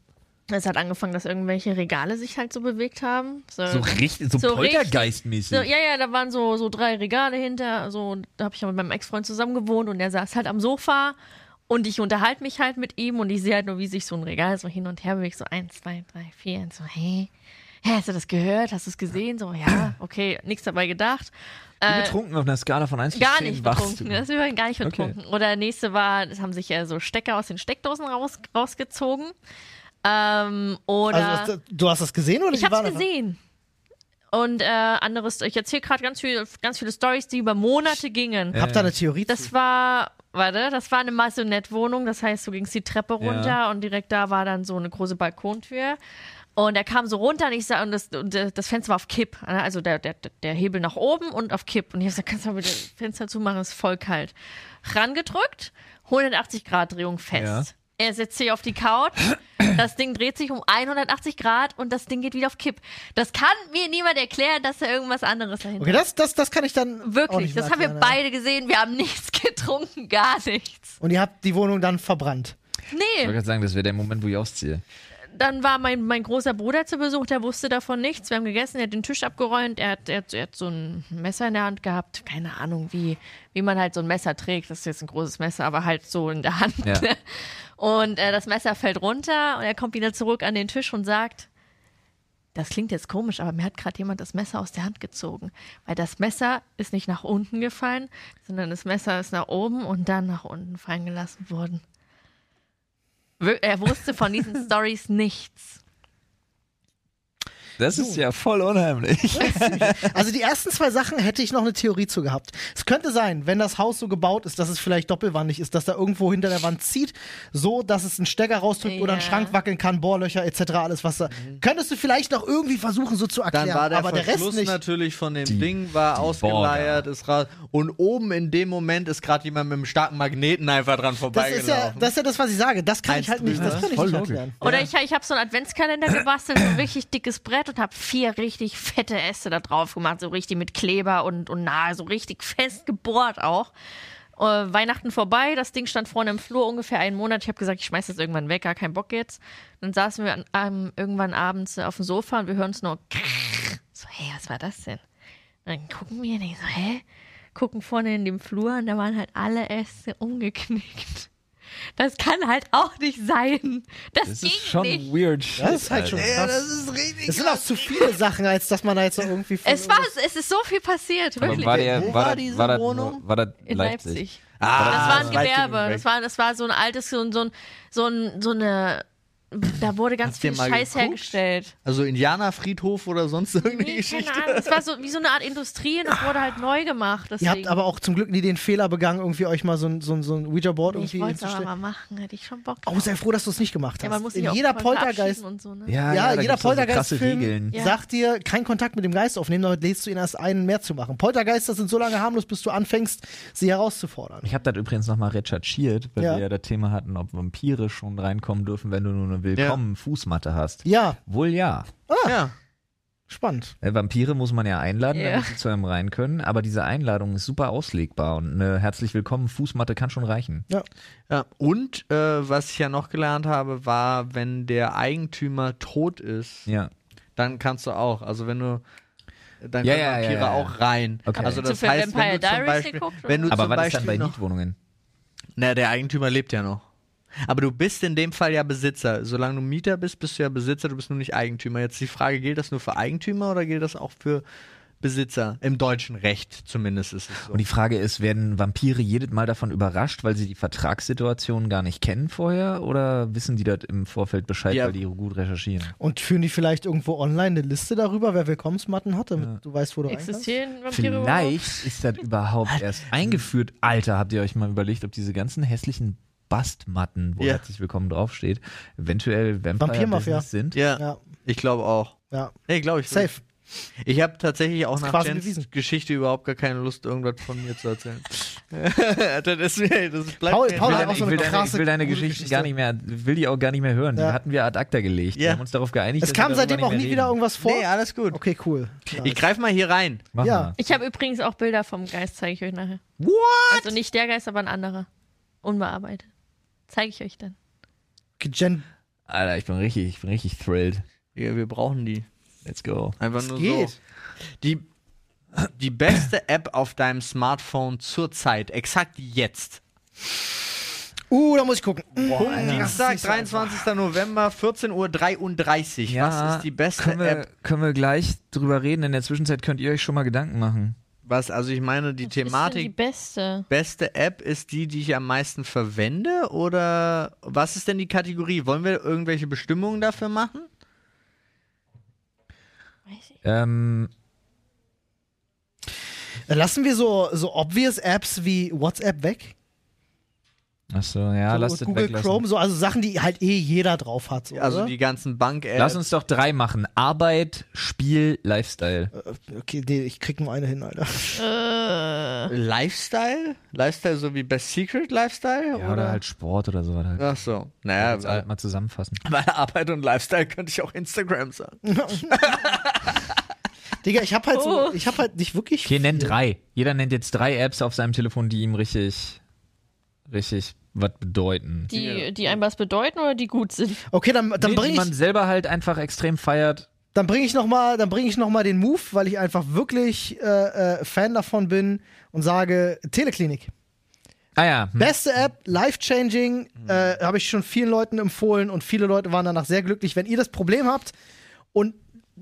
Speaker 4: Es hat angefangen, dass irgendwelche Regale sich halt so bewegt haben. So,
Speaker 1: So richtig, so,
Speaker 4: Ähm, So richtig-
Speaker 1: poltergeistmäßig.
Speaker 4: So, ja, ja, da waren so, so drei Regale hinter. So, da habe ich ja mit meinem Ex-Freund zusammen gewohnt und der saß halt am Sofa und ich unterhalte mich halt mit ihm und ich sehe halt nur, wie sich so ein Regal so hin und her bewegt. So eins, zwei, drei, vier und so, hey, hä, hast du das gehört? Hast du es gesehen? So, ja, okay, nichts dabei gedacht.
Speaker 1: Wie betrunken auf einer Skala von 1 bis
Speaker 4: Äh, Gar
Speaker 1: 10
Speaker 4: nicht
Speaker 1: warst
Speaker 4: betrunken.
Speaker 1: du?
Speaker 4: Das wir waren gar nicht betrunken. Oder der nächste war, es haben sich äh, so Stecker aus den Steckdosen raus, rausgezogen. Ähm, oder
Speaker 2: Also das, du hast das gesehen oder
Speaker 4: ich
Speaker 2: die
Speaker 4: hab's
Speaker 2: waren einfach-
Speaker 4: gesehen. Und äh, anderes, ich erzähle gerade ganz, viel, ganz viele Stories, die über Monate gingen.
Speaker 2: Hab da eine Theorie. zu.
Speaker 4: Das war Warte, das war eine Masonettwohnung, das heißt, du gingst die Treppe runter und direkt da war dann so eine große Balkontür. Und er kam so runter und ich sah, und das, und das das Fenster war auf Kipp. Also der, der, der Hebel nach oben und auf Kipp. Und ich hab gesagt, kannst du mal bitte das Fenster zumachen, ist voll kalt. Rangedrückt, 180 Grad Drehung fest. Er setzt sich auf die Couch, das Ding dreht sich um 180 Grad und das Ding geht wieder auf Kipp. Das kann mir niemand erklären, dass da irgendwas anderes dahinter
Speaker 2: Okay, das, das, das kann ich dann. auch
Speaker 4: Wirklich,
Speaker 2: nicht
Speaker 4: das
Speaker 2: mehr
Speaker 4: haben wir
Speaker 2: erklären, ja.
Speaker 4: beide gesehen. Wir haben nichts getrunken, gar nichts.
Speaker 2: Und ihr habt die Wohnung dann verbrannt.
Speaker 1: Ich wollte
Speaker 4: Nee,
Speaker 1: gerade sagen, das wäre der Moment, wo ich ausziehe.
Speaker 4: dann war mein, mein großer Bruder zu Besuch, der wusste davon nichts. Wir haben gegessen, er hat den Tisch abgeräumt, er hat, er hat, er hat so ein Messer in der Hand gehabt. Keine Ahnung, wie, wie man halt so ein Messer trägt. Das ist jetzt ein großes Messer, aber halt so in der Hand.
Speaker 1: Ja.
Speaker 4: ne? Und äh, das Messer fällt runter und er kommt wieder zurück an den Tisch und sagt, das klingt jetzt komisch, aber mir hat gerade jemand das Messer aus der Hand gezogen. Weil das Messer ist nicht nach unten gefallen, sondern das Messer ist nach oben und dann nach unten fallen gelassen worden. Wir- Er wusste von diesen Stories nichts.
Speaker 1: Das ist ja voll unheimlich.
Speaker 2: Also die ersten zwei Sachen hätte ich noch eine Theorie zu gehabt. Es könnte sein, wenn das Haus so gebaut ist, dass es vielleicht doppelwandig ist, dass da irgendwo hinter der Wand zieht, so dass es einen Stecker rausdrückt oder ein
Speaker 4: Ja. Mhm.
Speaker 2: Schrank wackeln kann, Bohrlöcher etc. alles was da. Könntest du vielleicht noch irgendwie versuchen so zu
Speaker 3: Dann
Speaker 2: erklären,
Speaker 3: war der
Speaker 2: aber der Rest
Speaker 3: Verschluss
Speaker 2: nicht.
Speaker 3: natürlich von dem
Speaker 1: Die-
Speaker 3: Ding war ausgeleiert, ist raus. Und oben in dem Moment ist gerade jemand mit einem starken Magneten einfach
Speaker 2: Das
Speaker 3: dran
Speaker 2: ist, ja,
Speaker 3: vorbeigelaufen.
Speaker 2: das ist ja das, was ich sage. Das kann ich
Speaker 3: Eins
Speaker 2: halt nicht,
Speaker 3: drüber.
Speaker 2: das kann ich
Speaker 1: Voll
Speaker 2: nicht
Speaker 1: logisch.
Speaker 2: erklären.
Speaker 4: Oder ich, ich habe so einen Adventskalender gebastelt, so ein richtig dickes Brett und habe vier richtig fette Äste da drauf gemacht, so richtig mit Kleber und, und nahe, so richtig fest gebohrt auch. Äh, Weihnachten vorbei, das Ding stand vorne im Flur ungefähr einen Monat. Ich habe gesagt, ich schmeiß das irgendwann weg, gar kein Bock jetzt. Dann saßen wir an, am- irgendwann abends äh, auf dem Sofa und wir hören es nur krrr. so, hey, was war das denn? Und dann gucken wir und denken so, hä? Gucken vorne in dem Flur und da waren halt alle Äste umgeknickt. Das kann halt auch nicht sein. Das,
Speaker 1: Das
Speaker 4: ging
Speaker 1: ist schon
Speaker 4: nicht.
Speaker 1: weird shit.
Speaker 2: Das ist halt schon
Speaker 1: Alter.
Speaker 2: krass.
Speaker 3: ist richtig.
Speaker 2: es sind auch zu viele Sachen, als dass man da jetzt noch irgendwie von
Speaker 4: Es war, es ist so viel passiert,
Speaker 1: Aber
Speaker 4: wirklich.
Speaker 1: war der,
Speaker 3: Wo
Speaker 1: war,
Speaker 3: war
Speaker 1: das-
Speaker 3: diese
Speaker 1: war das
Speaker 3: Wohnung?
Speaker 1: nur- war das
Speaker 4: in Leipzig.
Speaker 3: Ah,
Speaker 4: Das war ein
Speaker 3: weit
Speaker 4: Gewerbe.
Speaker 3: weg.
Speaker 4: Das war, das war so ein altes, so ein, so ein, so ein, so eine, da wurde ganz
Speaker 3: Habt ihr
Speaker 4: viel
Speaker 3: mal
Speaker 4: Scheiß
Speaker 3: geguckt?
Speaker 4: hergestellt.
Speaker 3: also Indianerfriedhof oder sonst irgendeine
Speaker 4: Nee,
Speaker 3: Geschichte.
Speaker 4: keine Ahnung. Es war so, wie so eine Art Industrie und das wurde halt neu gemacht.
Speaker 2: Ihr
Speaker 4: Deswegen.
Speaker 2: habt aber auch zum Glück nie den Fehler begangen, irgendwie euch mal so ein, so ein, so ein Ouija-Board
Speaker 4: ich
Speaker 2: irgendwie
Speaker 4: wollte es aber
Speaker 2: hinzustellen.
Speaker 4: mal machen, hätte ich schon Bock.
Speaker 2: Oh, sei froh, dass du es nicht gemacht hast.
Speaker 4: ja, man muss sich
Speaker 2: In
Speaker 4: auch
Speaker 2: jeder
Speaker 4: voll
Speaker 2: Poltergeist
Speaker 4: verabschieden und so, ne?
Speaker 1: Ja,
Speaker 2: Ja,
Speaker 1: da
Speaker 2: jeder
Speaker 1: gibt's doch so krasse
Speaker 2: Poltergeist-Film
Speaker 1: Regeln.
Speaker 4: Ja.
Speaker 2: sagt dir, keinen Kontakt mit dem Geist aufnehmen, damit lädst du ihn erst ein, mehr zu machen. Poltergeister sind so lange harmlos, bis du anfängst, sie herauszufordern.
Speaker 1: Ich habe das übrigens nochmal recherchiert, weil
Speaker 2: Ja.
Speaker 1: wir ja das Thema hatten, ob Vampire schon reinkommen dürfen, wenn du nur eine Willkommen-Fußmatte hast.
Speaker 2: Ja,
Speaker 1: Wohl ja.
Speaker 3: Ja.
Speaker 2: spannend.
Speaker 1: Äh, Vampire muss man ja einladen,
Speaker 4: Ja.
Speaker 1: damit sie zu einem rein können, aber diese Einladung ist super auslegbar und eine herzlich willkommen Fußmatte kann schon reichen.
Speaker 3: Ja, und äh, was ich ja noch gelernt habe, war, wenn der Eigentümer tot ist,
Speaker 1: Ja.
Speaker 3: dann kannst du auch. Also wenn du dann
Speaker 1: Ja,
Speaker 3: können
Speaker 1: ja, ja,
Speaker 3: Vampire
Speaker 1: ja, ja.
Speaker 3: auch rein.
Speaker 1: Okay.
Speaker 3: Also
Speaker 4: Habt ihr
Speaker 3: das
Speaker 4: zufällig
Speaker 3: heißt, wenn du
Speaker 4: Vampire
Speaker 3: zum
Speaker 4: Diaries
Speaker 3: Beispiel,
Speaker 4: geguckt, oder?
Speaker 3: wenn du
Speaker 1: Aber
Speaker 3: zum
Speaker 1: was ist
Speaker 3: Beispiel
Speaker 1: dann bei
Speaker 3: noch,
Speaker 1: Mietwohnungen?
Speaker 3: Na, der Eigentümer lebt ja noch. Aber du bist in dem Fall ja Besitzer. Solange du Mieter bist, bist du ja Besitzer, du bist nur nicht Eigentümer. Jetzt die Frage, gilt das nur für Eigentümer oder gilt das auch für Besitzer? Im deutschen Recht zumindest ist es so.
Speaker 1: Und die Frage ist, werden Vampire jedes Mal davon überrascht, weil sie die Vertragssituation gar nicht kennen vorher oder wissen die das im Vorfeld Bescheid,
Speaker 3: Ja.
Speaker 1: weil die gut recherchieren?
Speaker 2: Und führen die vielleicht irgendwo online eine Liste darüber, wer Willkommensmatten hatte, damit du weißt, wo du rein
Speaker 4: Existieren Vampire überhaupt?
Speaker 1: Vielleicht ist das überhaupt erst eingeführt. Alter, habt ihr euch mal überlegt, ob diese ganzen hässlichen Bastmatten, wo
Speaker 3: Ja.
Speaker 1: herzlich willkommen draufsteht, eventuell
Speaker 2: Vampirmafia.
Speaker 1: Vampire-Business sind?
Speaker 3: ja,
Speaker 2: Ja,
Speaker 3: ich glaube auch.
Speaker 2: ja.
Speaker 3: Nee, glaube ich.
Speaker 2: Safe.
Speaker 3: Nicht. Ich habe tatsächlich auch nach
Speaker 2: quasi
Speaker 3: Jens
Speaker 2: bewiesen.
Speaker 3: Geschichte überhaupt gar keine Lust, irgendwas von mir zu erzählen. das ist mir, das bleibt
Speaker 2: Paul-
Speaker 3: mir
Speaker 2: Paul
Speaker 1: Ich will,
Speaker 2: hat auch
Speaker 1: deine,
Speaker 2: so
Speaker 1: ich,
Speaker 2: eine
Speaker 1: will deine, ich
Speaker 2: krasse,
Speaker 1: will deine
Speaker 2: coole
Speaker 1: Geschichten
Speaker 2: Geschichte.
Speaker 1: gar nicht mehr, will die auch gar nicht mehr hören.
Speaker 2: Ja.
Speaker 1: Die hatten wir ad acta gelegt. Wir
Speaker 3: Ja.
Speaker 1: haben uns darauf geeinigt.
Speaker 2: Es
Speaker 1: dass
Speaker 2: kam
Speaker 1: wir
Speaker 2: seitdem
Speaker 1: darüber
Speaker 2: auch nie
Speaker 1: nicht mehr
Speaker 2: wieder
Speaker 1: reden.
Speaker 2: irgendwas vor.
Speaker 3: Nee, alles gut.
Speaker 2: Okay, cool. Ja.
Speaker 3: Ich greif mal hier rein.
Speaker 1: Mach
Speaker 2: um- Ja.
Speaker 1: mal.
Speaker 4: Ich habe übrigens auch Bilder vom Geist, zeige ich euch nachher.
Speaker 3: What?
Speaker 4: Also nicht der Geist, aber ein anderer. Unbearbeitet. Zeige ich euch dann.
Speaker 2: Gen
Speaker 1: Alter, ich bin richtig, ich bin richtig thrilled.
Speaker 3: Ja, wir brauchen die.
Speaker 1: Let's go.
Speaker 3: Einfach nur
Speaker 2: geht.
Speaker 3: so. Die, die beste App auf deinem Smartphone zurzeit, exakt jetzt.
Speaker 2: uh, da muss ich gucken.
Speaker 3: Dienstag, 23. November, 14.33 Uhr. Was ist die beste
Speaker 1: können wir,
Speaker 3: App?
Speaker 1: Können wir gleich drüber reden. In der Zwischenzeit könnt ihr euch schon mal Gedanken machen.
Speaker 3: Was, also ich meine, die
Speaker 4: Ist denn die
Speaker 3: Thematik,
Speaker 4: beste.
Speaker 3: beste App ist die, die ich am meisten verwende? Oder was ist denn die Kategorie? Wollen wir irgendwelche Bestimmungen dafür machen?
Speaker 4: Weiß ich.
Speaker 1: Ähm,
Speaker 2: Lassen wir so, so obvious Apps wie WhatsApp weg?
Speaker 1: Achso, ja,
Speaker 2: So
Speaker 1: lasst es
Speaker 2: Google
Speaker 1: weglassen.
Speaker 2: Chrome, so, also Sachen, die halt eh jeder drauf hat. So,
Speaker 3: Also
Speaker 2: oder?
Speaker 3: die ganzen Bank-Apps.
Speaker 1: Lass uns doch drei machen. Arbeit, Spiel, Lifestyle.
Speaker 2: Äh, Okay, nee, ich krieg nur eine hin, Alter.
Speaker 4: äh,
Speaker 3: Lifestyle? Lifestyle so wie Best Secret Lifestyle?
Speaker 1: Ja, oder halt Sport oder so. Halt.
Speaker 3: Ach so.
Speaker 1: Ja,
Speaker 3: Naja,
Speaker 1: das
Speaker 3: weil,
Speaker 1: halt mal zusammenfassen.
Speaker 3: bei Arbeit und Lifestyle könnte ich auch Instagram sagen.
Speaker 2: Digga, ich hab halt so,
Speaker 4: Oh.
Speaker 2: ich hab halt nicht wirklich.
Speaker 1: Okay, nenn
Speaker 2: viel.
Speaker 1: drei. Jeder nennt jetzt drei Apps auf seinem Telefon, die ihm richtig, richtig was bedeuten.
Speaker 4: Die, die einem was bedeuten oder die gut sind.
Speaker 2: Okay, dann, dann
Speaker 1: Nee,
Speaker 2: bring
Speaker 1: die man
Speaker 2: ich,
Speaker 1: selber halt einfach extrem feiert.
Speaker 2: dann bring ich noch mal, dann bring ich noch mal den Move, weil ich einfach wirklich äh, äh, Fan davon bin und sage Teleklinik.
Speaker 1: Ah ja, hm.
Speaker 2: Beste App, life-changing, äh, habe ich schon vielen Leuten empfohlen und viele Leute waren danach sehr glücklich. Wenn ihr das Problem habt und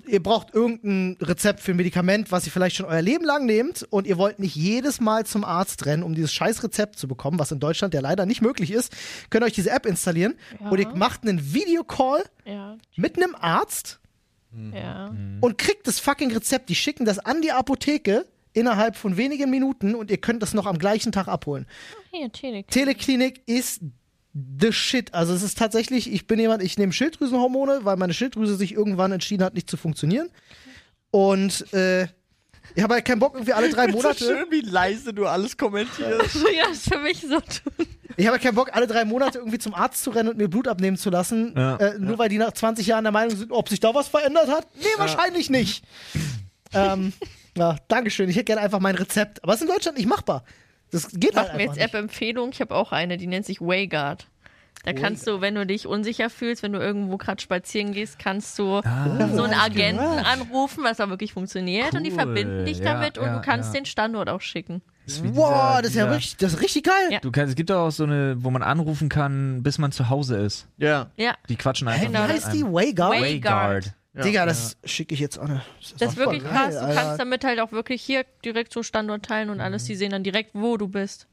Speaker 2: ihr braucht irgendein Rezept für ein Medikament, was ihr vielleicht schon euer Leben lang nehmt und ihr wollt nicht jedes Mal zum Arzt rennen, um dieses scheiß Rezept zu bekommen, was in Deutschland ja leider nicht möglich ist, könnt ihr euch diese App installieren und ihr macht einen Videocall
Speaker 4: Ja,
Speaker 2: mit einem Arzt
Speaker 4: ja.
Speaker 2: und kriegt das fucking Rezept. Die schicken das an die Apotheke innerhalb von wenigen Minuten und ihr könnt das noch am gleichen Tag abholen.
Speaker 4: Hier, Telek.
Speaker 2: Teleklinik ist the shit. Also es ist tatsächlich, ich bin jemand, ich nehme Schilddrüsenhormone, weil meine Schilddrüse sich irgendwann entschieden hat, nicht zu funktionieren. Und äh, ich habe halt keinen Bock, irgendwie alle drei Monate.
Speaker 3: wie leise du alles kommentierst.
Speaker 4: ja, ist für mich so.
Speaker 2: Ich habe halt keinen Bock, alle drei Monate irgendwie zum Arzt zu rennen und mir Blut abnehmen zu lassen.
Speaker 1: Ja.
Speaker 2: äh, nur weil die nach 20 Jahren der Meinung sind, ob sich da was verändert hat. Nee, wahrscheinlich nicht. ähm, ja, Dankeschön. Ich hätte gerne einfach mein Rezept. Aber es ist in Deutschland nicht machbar. Das geht halt
Speaker 4: Sag
Speaker 2: einfach
Speaker 4: mir jetzt
Speaker 2: nicht.
Speaker 4: App-Empfehlung. Ich habe auch eine, die nennt sich Wayguard. Da kannst du, wenn du dich unsicher fühlst, wenn du irgendwo gerade spazieren gehst, kannst du
Speaker 2: Ah,
Speaker 4: so einen Agenten anrufen, was da wirklich funktioniert. Und die
Speaker 1: Cool.
Speaker 4: verbinden dich
Speaker 1: Ja,
Speaker 4: damit und
Speaker 1: ja,
Speaker 4: du kannst
Speaker 1: ja.
Speaker 4: den Standort auch schicken.
Speaker 1: ist wie dieser-
Speaker 2: Wow, das ist ja
Speaker 1: dieser-
Speaker 2: richtig, das ist richtig geil.
Speaker 4: Ja.
Speaker 1: Du kannst, es gibt doch auch so eine, wo man anrufen kann, bis man zu Hause ist.
Speaker 3: Ja.
Speaker 4: Ja,
Speaker 1: Die quatschen einfach.
Speaker 4: Genau.
Speaker 1: mit
Speaker 2: Wie heißt die?
Speaker 1: einem.
Speaker 2: Wayguard?
Speaker 4: Way- Wayguard.
Speaker 2: Digga, das schicke ich jetzt an.
Speaker 4: das ist
Speaker 2: voll
Speaker 4: wirklich
Speaker 2: geil,
Speaker 4: krass. Du
Speaker 2: Alter. Mhm.
Speaker 4: kannst damit halt auch wirklich hier direkt so Standort teilen und alles. Die sehen dann direkt, wo du bist.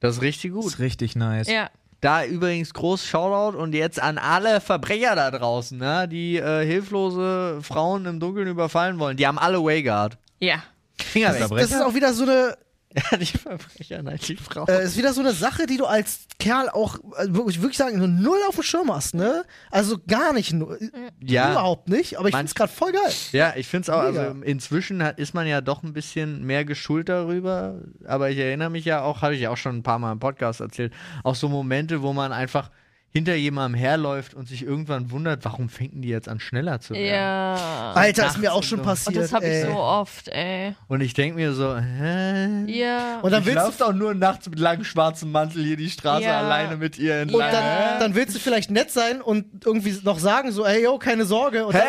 Speaker 3: Das ist richtig
Speaker 1: Ist
Speaker 3: gut.
Speaker 1: richtig nice.
Speaker 4: Ja.
Speaker 3: Da übrigens groß Shoutout und jetzt an alle Verbrecher da draußen, ne, die äh, hilflose Frauen im Dunkeln überfallen wollen. Die haben alle Wayguard.
Speaker 4: Ja.
Speaker 3: Finger
Speaker 1: Das ist
Speaker 3: weg.
Speaker 2: Das ist auch wieder so eine,
Speaker 3: Ja, die Verbrecher, nein, die Frauen.
Speaker 2: äh, ist wieder so eine Sache, die du als Kerl auch äh, wirklich, wirklich sagen, so null auf dem Schirm hast, ne? Also gar nicht, nu- äh,
Speaker 3: Ja.
Speaker 2: überhaupt nicht. Aber ich
Speaker 3: Man-
Speaker 2: find's gerade voll geil.
Speaker 3: Ja, ich finde es auch, also
Speaker 2: Mega.
Speaker 3: inzwischen hat, ist man ja doch ein bisschen mehr geschult darüber, aber ich erinnere mich ja auch, hatte ich auch schon ein paar Mal im Podcast erzählt, auch so Momente, wo man einfach hinter jemandem herläuft und sich irgendwann wundert, warum fängen die jetzt an schneller zu werden?
Speaker 4: Ja.
Speaker 2: Alter, ist mir auch schon
Speaker 3: 18
Speaker 2: passiert.
Speaker 4: Und das habe ich
Speaker 2: ey.
Speaker 4: so oft, ey.
Speaker 3: Und ich denke mir so, hä?
Speaker 4: Ja.
Speaker 2: Und dann
Speaker 3: ich
Speaker 2: willst du
Speaker 3: lauf doch nur nachts mit langem schwarzen Mantel hier die Straße
Speaker 4: Ja.
Speaker 3: alleine mit ihr
Speaker 2: und
Speaker 3: entlang.
Speaker 2: dann, dann willst du vielleicht nett sein und irgendwie noch sagen, so, ey, yo, keine Sorge. Und
Speaker 3: hey,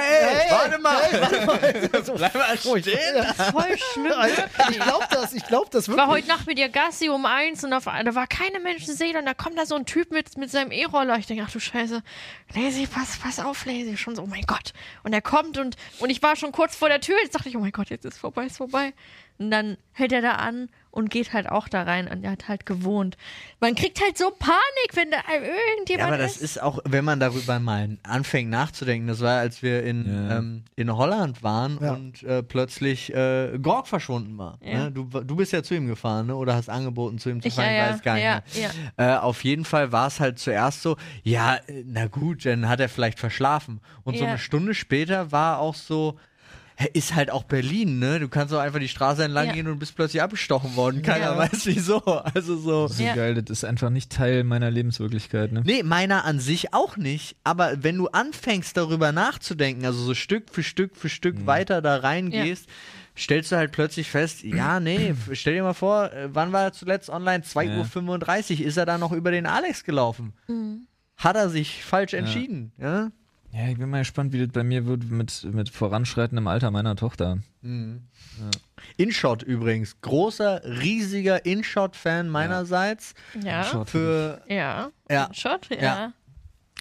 Speaker 2: dann,
Speaker 3: warte mal! Bleib mal stehen!
Speaker 4: voll schlimm.
Speaker 2: Alter, ich glaub das, ich glaub das
Speaker 4: Ich war
Speaker 2: wirklich.
Speaker 4: heute Nacht mit ihr Gassi um eins und auf, da war keine Menschenseele und da kommt da so ein Typ mit, mit seinem E-Roller. Ich denke, ach du Scheiße, Lazy, pass, pass auf, Lazy. Schon so, oh mein Gott. Und er kommt und, und ich war schon kurz vor der Tür. Jetzt dachte ich, oh mein Gott, jetzt ist vorbei, ist vorbei. Und dann hält er da an und geht halt auch da rein und er hat halt gewohnt. Man kriegt halt so Panik, wenn da
Speaker 3: Ja,
Speaker 4: irgendjemand
Speaker 3: aber das
Speaker 4: ist.
Speaker 3: ist auch, wenn man darüber mal anfängt nachzudenken, das war, als wir in,
Speaker 1: Ja.
Speaker 3: ähm, in Holland waren
Speaker 2: Ja.
Speaker 3: und äh, plötzlich äh, Gorg verschwunden war.
Speaker 4: Ja.
Speaker 3: Ne? Du, du bist ja zu ihm gefahren, ne? oder hast angeboten, zu ihm zu
Speaker 4: Ich-
Speaker 3: fahren,
Speaker 4: ja,
Speaker 3: ich
Speaker 4: ja,
Speaker 3: weiß gar nicht
Speaker 4: ja,
Speaker 3: mehr. Äh, auf jeden Fall war es halt zuerst so, ja, äh, na gut, dann hat er vielleicht verschlafen. Und so
Speaker 4: Ja.
Speaker 3: eine Stunde später war auch so, hä, ist halt auch Berlin, ne? Du kannst doch einfach die Straße entlang
Speaker 4: Ja.
Speaker 3: gehen und bist plötzlich abgestochen worden. Keiner
Speaker 4: Ja.
Speaker 3: weiß wieso. Also so.
Speaker 1: So
Speaker 4: Ja.
Speaker 1: geil, das ist einfach nicht Teil meiner Lebenswirklichkeit. Ne?
Speaker 3: Nee, meiner an sich auch nicht. Aber wenn du anfängst, darüber nachzudenken, also so Stück für Stück für Stück
Speaker 4: Mhm.
Speaker 3: weiter da reingehst, stellst du halt plötzlich fest, ja, nee, f- stell dir mal vor, äh, wann war er zuletzt online? 2.35 Uhr. Ist er da noch über den Alex gelaufen?
Speaker 4: Mhm.
Speaker 3: Hat er sich falsch entschieden? Ja?
Speaker 1: Ja, ich bin mal gespannt, wie das bei mir wird mit, mit voranschreitendem Alter meiner Tochter.
Speaker 3: InShot übrigens. Großer, riesiger InShot-Fan meinerseits.
Speaker 4: Ja,
Speaker 3: Für
Speaker 4: ja.
Speaker 3: Ja.
Speaker 4: Shot, ja.
Speaker 3: Ja.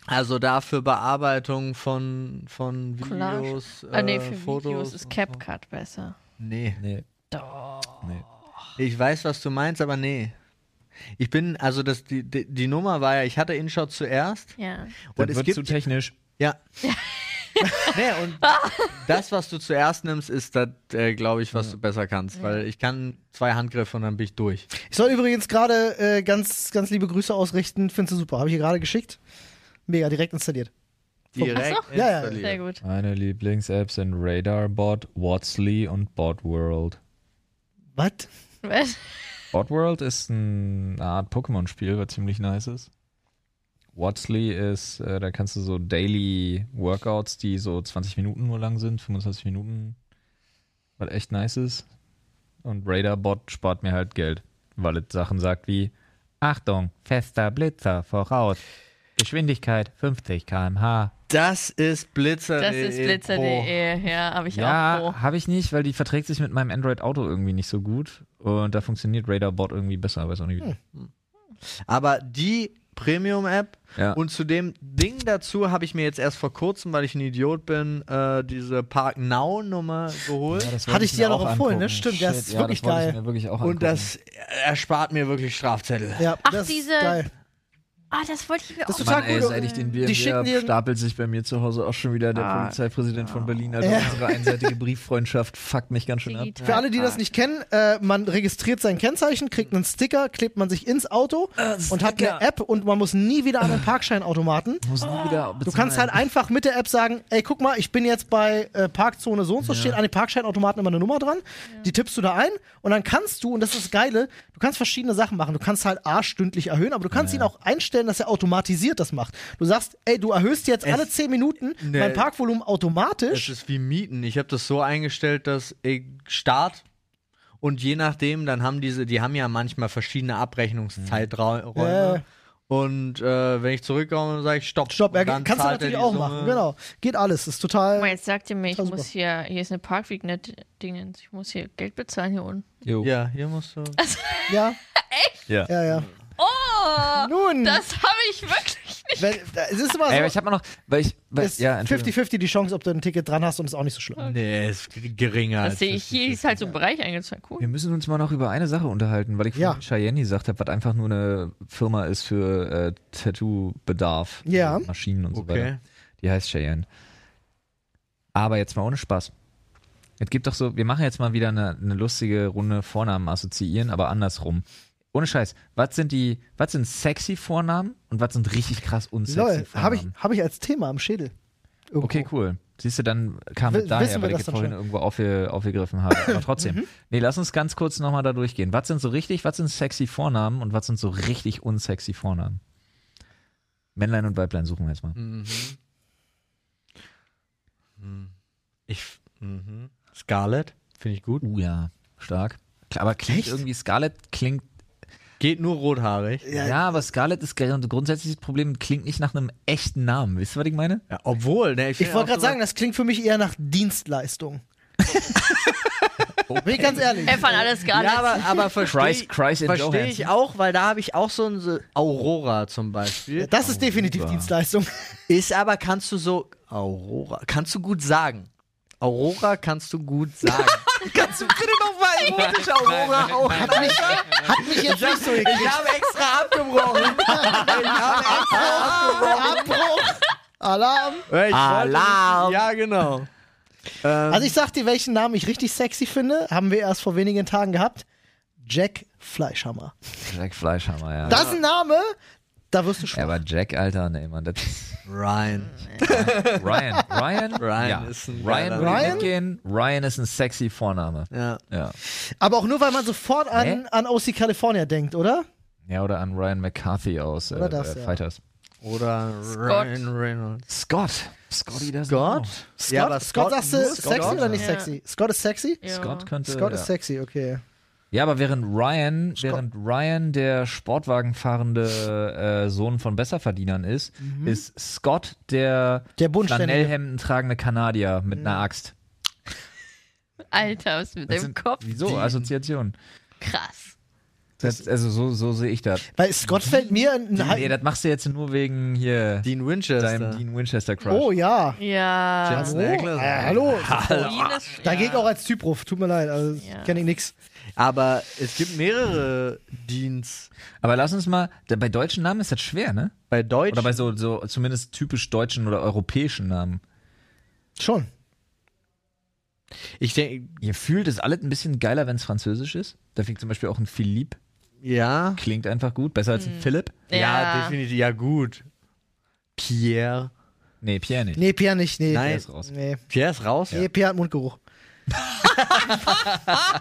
Speaker 3: Also dafür Bearbeitung von, von
Speaker 4: Collage.
Speaker 3: Videos,
Speaker 4: ah, nee,
Speaker 3: äh,
Speaker 4: für
Speaker 3: Fotos.
Speaker 4: Videos ist CapCut besser.
Speaker 3: nee.
Speaker 1: Nee. Nee.
Speaker 3: Ich weiß, was du meinst, aber nee. Ich bin, also das, die, die, die Nummer war ja, ich hatte InShot zuerst.
Speaker 4: Ja.
Speaker 1: Das
Speaker 3: Und es
Speaker 1: wird
Speaker 3: gibt,
Speaker 1: zu technisch.
Speaker 3: ja. Nee, und das, was du zuerst nimmst, ist das, äh, glaube ich, was du besser kannst. Weil ich kann zwei Handgriffe und dann bin ich durch.
Speaker 2: Ich soll übrigens gerade äh, ganz, ganz liebe Grüße ausrichten. Findest du super. Habe ich hier gerade geschickt. Mega, direkt installiert.
Speaker 3: Direkt
Speaker 4: Ach so.
Speaker 2: Ja, ja,
Speaker 3: installieren.
Speaker 4: Sehr gut.
Speaker 1: Meine Lieblings-Apps sind Radarbot, Watsley und Botworld.
Speaker 2: Was?
Speaker 4: Was?
Speaker 1: Botworld ist ein- eine Art Pokémon-Spiel, was ziemlich nice ist. Watsley ist, äh, da kannst du so Daily Workouts, die so 20 Minuten nur lang sind, 25 Minuten, was echt nice ist. Und Radarbot spart mir halt Geld, weil es Sachen sagt wie Achtung, fester Blitzer voraus, Geschwindigkeit 50 km/h.
Speaker 3: Das ist Blitzer. E
Speaker 4: Das ist E blitzer.de. Ja, habe ich auch. Oh.
Speaker 1: Ja,
Speaker 4: Pro.
Speaker 1: habe ich nicht, weil die verträgt sich mit meinem Android Auto irgendwie nicht so gut und da funktioniert Radarbot irgendwie besser, weiß auch
Speaker 4: Hm.
Speaker 1: nicht. wie.
Speaker 3: Aber die Premium-App
Speaker 1: Ja.
Speaker 3: und zu dem Ding dazu habe ich mir jetzt erst vor kurzem, weil ich ein Idiot bin, äh, diese Park Now-Nummer geholt.
Speaker 1: Ja, das
Speaker 2: Hatte
Speaker 1: wollte
Speaker 2: ich dir ja
Speaker 1: mir
Speaker 2: noch
Speaker 1: auch
Speaker 2: empfohlen, ne?
Speaker 1: angucken.
Speaker 2: Stimmt, der
Speaker 1: Shit,
Speaker 2: ist
Speaker 1: ja,
Speaker 2: wirklich
Speaker 1: das wollte
Speaker 2: geil.
Speaker 1: Ich mir wirklich auch
Speaker 3: und das erspart mir wirklich Strafzettel.
Speaker 2: Ja,
Speaker 4: Ach,
Speaker 2: das
Speaker 4: diese-
Speaker 2: ist geil.
Speaker 4: Ah, das wollte ich mir
Speaker 2: Das
Speaker 4: auch.
Speaker 2: ist
Speaker 1: Mann,
Speaker 2: total
Speaker 1: ey,
Speaker 2: cool.
Speaker 1: seit ich den
Speaker 2: Die
Speaker 1: BMW
Speaker 2: schicken
Speaker 1: habe,
Speaker 2: dir-
Speaker 1: stapelt sich bei mir zu Hause auch schon wieder der
Speaker 3: Ah.
Speaker 1: Polizeipräsident von Berlin. Also
Speaker 2: Ja.
Speaker 1: unsere einseitige Brieffreundschaft fuckt mich ganz schön ne? ab.
Speaker 4: Digital.
Speaker 2: Für alle, die das nicht kennen, äh, man registriert sein Kennzeichen, kriegt einen Sticker, klebt man sich ins Auto und hat eine App und man muss nie wieder an den Parkscheinautomaten.
Speaker 1: Muss nie wieder
Speaker 2: Du kannst halt einfach mit der App sagen, ey, guck mal, ich bin jetzt bei äh, Parkzone so und so, steht an den Parkscheinautomaten immer eine Nummer dran, die tippst du da ein und dann kannst du, und das ist das Geile, du kannst verschiedene Sachen machen. Du kannst halt A stündlich erhöhen, aber du kannst ihn auch einstellen, dass er automatisiert das macht. Du sagst, ey, du erhöhst jetzt alle 10 Minuten
Speaker 3: Nee.
Speaker 2: mein Parkvolumen
Speaker 3: Es
Speaker 2: automatisch.
Speaker 3: ist wie Mieten. Ich habe das so eingestellt, dass ich start und je nachdem, dann haben diese, die haben ja manchmal verschiedene Abrechnungszeiträume.
Speaker 2: Ja.
Speaker 3: Und äh, wenn ich zurückkomme, sage ich Stopp.
Speaker 2: Stopp,
Speaker 3: und
Speaker 2: er,
Speaker 3: dann
Speaker 2: kannst du
Speaker 3: zahlt er
Speaker 2: natürlich
Speaker 3: die
Speaker 2: auch
Speaker 3: Summe.
Speaker 2: machen, genau. Geht alles, ist
Speaker 4: Guck mal,
Speaker 2: total.
Speaker 4: jetzt sagt ihr mir, ich
Speaker 2: Das war
Speaker 4: muss hier, hier ist eine Parkvignette-Dingens, ich muss hier Geld bezahlen hier unten.
Speaker 3: Ja, hier musst du.
Speaker 2: Ja,
Speaker 1: Ja.
Speaker 2: ja, ja.
Speaker 4: Oh!
Speaker 2: Nun,
Speaker 4: Das habe ich wirklich nicht.
Speaker 2: wenn, da- es ist immer so.
Speaker 1: Ey, aber ich habe mal noch, weil ich, weil,
Speaker 2: also ist
Speaker 1: ja, Entschuldigung.
Speaker 2: 50-50 die Chance, ob du ein Ticket dran hast und ist auch nicht so schlimm.
Speaker 3: Nee, ist g- geringer.
Speaker 4: Das
Speaker 3: als
Speaker 4: sehe ich hier, ist halt so ein Bereich eingezogen. Cool.
Speaker 1: Wir müssen uns mal noch über eine Sache unterhalten, weil ich
Speaker 2: Ja.
Speaker 1: vorhin Cheyenne gesagt habe, was einfach nur eine Firma ist für äh, Tattoo-Bedarf,
Speaker 2: Ja.
Speaker 1: also Maschinen und so
Speaker 3: Okay.
Speaker 1: weiter. Die heißt Cheyenne. Aber jetzt mal ohne Spaß. Es gibt doch so, wir machen jetzt mal wieder eine, eine lustige Runde Vornamen assoziieren, aber andersrum. Ohne Scheiß, was sind die, was sind sexy Vornamen und was sind richtig krass unsexy
Speaker 2: Lol,
Speaker 1: Vornamen?
Speaker 2: habe ich, hab ich als Thema am Schädel. Irgendwo.
Speaker 1: Okay, cool. Siehst du, dann kam
Speaker 2: W-
Speaker 1: es daher,
Speaker 2: wissen wir
Speaker 1: weil ich
Speaker 2: das
Speaker 1: jetzt
Speaker 2: dann
Speaker 1: vorhin
Speaker 2: schon.
Speaker 1: irgendwo aufge aufgegriffen habe. Aber trotzdem. Nee, lass uns ganz kurz nochmal da durchgehen. Was sind so richtig, was sind sexy Vornamen und was sind so richtig unsexy Vornamen? Männlein und Weiblein suchen wir jetzt mal.
Speaker 3: Mhm. Mhm. Ich. f- Mhm. Scarlett, finde ich gut.
Speaker 1: Uh ja, stark. Klar, Aber klingt
Speaker 2: Echt?
Speaker 1: irgendwie, Scarlett klingt,
Speaker 3: Geht nur rothaarig.
Speaker 1: ja, aber Scarlett ist gr- also grundsätzlich das Problem, klingt nicht nach einem echten Namen. Wisst ihr, was ich meine?
Speaker 3: Ja, obwohl, ne,
Speaker 2: Ich wollte gerade sagen, das klingt für mich eher nach Dienstleistung. Bin ich ganz ehrlich.
Speaker 4: Er fand alles gar nicht.
Speaker 3: Ja, aber, aber verstehe
Speaker 1: Christ-
Speaker 3: ich,
Speaker 1: Christ in
Speaker 3: versteh ich
Speaker 1: Johansson.
Speaker 3: auch, weil da habe ich auch so ein so Aurora zum Beispiel.
Speaker 2: Das ist definitiv Dienstleistung.
Speaker 3: Ist aber, kannst du so, Aurora, kannst du gut sagen. Aurora kannst du gut sagen. kannst du bitte nochmal erotisch Aurora auch.
Speaker 2: Hat mich, hat mich jetzt nicht so
Speaker 3: Ich
Speaker 2: gekriegt.
Speaker 3: habe extra abgebrochen. Ich habe extra
Speaker 2: Abbruch, Alarm.
Speaker 3: abgebrochen.
Speaker 1: Alarm.
Speaker 3: Ja, genau.
Speaker 2: Also ich sag dir, welchen Namen ich richtig sexy finde. Haben wir erst vor wenigen Tagen gehabt. Jack Fleischhammer.
Speaker 1: Jack Fleischhammer, ja.
Speaker 2: Das ist ein Name, da wirst du
Speaker 1: ja,
Speaker 2: schwach.
Speaker 1: aber Jack, Alter, nee, Mann, das
Speaker 3: Ryan.
Speaker 1: Ryan. Ryan?
Speaker 3: Ryan
Speaker 1: ja.
Speaker 3: ist ein
Speaker 1: Ryan,
Speaker 3: geiler
Speaker 1: würde ich
Speaker 2: Ryan?
Speaker 1: mitgehen. Ryan ist ein sexy Vorname.
Speaker 3: Ja.
Speaker 1: Ja.
Speaker 2: Aber auch nur, weil man sofort an,
Speaker 1: Hä?
Speaker 2: an OC California denkt, oder?
Speaker 1: Ja, oder an Ryan McCarthy aus äh,
Speaker 2: Oder das,
Speaker 1: äh,
Speaker 2: ja.
Speaker 1: Fighters.
Speaker 3: Oder Ryan Reynolds.
Speaker 1: Scott. Scotty das
Speaker 3: Scott?
Speaker 2: Scott,
Speaker 3: Ja, aber
Speaker 2: Scott,
Speaker 3: Scott
Speaker 2: sagst du
Speaker 3: muss-
Speaker 2: sexy
Speaker 3: Scott?
Speaker 2: oder nicht
Speaker 4: Ja.
Speaker 2: sexy? Scott ist sexy?
Speaker 4: Ja.
Speaker 1: Scott könnte.
Speaker 2: Scott
Speaker 1: ja.
Speaker 2: ist sexy, okay.
Speaker 1: ja, aber während Ryan, während Ryan der Sportwagenfahrende äh, Sohn von Besserverdienern ist, ist Scott der,
Speaker 2: Mhm. Der Bodenständige.
Speaker 1: Flanellhemden tragende Kanadier mit einer Axt.
Speaker 4: Alter, was mit
Speaker 1: Das
Speaker 4: dem Kopf?
Speaker 1: Wieso? Assoziation.
Speaker 4: Krass.
Speaker 1: Das, also so, so sehe ich das.
Speaker 2: Weil Scott fällt mir in den
Speaker 1: Nee, das machst du jetzt nur wegen hier
Speaker 3: Dean Winchester.
Speaker 1: deinem Dean Winchester Crush.
Speaker 2: Oh ja.
Speaker 4: Ja.
Speaker 3: Jensen
Speaker 2: Hallo?
Speaker 3: Ackles.
Speaker 2: Äh, hallo.
Speaker 4: Paulines,
Speaker 2: Da gehe ich auch als Typruf, tut mir leid, also
Speaker 4: Ja.
Speaker 2: kenne ich nix.
Speaker 3: Aber es gibt mehrere Deans
Speaker 1: Aber lass uns mal, da- bei deutschen Namen ist das schwer, ne?
Speaker 3: bei Deutsch.
Speaker 1: Oder bei so, so zumindest typisch deutschen oder europäischen Namen.
Speaker 2: Schon.
Speaker 3: Ich denke,
Speaker 1: Ihr fühlt es alles ein bisschen geiler, wenn es französisch ist. Da fängt zum Beispiel auch ein Philippe,
Speaker 3: ja.
Speaker 1: klingt einfach gut, besser als ein Philipp.
Speaker 3: Ja, definitiv. Ja, gut. Pierre.
Speaker 1: Nee, Pierre nicht.
Speaker 2: Nee, Pierre nicht. Nee,
Speaker 3: Nein.
Speaker 1: Der ist raus.
Speaker 2: nee.
Speaker 3: Pierre ist raus?
Speaker 2: nee Pierre hat Mundgeruch.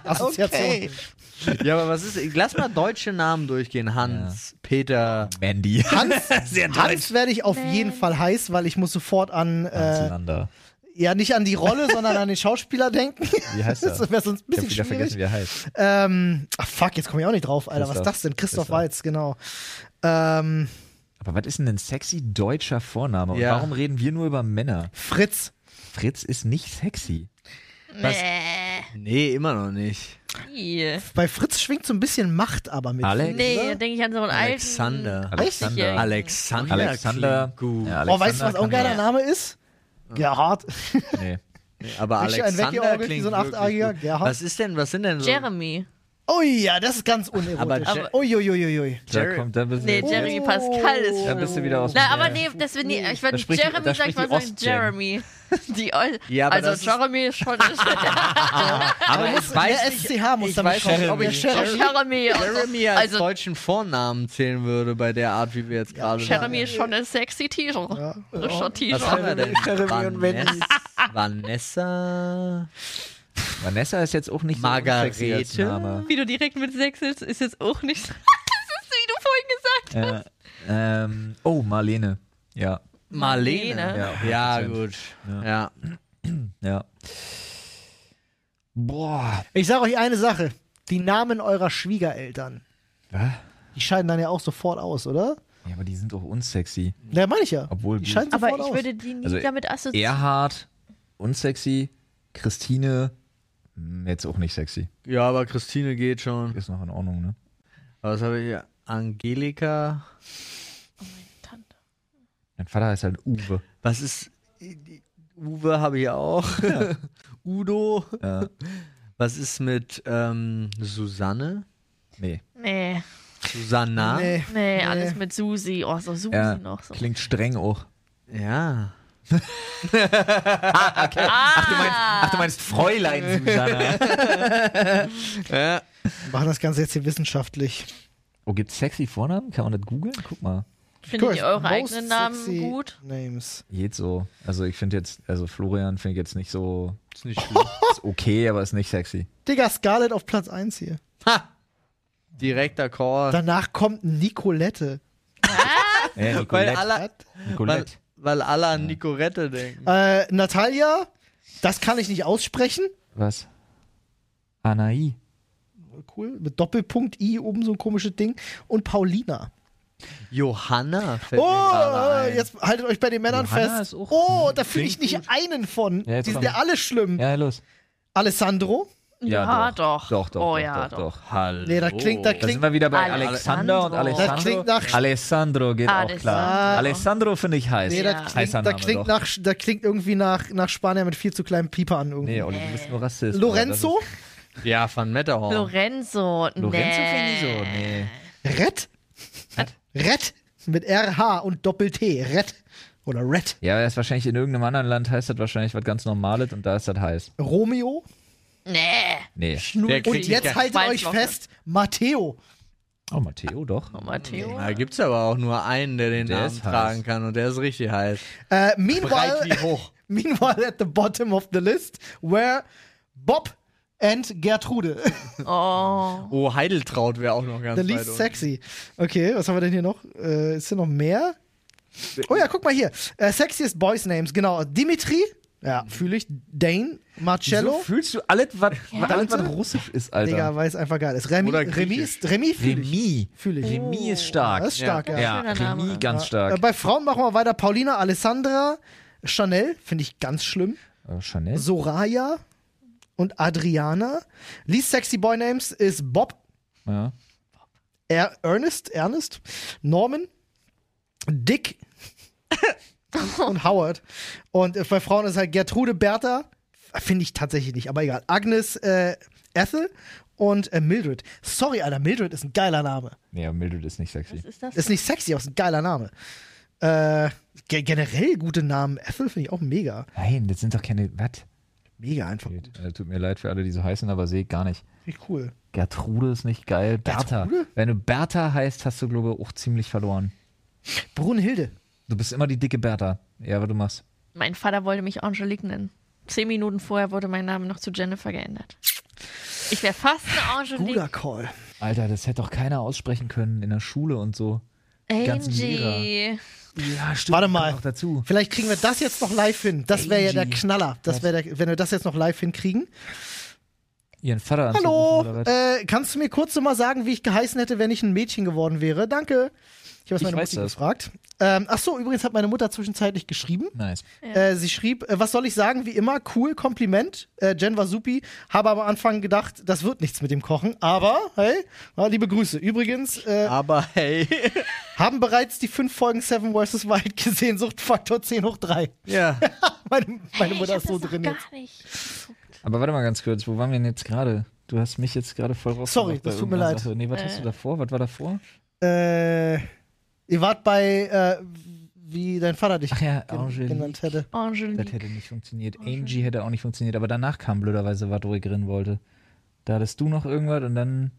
Speaker 2: Assoziation.
Speaker 3: Okay. ja, aber was ist. Lass mal deutsche Namen durchgehen. Hans, Peter.
Speaker 1: Mandy.
Speaker 2: Hans, Hans werde ich auf jeden Fall heiß, weil ich muss sofort an, äh,
Speaker 5: Auseinander.
Speaker 2: ja nicht an die Rolle, sondern an den Schauspieler denken.
Speaker 5: Wie heißt er?
Speaker 2: Das wäre sonst ein
Speaker 5: Ich
Speaker 2: bisschen
Speaker 5: hab wieder vergessen,
Speaker 2: schwierig.
Speaker 5: wie er heißt.
Speaker 2: Ähm, ach fuck, jetzt komme ich auch nicht drauf, Alter. Was ist
Speaker 5: Christoph.
Speaker 2: das denn? Christoph
Speaker 5: Christoph.
Speaker 2: Walz, genau. Ähm,
Speaker 1: Aber was ist denn ein sexy deutscher Vorname? Und
Speaker 3: Ja.
Speaker 1: warum reden wir nur über Männer?
Speaker 2: Fritz.
Speaker 1: Fritz ist nicht sexy.
Speaker 3: Was? Nee, immer noch nicht.
Speaker 4: Nee,
Speaker 2: Bei Fritz schwingt so ein bisschen Macht aber mit.
Speaker 1: Alex?
Speaker 4: nee da denke ich an so einen
Speaker 3: Alexander.
Speaker 4: alten. 80-Jährigen.
Speaker 3: Alexander.
Speaker 1: Alexander.
Speaker 3: klingt Gut.
Speaker 1: Ja,
Speaker 2: oh, weißt du, was
Speaker 1: Alexander
Speaker 2: auch ein
Speaker 1: kann
Speaker 2: geiler Name ist? Gerhard.
Speaker 1: man- Nee.
Speaker 3: Aber
Speaker 2: Richtig einen
Speaker 3: Alexander
Speaker 2: weggeorgelt wie
Speaker 3: klingt
Speaker 2: so ein
Speaker 3: wirklich
Speaker 2: Achtargiger.
Speaker 3: gut.
Speaker 2: Gerhard.
Speaker 3: Was ist denn, was sind denn so?
Speaker 4: Jeremy.
Speaker 2: Oh ja, das ist ganz unerotisch.
Speaker 3: Aber Jer-
Speaker 2: Uiuiuiui.
Speaker 1: Da
Speaker 3: Jerry-
Speaker 1: kommt, da bist du,
Speaker 4: Nee, Jeremy Pascal ist
Speaker 1: da bist du wieder
Speaker 2: Oh.
Speaker 1: aus.
Speaker 4: Na, aber nee, das wird nie, ich würde
Speaker 1: Da spricht-
Speaker 4: Jeremy,
Speaker 1: da
Speaker 4: sag ich
Speaker 1: spricht
Speaker 4: mal,
Speaker 1: die
Speaker 4: sagen
Speaker 1: Ost-Jam.
Speaker 4: Jeremy. Die Eu-
Speaker 3: Ja, aber das
Speaker 4: also
Speaker 3: ist-
Speaker 4: Jeremy ist schon
Speaker 3: aber ich
Speaker 2: Der
Speaker 3: weiß nicht,
Speaker 2: SCH muss
Speaker 3: ich
Speaker 2: damit
Speaker 3: weiß
Speaker 2: kommen.
Speaker 3: nicht, ob
Speaker 2: Der
Speaker 3: ich-
Speaker 2: Sheriff.
Speaker 4: Jeremy.
Speaker 3: Jeremy als
Speaker 4: also
Speaker 3: deutschen Vornamen zählen würde bei der Art, wie wir jetzt gerade
Speaker 4: Jeremy ist schon ein sexy T-Shirt. Frischer
Speaker 3: Was haben
Speaker 4: T-Shirt.
Speaker 3: wir denn?
Speaker 1: Jeremy und Wendy.
Speaker 3: Vanessa, Vanessa.
Speaker 1: Vanessa ist jetzt auch nicht
Speaker 3: Margarete?
Speaker 1: so unsexy als Name.
Speaker 4: Wie du direkt mit Sex ist, ist jetzt auch nicht so. Das ist, wie du vorhin gesagt hast.
Speaker 1: Äh, ähm, oh, Marlene. Ja,
Speaker 3: Marlene.
Speaker 1: ja,
Speaker 3: Ja,
Speaker 1: 100%.
Speaker 3: gut. Ja.
Speaker 1: ja. Boah.
Speaker 2: Ich sage euch eine Sache. Die Namen eurer Schwiegereltern, die scheiden dann ja auch sofort aus, oder?
Speaker 1: Ja, aber die sind doch unsexy.
Speaker 2: Ja, meine ich ja.
Speaker 1: Obwohl
Speaker 2: die
Speaker 1: gut.
Speaker 2: scheiden
Speaker 4: Aber
Speaker 2: sofort
Speaker 4: ich
Speaker 2: aus.
Speaker 4: würde die nie
Speaker 1: Also,
Speaker 4: damit assoziieren.
Speaker 1: Erhard, unsexy. Christine, hm, jetzt auch nicht sexy.
Speaker 3: ja, aber Christine geht schon.
Speaker 1: Ist noch in Ordnung, ne?
Speaker 3: Was habe ich hier? Angelika.
Speaker 4: Tante.
Speaker 1: Mein Vater heißt halt Uwe.
Speaker 3: Was ist. Uwe habe ich auch. Udo.
Speaker 1: Äh,
Speaker 3: Was ist mit ähm, Susanne?
Speaker 1: nee.
Speaker 4: Nee,
Speaker 3: Susanna?
Speaker 2: Nee.
Speaker 4: nee, alles mit Susi. Oh, so Susi
Speaker 1: Ja,
Speaker 4: noch. So.
Speaker 1: Äh, Klingt streng auch.
Speaker 3: Ja.
Speaker 4: Ah!
Speaker 1: Ach, du meinst Fräulein Susanne.
Speaker 2: Wir machen das Ganze jetzt hier wissenschaftlich.
Speaker 1: oh, gibt's sexy Vornamen? Kann man das googeln? Guck mal.
Speaker 4: Findet ihr eure
Speaker 2: Most
Speaker 4: eigenen Namen
Speaker 2: sexy
Speaker 4: gut?
Speaker 2: Names.
Speaker 1: Geht so. Also ich finde jetzt, also Florian finde ich jetzt nicht so
Speaker 3: Ist nicht schlimm.
Speaker 1: ist okay, aber ist nicht sexy.
Speaker 2: Digga, Scarlett auf Platz 1 hier.
Speaker 3: ha! Direkter Call.
Speaker 2: Danach kommt Nicolette.
Speaker 1: Äh,
Speaker 3: weil
Speaker 1: Nicolette.
Speaker 4: Ah,
Speaker 3: alle, weil,
Speaker 1: Nicolette.
Speaker 3: weil alle an Nicorette denken.
Speaker 2: Äh, Natalia, das kann ich nicht aussprechen.
Speaker 1: Was? Anai.
Speaker 2: Cool. Mit Doppelpunkt I oben so ein komisches Ding. Und Paulina.
Speaker 3: Johanna fällt mir
Speaker 2: Oh,
Speaker 3: gerade ein.
Speaker 2: jetzt haltet euch bei den Männern
Speaker 1: Johanna
Speaker 2: fest.
Speaker 1: ist auch-
Speaker 2: Oh, da fühle ich nicht einen von.
Speaker 1: Ja, jetzt
Speaker 2: Die sind
Speaker 1: komm.
Speaker 2: ja alle schlimm.
Speaker 1: Ja, los.
Speaker 2: Alessandro?
Speaker 4: Ja, doch.
Speaker 1: Doch, doch.
Speaker 4: Oh,
Speaker 1: doch,
Speaker 4: ja,
Speaker 1: doch.
Speaker 4: doch.
Speaker 1: doch.
Speaker 3: Hallo.
Speaker 2: Nee, das klingt-
Speaker 1: Oh,
Speaker 2: das
Speaker 1: Da
Speaker 2: klingt-
Speaker 1: sind wir wieder bei
Speaker 4: Alexandro.
Speaker 1: Alexander und Alessandro.
Speaker 2: Das klingt nach-
Speaker 1: Alessandro geht auch klar.
Speaker 4: Alessandro.
Speaker 1: Alessandro finde ich heiß.
Speaker 2: Nee, das klingt,
Speaker 1: Heißer
Speaker 2: da
Speaker 1: Name
Speaker 2: klingt,
Speaker 1: doch.
Speaker 2: nach, da klingt irgendwie nach, nach Spanier mit viel zu kleinem Pieper an irgendwie.
Speaker 1: Nee, Olli, du bist nur Rassist.
Speaker 2: Lorenzo?
Speaker 3: Ja, Van Metterhorn.
Speaker 4: Lorenzo. Nee.
Speaker 1: Aber das ist- Lorenzo finde ich so. Nee.
Speaker 2: Red? Red? Mit RH und Doppel-T. Red. Oder Red.
Speaker 1: Ja, aber das ist wahrscheinlich in irgendeinem anderen Land heißt das wahrscheinlich was ganz Normales und da ist das heiß.
Speaker 2: Romeo?
Speaker 4: Nee.
Speaker 1: Nee.
Speaker 3: Der
Speaker 2: Und
Speaker 3: klingt
Speaker 2: jetzt
Speaker 3: nicht-
Speaker 2: haltet euch
Speaker 4: Schweinsloch.
Speaker 2: fest, Matteo.
Speaker 1: Oh, Matteo, doch.
Speaker 4: Oh, Matteo.
Speaker 3: Da gibt es aber auch nur einen, der den
Speaker 1: Der
Speaker 3: Namen
Speaker 1: ist heiß.
Speaker 3: tragen kann und der ist richtig heiß.
Speaker 2: Äh,
Speaker 3: Breit
Speaker 2: meanwhile,
Speaker 3: wie hoch.
Speaker 2: meanwhile at the bottom of the list were Bob and Gertrude.
Speaker 4: Oh.
Speaker 3: Oh, Heideltraut wäre auch noch ganz
Speaker 2: the
Speaker 3: weit
Speaker 2: least sexy. Okay, was haben wir denn hier noch? Äh, ist hier noch mehr? Oh ja, guck mal hier. Äh, sexiest Boys Names, genau. Dimitri, ja, fühle ich. Dane,
Speaker 1: Wieso
Speaker 2: Marcello.
Speaker 1: fühlst du alles, was, alles, was
Speaker 2: Danke.
Speaker 1: russisch ist, Alter?
Speaker 2: Digga, weil es einfach geil ist. Remy,
Speaker 3: Oder
Speaker 2: Remy,
Speaker 3: griechisch.
Speaker 2: ist- Remy fühle ich.
Speaker 1: Remy.
Speaker 2: Fühle ich.
Speaker 1: Remy ist stark.
Speaker 2: Das ist stark, ja.
Speaker 1: ja,
Speaker 4: Schöner Name.
Speaker 1: Remy ganz
Speaker 2: Äh,
Speaker 1: stark.
Speaker 2: bei Frauen machen wir weiter. Paulina, Alessandra, Chanel, finde ich ganz schlimm.
Speaker 1: Äh, Chanel?
Speaker 2: Soraya und Adriana. Least Sexy Boy Names ist Bob,
Speaker 1: Ja.
Speaker 2: er Ernest, Ernest, Norman, Dick und Howard. Und äh, bei Frauen ist halt Gertrude, Bertha, finde ich tatsächlich nicht, aber egal. Agnes, äh, Ethel und äh, Mildred. Sorry, Alter, Mildred ist ein geiler Name.
Speaker 1: Nee, aber Mildred ist nicht sexy.
Speaker 4: Was ist das?
Speaker 2: Ist nicht sexy, aber ist ein geiler Name. Äh, ge- generell gute Namen. Äffel finde ich auch mega.
Speaker 1: Nein, das sind doch keine. Was?
Speaker 2: Mega einfach.
Speaker 5: Äh, tut mir leid für alle, die so heißen, aber sehe ich gar nicht.
Speaker 2: Richtig cool.
Speaker 1: Gertrude ist nicht geil. Bertha.
Speaker 2: Gertrude?
Speaker 1: Wenn du Bertha heißt, hast du, glaube ich, auch ziemlich verloren.
Speaker 2: Brunhilde.
Speaker 1: Du bist immer die dicke Bertha. Ja, was du machst.
Speaker 4: Mein Vater wollte mich Angelique nennen. Zehn Minuten vorher wurde mein Name noch zu Jennifer geändert. Ich wäre fast eine
Speaker 2: Guter
Speaker 4: Angelique.
Speaker 2: Call.
Speaker 1: Alter, das hätte doch keiner aussprechen können in der Schule und so. ganzen
Speaker 4: Angie.
Speaker 1: Lehrer. Ja, stimmt.
Speaker 2: Warte mal.
Speaker 1: kommt Noch dazu.
Speaker 2: Vielleicht kriegen wir das jetzt noch live hin. Das wäre ja der
Speaker 1: Angie.
Speaker 2: Knaller. Das wäre der, wenn wir das jetzt noch live hinkriegen.
Speaker 1: Ihren Vater
Speaker 2: Hallo,
Speaker 1: anzurufen, oder was?
Speaker 2: äh, kannst du mir kurz noch mal sagen, wie ich geheißen hätte, wenn ich ein Mädchen geworden wäre? Danke. Ich habe
Speaker 1: Ich
Speaker 2: meine
Speaker 1: weiß
Speaker 2: Mutter
Speaker 1: das.
Speaker 2: gefragt. Ähm, ach so, übrigens hat meine Mutter zwischenzeitlich geschrieben.
Speaker 1: Nice.
Speaker 2: Äh, sie schrieb, äh, was soll ich sagen, wie immer, cool, Kompliment. Äh, Jen war supi, habe am Anfang gedacht, das wird nichts mit dem Kochen, aber, hey, ja, liebe Grüße. Übrigens, äh,
Speaker 3: Aber hey.
Speaker 2: haben bereits die fünf Folgen Seven vs. Wild gesehen, Suchtfaktor 10 hoch 3.
Speaker 3: ja.
Speaker 2: Meine, meine Mutter ist so
Speaker 4: das
Speaker 2: drin
Speaker 4: noch
Speaker 2: jetzt.
Speaker 4: gar nicht.
Speaker 1: Aber warte mal ganz kurz, wo waren wir denn jetzt gerade? Du hast mich jetzt gerade voll raus.
Speaker 2: Sorry, das tut mir leid.
Speaker 1: Sache. Nee, was hast
Speaker 4: Äh.
Speaker 1: du davor? Was war davor?
Speaker 2: Äh, ihr wart bei, äh, wie dein Vater dich
Speaker 1: Ach ja,
Speaker 2: gen-
Speaker 1: Angelique.
Speaker 2: genannt hätte.
Speaker 1: Das
Speaker 4: Angelique.
Speaker 1: hätte nicht funktioniert. Angie hätte auch nicht funktioniert, aber danach kam blöderweise was, wo ich drin wollte. Da hattest du noch irgendwas und dann.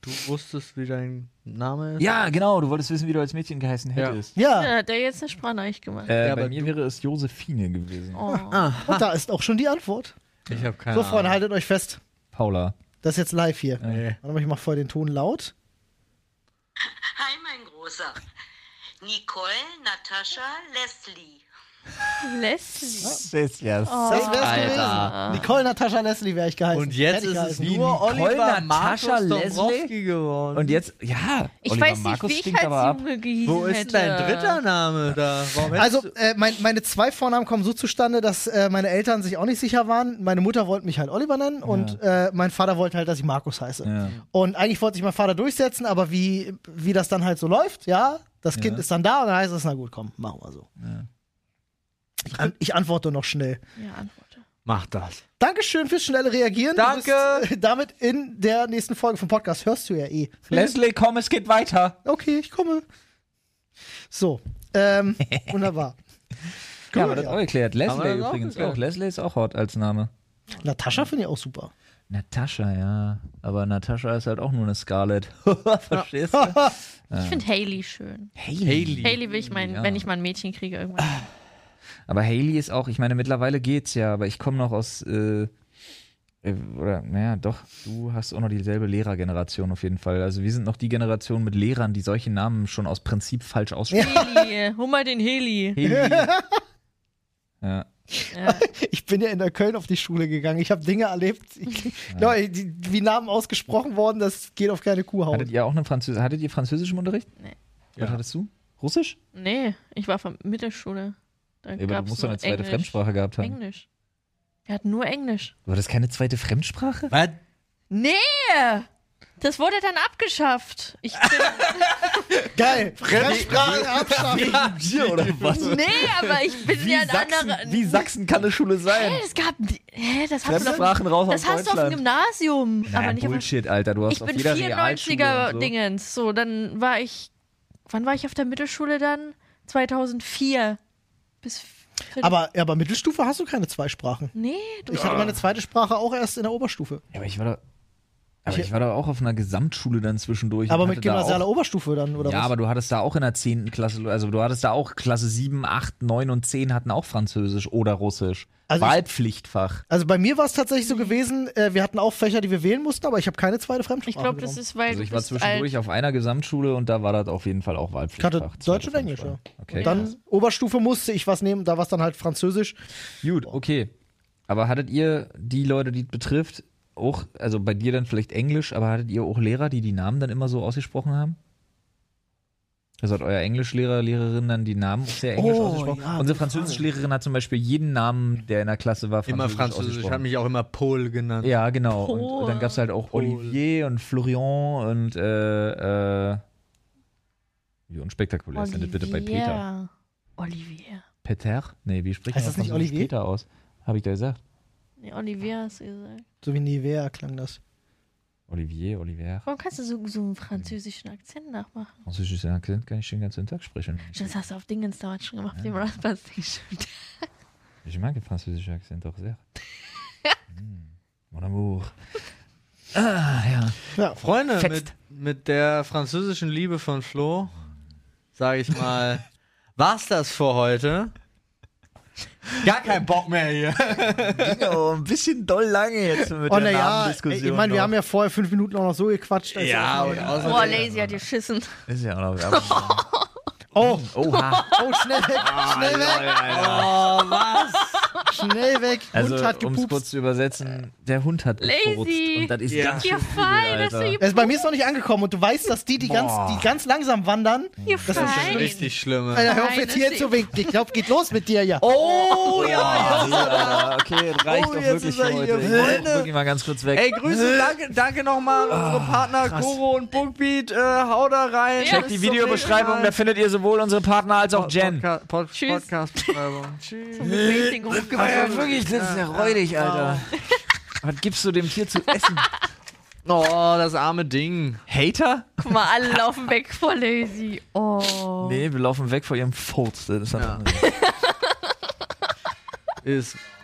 Speaker 3: Du wusstest, wie dein Name ist?
Speaker 1: Ja, genau, du wolltest wissen, wie du als Mädchen geheißen
Speaker 3: Ja.
Speaker 1: hättest.
Speaker 2: Ja,
Speaker 4: Ja, der hat jetzt eine Sprachnachricht gemacht.
Speaker 1: Äh,
Speaker 3: Ja,
Speaker 1: bei
Speaker 3: aber
Speaker 1: mir wäre es Josephine gewesen.
Speaker 4: Oh.
Speaker 2: und da ist auch schon die Antwort.
Speaker 3: Ich habe keine
Speaker 2: So, Freunde, haltet euch fest.
Speaker 1: Paula.
Speaker 2: Das ist jetzt live hier.
Speaker 3: Nee.
Speaker 2: Warte mal, ich mach voll den Ton laut.
Speaker 6: Hi, mein Großer. Nicole, Natascha, Leslie.
Speaker 4: Leslie.
Speaker 1: Das wär's. Oh.
Speaker 2: Das wär's
Speaker 3: Alter.
Speaker 2: gewesen. Nicole, Natascha, Leslie wäre ich geheißen.
Speaker 3: Und jetzt
Speaker 2: Hätte ich
Speaker 3: ist es
Speaker 2: geheißen.
Speaker 1: Wie
Speaker 3: nur
Speaker 1: Nicole,
Speaker 3: Oliver
Speaker 1: Natascha,
Speaker 3: Markus
Speaker 1: Leslie?
Speaker 3: Dombrowski geworden.
Speaker 1: Und jetzt, ja.
Speaker 4: Ich
Speaker 1: Oliver
Speaker 4: weiß nicht,
Speaker 1: Markus
Speaker 4: wie ich
Speaker 1: stinkt
Speaker 4: als
Speaker 1: aber ab.
Speaker 4: Junge gehießen
Speaker 3: Wo ist denn
Speaker 4: hätte.
Speaker 3: dein dritter Name da? Warum hättest
Speaker 2: Also,
Speaker 3: du-
Speaker 2: äh, mein, meine zwei Vornamen kommen so zustande, dass äh, meine Eltern sich auch nicht sicher waren. Meine Mutter wollte mich halt Oliver nennen und äh, mein Vater wollte halt, dass ich Markus heiße.
Speaker 1: Ja.
Speaker 2: Und eigentlich wollte sich mein Vater durchsetzen, aber wie, wie das dann halt so läuft, ja, das Kind
Speaker 1: Ja.
Speaker 2: ist dann da und dann heißt es, na gut, komm, machen wir so. Ich, an, ich antworte noch schnell.
Speaker 4: Ja, antworte.
Speaker 3: mach das.
Speaker 2: Dankeschön fürs schnelle Reagieren. Du
Speaker 3: Danke.
Speaker 2: bist, äh, damit in der nächsten Folge vom Podcast hörst du ja eh.
Speaker 1: Leslie, komm, es geht weiter.
Speaker 2: Okay, ich komme. So, ähm, wunderbar.
Speaker 1: Ja,
Speaker 2: Cool,
Speaker 1: aber das
Speaker 2: ja.
Speaker 1: auch geklärt.
Speaker 3: Haben wir
Speaker 1: Leslie
Speaker 3: das auch
Speaker 1: übrigens
Speaker 3: geklärt.
Speaker 1: auch. Leslie ist auch hot als Name.
Speaker 2: Natascha finde ich auch super.
Speaker 1: Natascha, ja. Aber Natascha ist halt auch nur eine Scarlett. Verstehst du?
Speaker 4: Ich finde Haley schön.
Speaker 1: Haley.
Speaker 4: Haley will ich mein,
Speaker 1: Ah. ja.
Speaker 4: wenn ich mal ein Mädchen kriege, irgendwann.
Speaker 1: Aber Haley ist auch, ich meine, mittlerweile geht's ja, aber ich komme noch aus, äh, äh, oder, naja, doch, du hast auch noch dieselbe Lehrergeneration auf jeden Fall. Also wir sind noch die Generation mit Lehrern, die solche Namen schon aus Prinzip falsch aussprechen.
Speaker 4: Haley, äh, hol mal den Haley.
Speaker 1: Haley. ja.
Speaker 2: Ich bin ja in der Köln auf die Schule gegangen. Ich habe Dinge erlebt, ich, Leute, die, wie Namen ausgesprochen worden, das geht auf keine Kuhhaut.
Speaker 1: Hattet ihr auch einen Französ hattet ihr französischen Unterricht?
Speaker 4: Nee.
Speaker 1: Was
Speaker 3: Ja.
Speaker 1: hattest du? Russisch?
Speaker 4: Nee, ich war von Mittelschule. Da
Speaker 1: Ja, aber du
Speaker 4: gab's
Speaker 1: musst doch
Speaker 4: nur
Speaker 1: eine zweite
Speaker 4: Englisch.
Speaker 1: Fremdsprache gehabt haben.
Speaker 4: Englisch. Wir hatten nur Englisch.
Speaker 1: War das keine zweite Fremdsprache?
Speaker 3: Was?
Speaker 4: Nee! Das wurde dann abgeschafft. Ich
Speaker 2: Geil. Fremdsprachen abschaffen.
Speaker 1: Bier oder was?
Speaker 4: nee, aber ich bin
Speaker 1: Also, Wie
Speaker 4: ja ein
Speaker 1: Sachsen,
Speaker 4: anderer. Hm.
Speaker 1: wie Sachsen kann eine Schule sein?
Speaker 4: Hä, es gab. Hä, das hast du doch.
Speaker 1: Fremdsprachen raus aus
Speaker 4: Das hast du auf dem
Speaker 1: Deutschland.
Speaker 4: Gymnasium. aber
Speaker 1: Naja,
Speaker 4: nicht auf,
Speaker 1: Bullshit, Alter. Du hast
Speaker 4: ich
Speaker 1: auf
Speaker 4: bin
Speaker 1: jeder Realschule und so.
Speaker 4: 94er-Dingens. So. dann war ich. Wann war ich auf der Mittelschule dann? 2004. Bis.
Speaker 2: Aber, aber Mittelstufe hast du keine zwei Sprachen.
Speaker 4: Nee, du.
Speaker 2: Ich hatte meine zweite Sprache auch erst in der Oberstufe.
Speaker 1: Ja, aber ich war da. Aber ich war da auch auf einer Gesamtschule dann zwischendurch. und
Speaker 2: Aber mit
Speaker 1: hatte da
Speaker 2: gymnasialer
Speaker 1: auch,
Speaker 2: Oberstufe dann, oder
Speaker 1: Ja,
Speaker 2: was?
Speaker 1: aber du hattest da auch in der 10. Klasse, also du hattest da auch Klasse 7, 8, 9 und 10 hatten auch Französisch oder Russisch.
Speaker 2: Also ich-
Speaker 1: Wahlpflichtfach.
Speaker 2: Also bei mir war es tatsächlich so gewesen, äh, wir hatten auch Fächer, die wir wählen mussten, aber ich habe keine zweite Fremdsprache.
Speaker 4: Ich glaube, das
Speaker 2: genommen.
Speaker 4: ist, weil.
Speaker 1: Also
Speaker 4: du
Speaker 1: ich war
Speaker 4: bist
Speaker 1: zwischendurch auf einer Gesamtschule und da war das auf jeden Fall auch
Speaker 2: Ich hatte
Speaker 1: Wahlpflichtfach.
Speaker 2: Deutsch
Speaker 1: Zweite
Speaker 2: und Englisch, ja.
Speaker 1: Fremdsprache. Okay,
Speaker 2: dann
Speaker 1: krass.
Speaker 2: Oberstufe musste ich was nehmen, da war es dann halt Französisch.
Speaker 1: Gut, okay. Aber hattet ihr die Leute, die es betrifft, auch, also bei dir dann vielleicht Englisch, aber hattet ihr auch Lehrer, die die Namen dann immer so ausgesprochen haben? Also hat euer Englischlehrer, Lehrerin dann die Namen auch sehr englisch
Speaker 2: Oh,
Speaker 1: ausgesprochen?
Speaker 2: ja,
Speaker 1: Unsere Französischlehrerin hat zum Beispiel jeden Namen, der in der Klasse war,
Speaker 3: Immer Französisch. Ich
Speaker 1: ausgesprochen.
Speaker 3: habe mich auch immer Pol genannt.
Speaker 1: ja, genau.
Speaker 4: Paul.
Speaker 1: Und dann gab es halt auch
Speaker 3: Paul.
Speaker 1: Olivier und Florian und äh, äh, wie unspektakulär ist denn das bitte bei Peter?
Speaker 4: Olivier. Olivier.
Speaker 1: Peter? Nee, wie spricht
Speaker 2: Heißt
Speaker 1: man
Speaker 2: das nicht
Speaker 1: Französisch
Speaker 2: Olivier?
Speaker 1: Peter aus? Habe ich da gesagt.
Speaker 4: Nee, Olivier hast du gesagt.
Speaker 2: So wie Nivea klang das.
Speaker 1: Olivier, Olivier.
Speaker 4: Warum kannst du so, so einen französischen Akzent nachmachen?
Speaker 1: Französischen Akzent kann ich den ganzen Tag sprechen.
Speaker 4: Das hast du auf Dingens damals schon gemacht, mit dem Rasper Station.
Speaker 1: Ich mag den französischen Akzent auch sehr. Mm, Mon amour.
Speaker 3: Freunde,
Speaker 7: Fetzt.
Speaker 3: mit, mit der französischen Liebe von Flo, sage ich mal, war's das für heute. Gar kein Bock mehr hier.
Speaker 7: Oh, ein bisschen doll lange jetzt mit
Speaker 2: Und naja, Oh, ich meine, wir haben ja vorher fünf Minuten auch noch so gequatscht. also-
Speaker 3: Ja, und
Speaker 4: Boah,
Speaker 3: außerdem.
Speaker 4: Oh, Lazy hat geschissen.
Speaker 7: Ist ja auch noch Werbung.
Speaker 2: Oh,
Speaker 7: Oha.
Speaker 2: oh, schnell weg,
Speaker 1: Ah,
Speaker 2: schnell weg,
Speaker 3: Oh, was?
Speaker 2: schnell weg.
Speaker 1: Also,
Speaker 2: Hund hat
Speaker 1: um es kurz
Speaker 2: gepupst.
Speaker 1: zu übersetzen, der Hund hat
Speaker 4: Lazy.
Speaker 1: gefurzt. Und das ist
Speaker 3: Ja.
Speaker 1: ganz schön
Speaker 4: Ihr
Speaker 1: übel,
Speaker 4: fein, dass
Speaker 1: Alter.
Speaker 4: du
Speaker 2: Also bei mir ist noch nicht angekommen und du weißt, dass die, die, ganz, die ganz langsam wandern,
Speaker 4: ihr
Speaker 2: ist
Speaker 3: Das ist
Speaker 4: fein.
Speaker 3: richtig schlimm.
Speaker 2: Alter, hör auf
Speaker 4: Nein,
Speaker 2: jetzt
Speaker 4: das
Speaker 2: hier
Speaker 4: ist-
Speaker 2: zu winken. Ich glaube, geht los mit dir ja.
Speaker 3: Oh, ja,
Speaker 1: Ja, Alter, okay, reicht
Speaker 3: Oh,
Speaker 1: doch
Speaker 3: jetzt
Speaker 1: wirklich
Speaker 3: ist er
Speaker 1: für heute.
Speaker 3: hier.
Speaker 1: Ich wollte
Speaker 3: Freunde.
Speaker 1: wirklich mal ganz kurz weg.
Speaker 3: Ey, Grüße, danke, danke nochmal an unsere Partner Koro und Bookbeat. Äh, hau da rein.
Speaker 4: Ja, Checkt
Speaker 1: Die Videobeschreibung, da findet ihr sowohl unsere Partner als
Speaker 3: Oh,
Speaker 1: auch Jen.
Speaker 3: Podcast, Pod,
Speaker 4: Tschüss.
Speaker 3: Podcast-Beschreibung. Tschüss.
Speaker 4: Mit Racing
Speaker 3: oh,
Speaker 4: rumgebracht.
Speaker 1: Ja, wirklich, das ist ja räudig, Alter. Was gibst du dem Tier zu essen?
Speaker 3: Oh, das arme Ding.
Speaker 1: Hater?
Speaker 4: Guck mal, alle laufen weg vor Lazy. Oh.
Speaker 1: Nee, wir laufen weg vor ihrem Furz. Das ist
Speaker 3: Ist